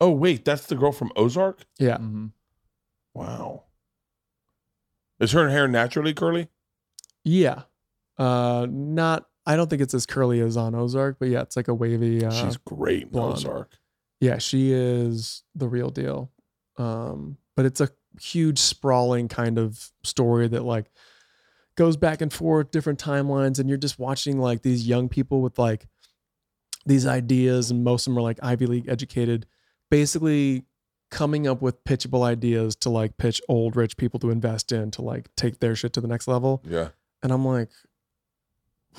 A: oh wait that's the girl from ozark
C: yeah
B: Mhm.
A: wow is her hair naturally curly
C: yeah uh not i don't think it's as curly as on ozark but yeah it's like a wavy uh,
A: she's great in
C: blonde.
A: ozark
C: Yeah, she is the real deal. Um, but it's a huge sprawling kind of story that like goes back and forth different timelines and you're just watching like these young people with like these ideas and most of them are like Ivy League educated basically coming up with pitchable ideas to like pitch old rich people to invest in to like take their shit to the next level
A: yeah
C: and I'm like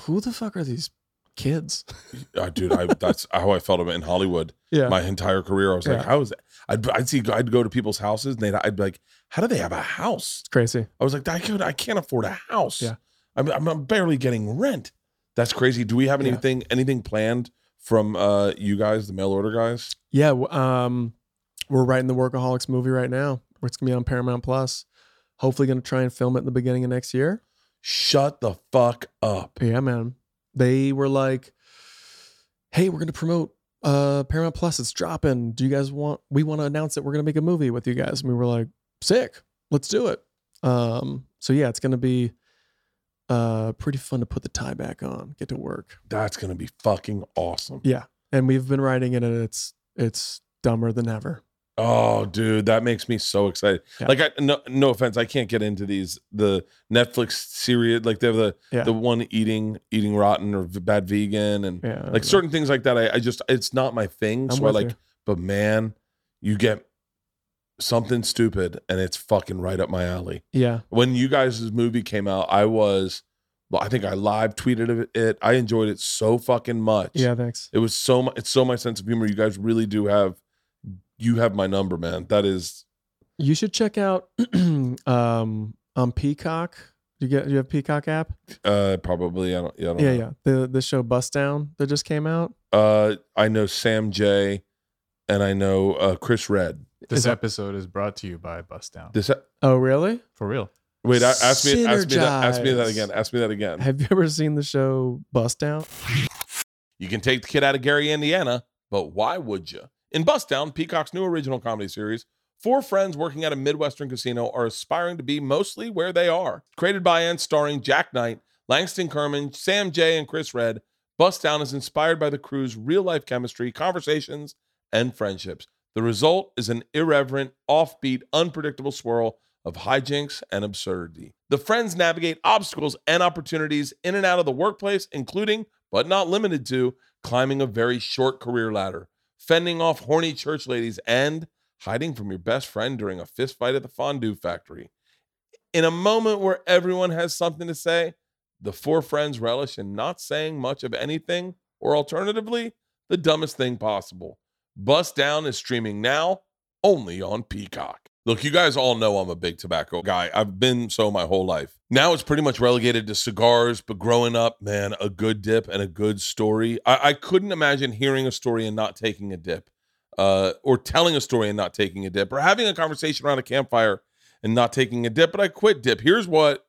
C: who the fuck are these kids?
A: uh, dude I, that's how i felt in hollywood
C: Yeah.
A: my entire career. I was
C: Yeah.
A: like, how is that? I'd, I'd see, I'd go to people's houses and they'd, I'd be like, how do they have a house?
C: it's crazy.
A: I was like, I could, I can't afford a house.
C: Yeah.
A: I'm, I'm barely getting rent. That's crazy. Do we have
C: Yeah.
A: anything, anything planned from uh, you guys, the mail order guys?
C: Yeah, w- um, we're writing the Workaholics movie right now. It's gonna be on Paramount Plus. Hopefully, gonna try and film it in the beginning of next year.
A: Shut the fuck up.
C: Yeah, man. They were like, "Hey, we're gonna promote uh Paramount Plus. It's dropping. Do you guys want? We want to announce that we're gonna make a movie with you guys." And we were like, "Sick, let's do it." Um, so yeah, it's gonna be uh pretty fun to put the tie back on, get to work.
A: That's gonna be fucking awesome.
C: Yeah, and we've been writing it, and it's it's dumber than ever.
A: Oh, dude, that makes me so excited.
C: Yeah.
A: Like, I no, no offense, I can't get into these the Netflix series. Like, they have the
C: Yeah.
A: the one eating eating rotten or v- bad vegan and
C: Yeah, I don't know.
A: like certain things like that. I, I just it's not my thing.
C: I'm
A: so I
C: with
A: like,
C: you.
A: but man, you get something stupid and it's fucking right up my alley.
C: Yeah,
A: When you guys' movie came out, I was, well, I think I live tweeted of it. I enjoyed it so fucking much.
C: yeah. Thanks.
A: It was so much. It's so my sense of humor. You guys really do have. You have my number, man. That is
C: You should check out um on Peacock. Do you get? Do you have Peacock app?
A: uh probably. I don't. Yeah. I don't
C: Yeah,
A: know.
C: yeah. The the show Bust Down that just came out.
A: Uh, I know Sam J, and I know uh Chris Red.
B: This
C: Is it-
B: episode is brought to you by Bust Down.
A: This
C: Oh, really?
B: For real.
A: wait. a- Ask me. Ask me that. Ask me that again. Ask me that again.
C: Have you ever seen the show Bust Down?
A: You can take the kid out of Gary, Indiana, but why would you? In Bust Down, Peacock's new original comedy series, four friends working at a Midwestern casino are aspiring to be mostly where they are. Created by and starring Jack Knight, Langston Kerman, Sam Jay, and Chris Red, Bust Down is inspired by the crew's real life chemistry, conversations, and friendships. The result is an irreverent, offbeat, unpredictable swirl of hijinks and absurdity. The friends navigate obstacles and opportunities in and out of the workplace, including, but not limited to, climbing a very short career ladder, fending off horny church ladies, and hiding from your best friend during a fistfight at the fondue factory. In a moment where everyone has something to say, the four friends relish in not saying much of anything, or alternatively, the dumbest thing possible. Bust Down is streaming now only on Peacock. Look, you guys all know I'm a big tobacco guy. I've been so my whole life. Now it's pretty much relegated to cigars, but growing up, man, a good dip and a good story. I, I couldn't imagine hearing a story and not taking a dip, uh, or telling a story and not taking a dip, or having a conversation around a campfire and not taking a dip. But I quit dip. Here's what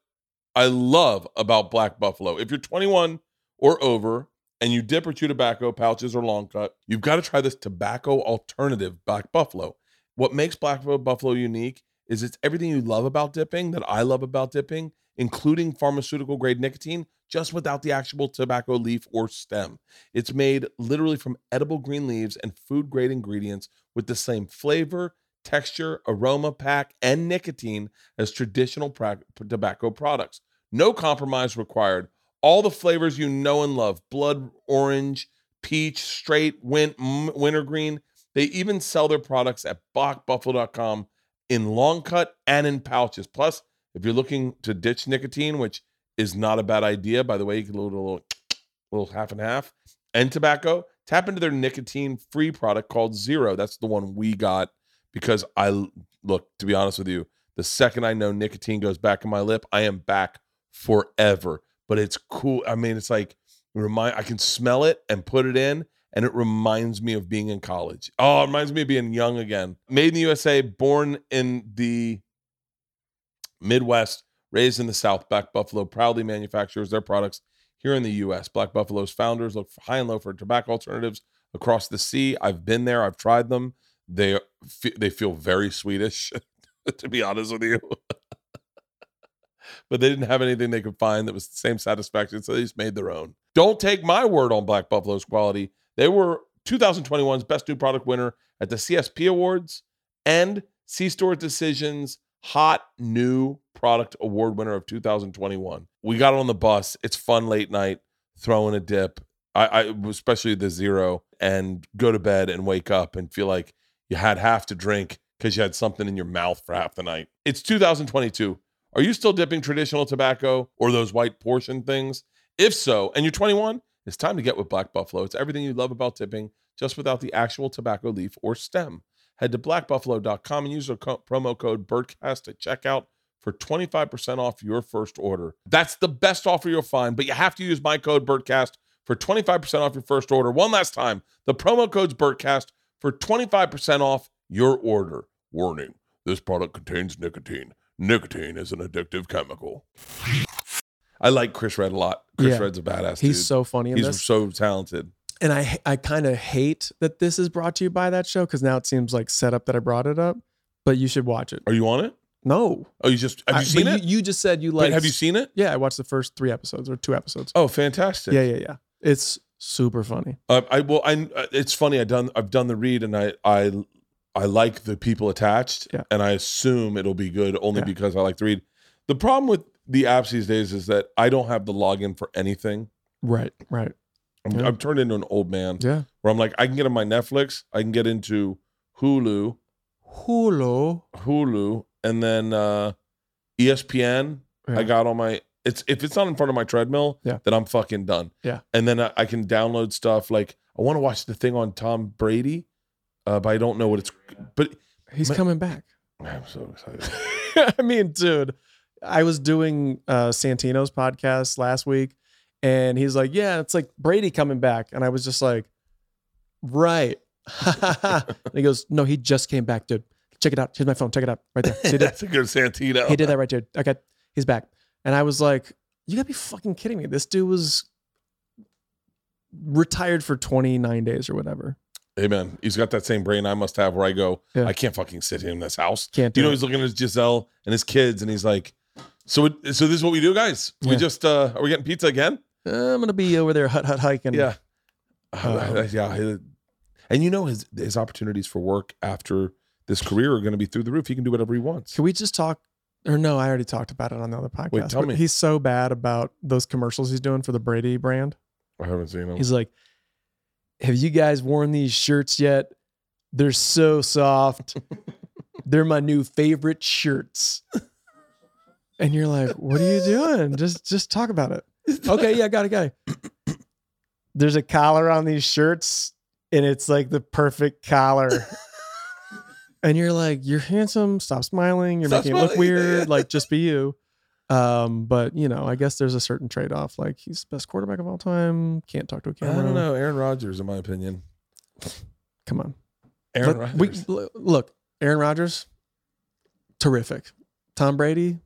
A: I love about Black Buffalo. If you're 21 or over, and you dip or chew tobacco, pouches or long cut, you've got to try this tobacco alternative, Black Buffalo. What makes Black Buffalo unique is it's everything you love about dipping that I love about dipping, including pharmaceutical grade nicotine, just without the actual tobacco leaf or stem. It's made literally from edible green leaves and food grade ingredients with the same flavor, texture, aroma, pack, and nicotine as traditional pra- tobacco products. No compromise required all the flavors you know and love blood orange peach straight win- m- wintergreen they even sell their products at bockbuffalo.com in long cut and in pouches plus if you're looking to ditch nicotine which is not a bad idea by the way you can do a little, little half and half and tobacco tap into their nicotine free product called zero that's the one we got because i l- look to be honest with you the second i know nicotine goes back in my lip i am back forever but it's cool. I mean, it's like remind I can smell it and put it in, and it reminds me of being in college. Oh, it reminds me of being young again. Made in the USA, born in the Midwest, raised in the South. Black Buffalo proudly manufactures their products here in the US. Black Buffalo's founders look high and low for tobacco alternatives across the sea. I've been there, I've tried them. They fe- they feel very Swedish, to be honest with you but they didn't have anything they could find that was the same satisfaction, so they just made their own. Don't take my word on Black Buffalo's quality. They were 2021's Best New Product winner at the CSP Awards and C Store Decisions Hot New Product Award winner of 2021. We got on the bus. It's fun late night, throwing a dip. I, I especially the zero, and go to bed and wake up and feel like you had half to drink because you had something in your mouth for half the night. It's 2022. Are you still dipping traditional tobacco or those white portion things? If so, and you're 21, it's time to get with Black Buffalo. It's everything you love about dipping, just without the actual tobacco leaf or stem. Head to blackbuffalo.com and use the co- promo code BIRDCAST at checkout for 25% off your first order. That's the best offer you'll find, but you have to use my code BIRDCAST for 25% off your first order. One last time, the promo code's BurtCast for 25% off your order. Warning, this product contains nicotine. Nicotine is an addictive chemical. I like Chris Red a lot. Chris
C: Yeah.
A: Red's a badass
C: He's
A: dude.
C: so funny in
A: He's
C: this.
A: so talented.
C: and I I kind of hate that this is brought to you by that show because now it seems like set up that I brought it up. But you should watch it.
A: Are you on it?
C: No,
A: Oh, you just have you
C: I-
A: seen
C: but
A: it?
C: You, you just said you
A: Wait,
C: like.
A: have you seen it?
C: Yeah, I watched the first three episodes or two episodes.
A: Oh, fantastic!
C: Yeah, yeah, yeah. It's super funny.
A: Uh, I well, I uh, it's funny. I done I've done the read, and I I I like the people attached,
C: Yeah.
A: and I assume it'll be good only
C: Yeah.
A: because I like the read. The problem with the apps these days is that I don't have the login for anything.
C: Right, right.
A: I'm,
C: Yeah.
A: I'm turned into an old man
C: Yeah.
A: where I'm like, I can get on my Netflix, I can get into Hulu,
C: Hulu.
A: Hulu, and then uh ESPN.
C: Yeah.
A: I got on my it's if it's not in front of my treadmill,
C: Yeah.
A: then I'm fucking done.
C: Yeah.
A: And then I, I can download stuff like I want to watch the thing on Tom Brady, uh, but I don't know what it's. But
C: He's
A: Ma-
C: coming back.
A: I'm so excited.
C: I mean, dude, I was doing uh, Santino's podcast last week, and he's like, "Yeah, it's like Brady coming back," and I was just like, "Right." and he goes, "No, he just came back, dude. Check it out. Here's my phone. Check it out right there. See that?
A: That's a good Santino.
C: He did that right, dude. Okay, he's back." And I was like, "You gotta be fucking kidding me! This dude was." Retired for 29 days or whatever.
A: Hey man, he's got that same brain I must have. Where I go,
C: Yeah.
A: I can't fucking sit here in this house.
C: Can't do
A: You know,
C: it.
A: he's looking at Giselle and his kids, and he's like, "So, it, so this is what we do, guys. We
C: Yeah.
A: just uh, are we getting pizza again?
C: Uh, I'm gonna be over there hut hut hiking.
A: Yeah,
C: Uh,
A: yeah. he- And you know his his opportunities for work after this career are going to be through the roof. He can do whatever he wants.
C: Can we just talk? Or no, I already talked about it on the other podcast.
A: tell
C: but
A: me.
C: He's so bad about those commercials he's doing for the Brady brand.
A: I haven't seen him.
C: He's like, "Have you guys worn these shirts yet? They're so soft. They're my new favorite shirts." And you're like, "What are you doing? Just just talk about it." Okay, yeah, got it, got it. There's a collar on these shirts, and it's like the perfect collar. and you're like, "You're handsome. Stop smiling. You're
A: Stop
C: making it look
A: smiling, yeah,
C: weird.
A: yeah.
C: Like, just be you." Um, but you know, I guess there's a certain trade off. Like he's the best quarterback of all time. Can't talk to a camera.
A: I don't know. Aaron Rodgers, in my opinion.
C: Come on.
A: Aaron
C: Let- we-
A: Rodgers.
C: l- look, Aaron Rodgers, terrific. Tom Brady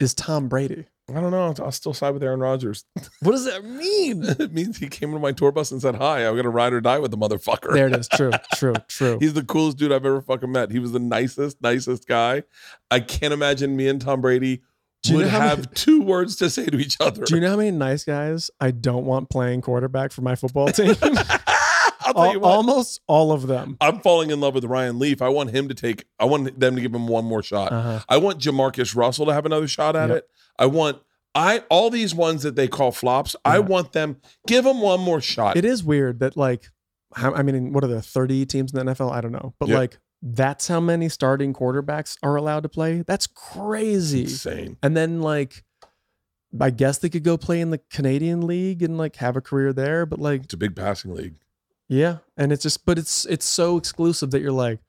C: is Tom Brady.
A: I don't know. I'll, I'll still side with Aaron Rodgers.
C: What does that mean?
A: it means he came into my tour bus and said hi. I'm going to ride or die with the motherfucker.
C: there it is. True, true, true.
A: He's the coolest dude I've ever fucking met. He was the nicest, nicest guy. I can't imagine me and Tom Brady
C: Do you
A: would
C: know how
A: have
C: many-
A: two words to say to each other.
C: Do you know how many nice guys I don't want playing quarterback for my football team?
A: I'll tell
C: Al-
A: you what.
C: almost all of them.
A: I'm falling in love with Ryan Leaf. I want him to take. I want them to give him one more shot.
C: Uh-huh.
A: I want Jamarcus Russell to have another shot at
C: Yep.
A: it. I want I all these ones that they call flops. I
C: Yeah.
A: want them give them one more shot.
C: Uh-huh. It is weird that like, how, I mean, what are the 30 teams in the NFL? I don't know, but
A: Yeah.
C: like that's how many starting quarterbacks are allowed to play. That's crazy.
A: insane.
C: And then like I guess they could go play in the Canadian league and like have a career there, but like
A: It's a big passing league.
C: yeah, and it's just but it's it's so exclusive that you're like,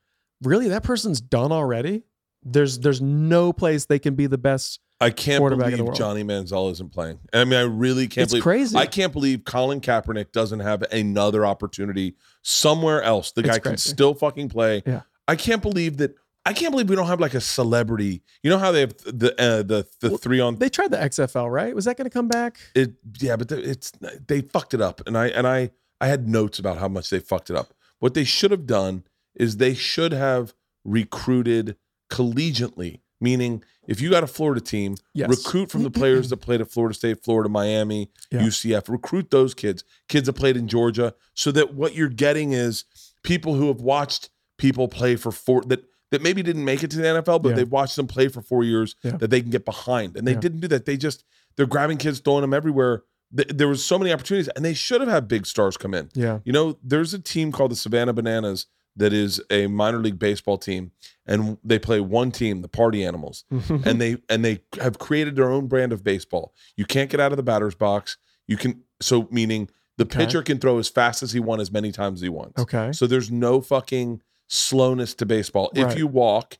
C: really that person's done already? There's there's no place they can be the best.
A: I can't
C: Quarterback in the
A: believe
C: world.
A: Johnny Manziel isn't playing. I mean, I really can't
C: it's
A: believe.
C: crazy.
A: I can't believe Colin Kaepernick doesn't have another opportunity somewhere else. The
C: It's
A: guy can
C: crazy.
A: still fucking play.
C: Yeah.
A: I can't believe that. I can't believe we don't have like a celebrity. You know how they have the uh, the the
C: Well,
A: three on
C: they tried the XFL, right? Was that going to come back?
A: It yeah, but the- it's they fucked it up, and I and I I had notes about how much they fucked it up. What they should have done is they should have recruited collegiately, meaning if you got a Florida team,
C: Yes.
A: recruit from the players that played at Florida State, Florida, Miami,
C: Yeah.
A: UCF. Recruit those kids, kids that played in Georgia, so that what you're getting is people who have watched people play for four that that maybe didn't make it to the NFL, but
C: Yeah.
A: they've watched them play for four years
C: Yeah.
A: that they can get behind. And they
C: Yeah.
A: didn't do that. They just they're grabbing kids, throwing them everywhere. Th- There was so many opportunities, and they should have had big stars come in.
C: yeah.
A: You know, there's a team called the Savannah Bananas that is a minor league baseball team, and they play one team, the Party Animals and they and they have created their own brand of baseball. You can't get out of the batter's box. You can so meaning the
C: Okay.
A: pitcher can throw as fast as he wants, as many times as he wants.
C: okay.
A: So there's no fucking slowness to baseball.
C: Right.
A: If you walk,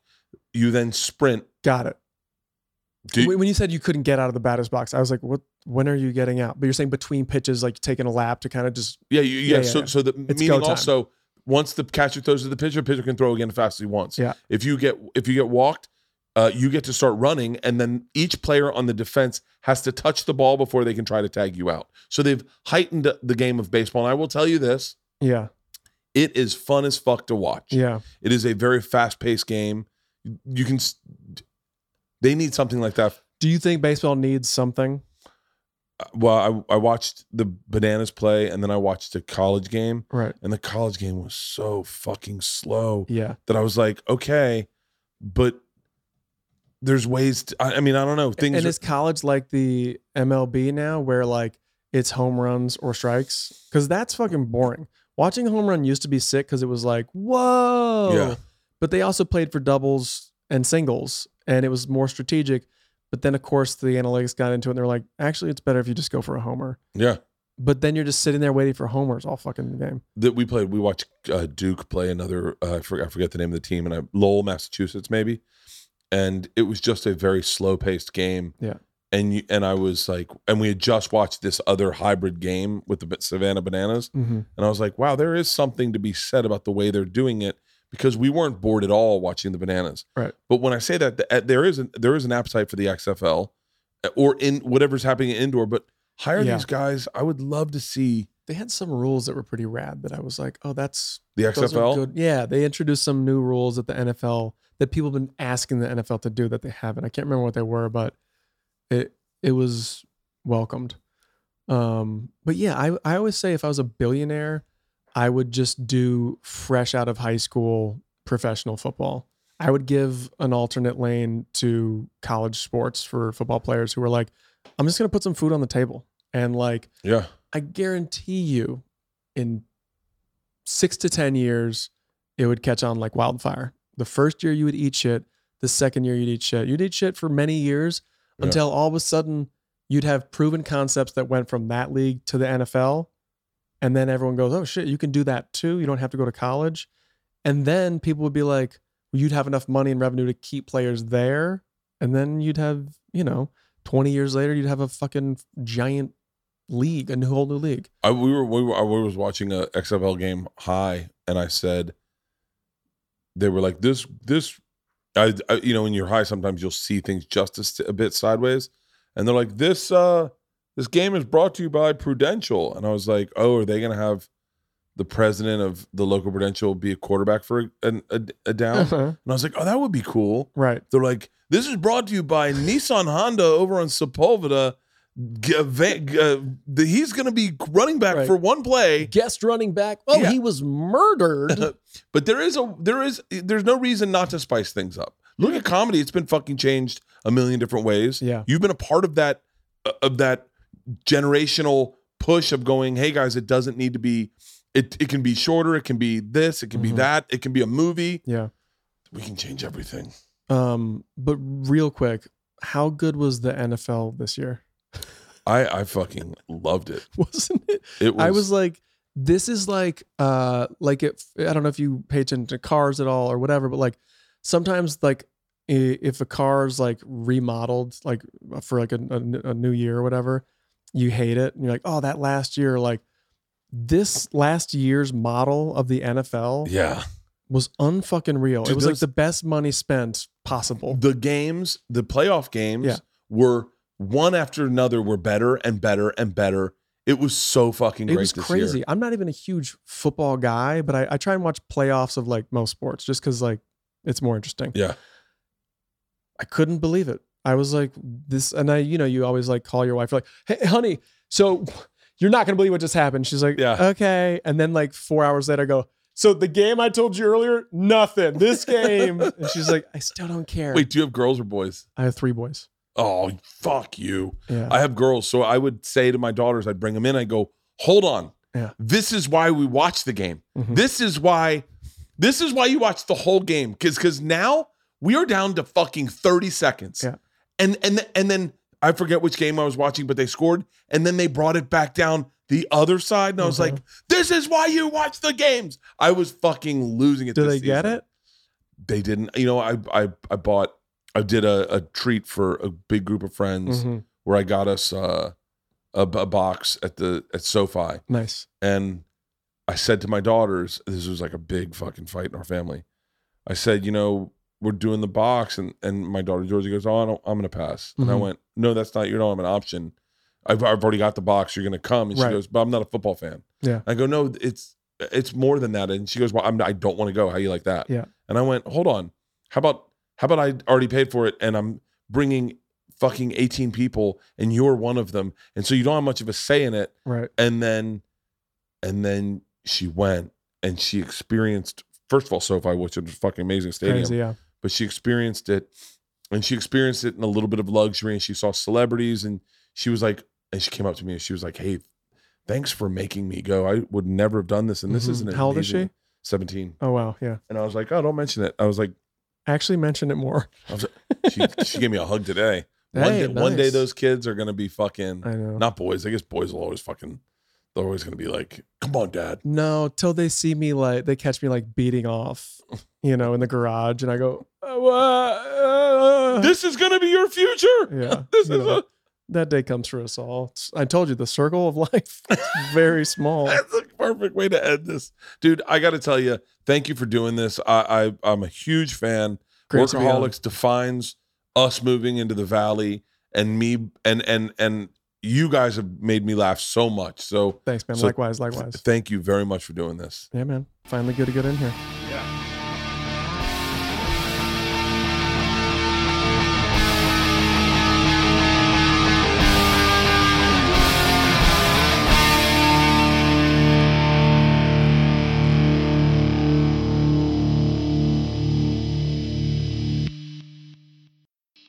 A: you then sprint
C: Got it.
A: Do you-
C: when when you said you couldn't get out of the batter's box, I was like, "What? When are you getting out?" But you're saying between pitches, like taking a lap to kind of just
A: yeah, you, yeah,
C: Yeah, yeah,
A: So,
C: yeah.
A: so the
C: It's go
A: meaning
C: time.
A: also once the catcher throws to the pitcher, pitcher can throw again as fast as he wants.
C: Yeah.
A: If you get if you get walked, uh, you get to start running, and then each player on the defense has to touch the ball before they can try to tag you out. So they've heightened the game of baseball. And I will tell you this:
C: yeah,
A: it is fun as fuck to watch.
C: yeah.
A: It is a very fast paced game. You can. s- They need something like that. Uh,
C: Do you think baseball needs something?
A: Well, I, I watched the Bananas play, and then I watched the college game,
C: Right.
A: and the college game was so fucking slow
C: Yeah.
A: that I was like, okay, but there's ways. To, I, I mean, I don't know things.
C: and
A: are-
C: is college like the MLB now, where like it's home runs or strikes? Because that's fucking boring. Watching a home run used to be sick because it was like, whoa.
A: Yeah.
C: But they also played for doubles and singles, and it was more strategic. But then, of course, the analytics got into it, and they're like, actually, it's better if you just go for a homer.
A: yeah,
C: But then you're just sitting there waiting for homers all fucking game.
A: that we played. We watched uh, Duke play another. Uh, I forget. I forget the name of the team, and I Lowell, Massachusetts, maybe. And it was just a very slow paced game.
C: Yeah.
A: And you, and I was like, and we had just watched this other hybrid game with the Ba- Savannah Bananas, and I was like, wow, there is something to be said about the way they're doing it because we weren't bored at all watching the Bananas.
C: Right.
A: But when I say that, the, uh, there is an, there is an appetite for the XFL uh, or in whatever's happening indoor, but. Hire
C: Yeah.
A: these guys. I would love to see
C: They had some rules that were pretty rad that I was like, oh, that's
A: the
C: Those are
A: XFL.
C: good- Yeah, they introduced some new rules at the NFL that people have been asking the NFL to do that they haven't. I can't remember what they were, but it it was welcomed. Um, but yeah, I I always say if I was a billionaire, I would just do fresh out of high school professional football. I would give an alternate lane to college sports for football players who were like, I'm just gonna put some food on the table and like
A: Yeah.
C: I guarantee you, in six to 10 years, it would catch on like wildfire. The first year you would eat shit. The second year you'd eat shit. You'd eat shit for many years
A: Yeah.
C: until all of a sudden you'd have proven concepts that went from that league to the NFL. And then everyone goes, oh shit, you can do that too. You don't have to go to college. And then people would be like, you'd have enough money and revenue to keep players there. And then you'd have, you know, 20 years later, you'd have a fucking giant league, a new, whole new league.
A: I we were we were I was watching a XFL game high, and I said they were like this this I, I you know when you're high sometimes you'll see things just a, s- a bit sideways, and they're like this uh this game is brought to you by Prudential, and I was like oh are they gonna have the president of the local Prudential be a quarterback for a, a, a down, and I was like oh that would be cool.
C: Right.
A: They're like, this is brought to you by Nissan Honda over on Sepulveda. G- va- g- uh, the- he's going to be running back
C: Right.
A: for one play,
C: Guest running back. Oh,
A: Yeah.
C: he was murdered.
A: but there is a there is there's no reason not to spice things up. Look at comedy; it's been fucking changed a million different ways.
C: yeah.
A: You've been a part of that uh, of that generational push of going, hey guys, it doesn't need to be. It it can be shorter. It can be this. It can be
C: Mhm.
A: that. It can be a movie.
C: Yeah.
A: We can change everything.
C: Um, but real quick, how good was the NFL this year?
A: I I fucking loved it.
C: Wasn't it?
A: It was,
C: I was like, this is like, uh, like it. I don't know if you pay attention to cars at all or whatever, but like sometimes like i- if a car's like remodeled, like for like a, a- a new year or whatever, you hate it and you're like, oh, that last year, like this last year's model of the NFL
A: yeah.
C: was unfucking real.
A: Dude,
C: it was
A: those-
C: like the best money spent possible.
A: the games, the playoff games
C: Yeah.
A: were one after another were better and better and better. It was so fucking
C: It
A: great
C: was
A: this
C: crazy.
A: year.
C: I'm not even a huge football guy, but I, I try and watch playoffs of like most sports just because like it's more interesting.
A: Yeah.
C: I couldn't believe it. I was like, this, and I, you know, you always like call your wife, you're like, hey, honey, so you're not gonna believe what just happened. She's like,
A: Yeah.
C: okay. And then like four hours later, I go, so the game I told you earlier, nothing. This game, and she's like, I still don't care.
A: Wait, do you have girls or boys?
C: I have three boys.
A: Oh, fuck you.
C: Yeah,
A: I have girls. So I would say to my daughters, I'd bring them in, I go, hold on.
C: Yeah.
A: This is why we watch the game.
C: Mhm.
A: This is why this is why you watch the whole game. Cause cause now we are down to fucking 30 seconds.
C: Yeah.
A: And and and then I forget which game I was watching, but they scored, and then they brought it back down the other side. And I was
C: Mhm.
A: like, this is why you watch the games. I was fucking losing it.
C: do
A: this
C: they get
A: season.
C: it?
A: They didn't. You know, I I I bought I did a, a treat for a big group of friends
C: Mhm.
A: where I got us uh, a, b- a box at the at SoFi,
C: Nice.
A: and I said to my daughters, this was like a big fucking fight in our family. I said, you know, we're doing the box, and and my daughter Georgia goes, oh, I don't, I'm gonna pass, and I
C: Mhm.
A: went, no, that's not, you don't have an option. I've, I've already got the box. You're gonna come, and she
C: Right.
A: goes, but I'm not a football fan.
C: Yeah.
A: I go, no, it's it's more than that, and she goes, well, I'm, I don't want to go. How you like that?
C: Yeah.
A: and I went, hold on, how about how about I already paid for it, and I'm bringing fucking 18 people, and you're one of them, and so you don't have much of a say in it
C: Right.
A: and then and then she went and she experienced first of all SoFi, which is a fucking amazing stadium,
C: Crazy. Yeah.
A: but she experienced it and she experienced it in a little bit of luxury and she saw celebrities and she was like and she came up to me and she was like, "Hey, thanks for making me go. I would never have done this and this
C: Mhm.
A: isn't
C: How old is she?
A: 17.
C: Oh wow. Yeah.
A: And I was like, "Oh, don't mention it." I was like,
C: Actually, mention it more.
A: she, she gave me a hug today. one, day,
C: Hey,
A: one day
C: nice.
A: those kids are going to be fucking
C: I know.
A: not boys. I guess boys will always fucking they're always going to be like, "Come on, dad."
C: No, till they see me like they catch me like beating off, you know, in the garage, and I go, "Oh, uh, uh, uh."
A: this is gonna be your future.
C: yeah,
A: This
C: you
A: is
C: know,
A: a,
C: that day comes for us all. It's- I told you the circle of life, is very small.
A: that's a perfect way to end this, dude. I got to tell you, thank you for doing this. I, I I'm a huge fan.
C: Great to be on.
A: Workaholics defines us moving into the valley, and me and and and you guys have made me laugh so much. So
C: Thanks, man.
A: So-
C: likewise, likewise.
A: thank you very much for doing this.
C: Yeah, man. Finally, good to get in here.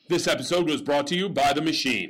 E: This episode was brought to you by The Machine.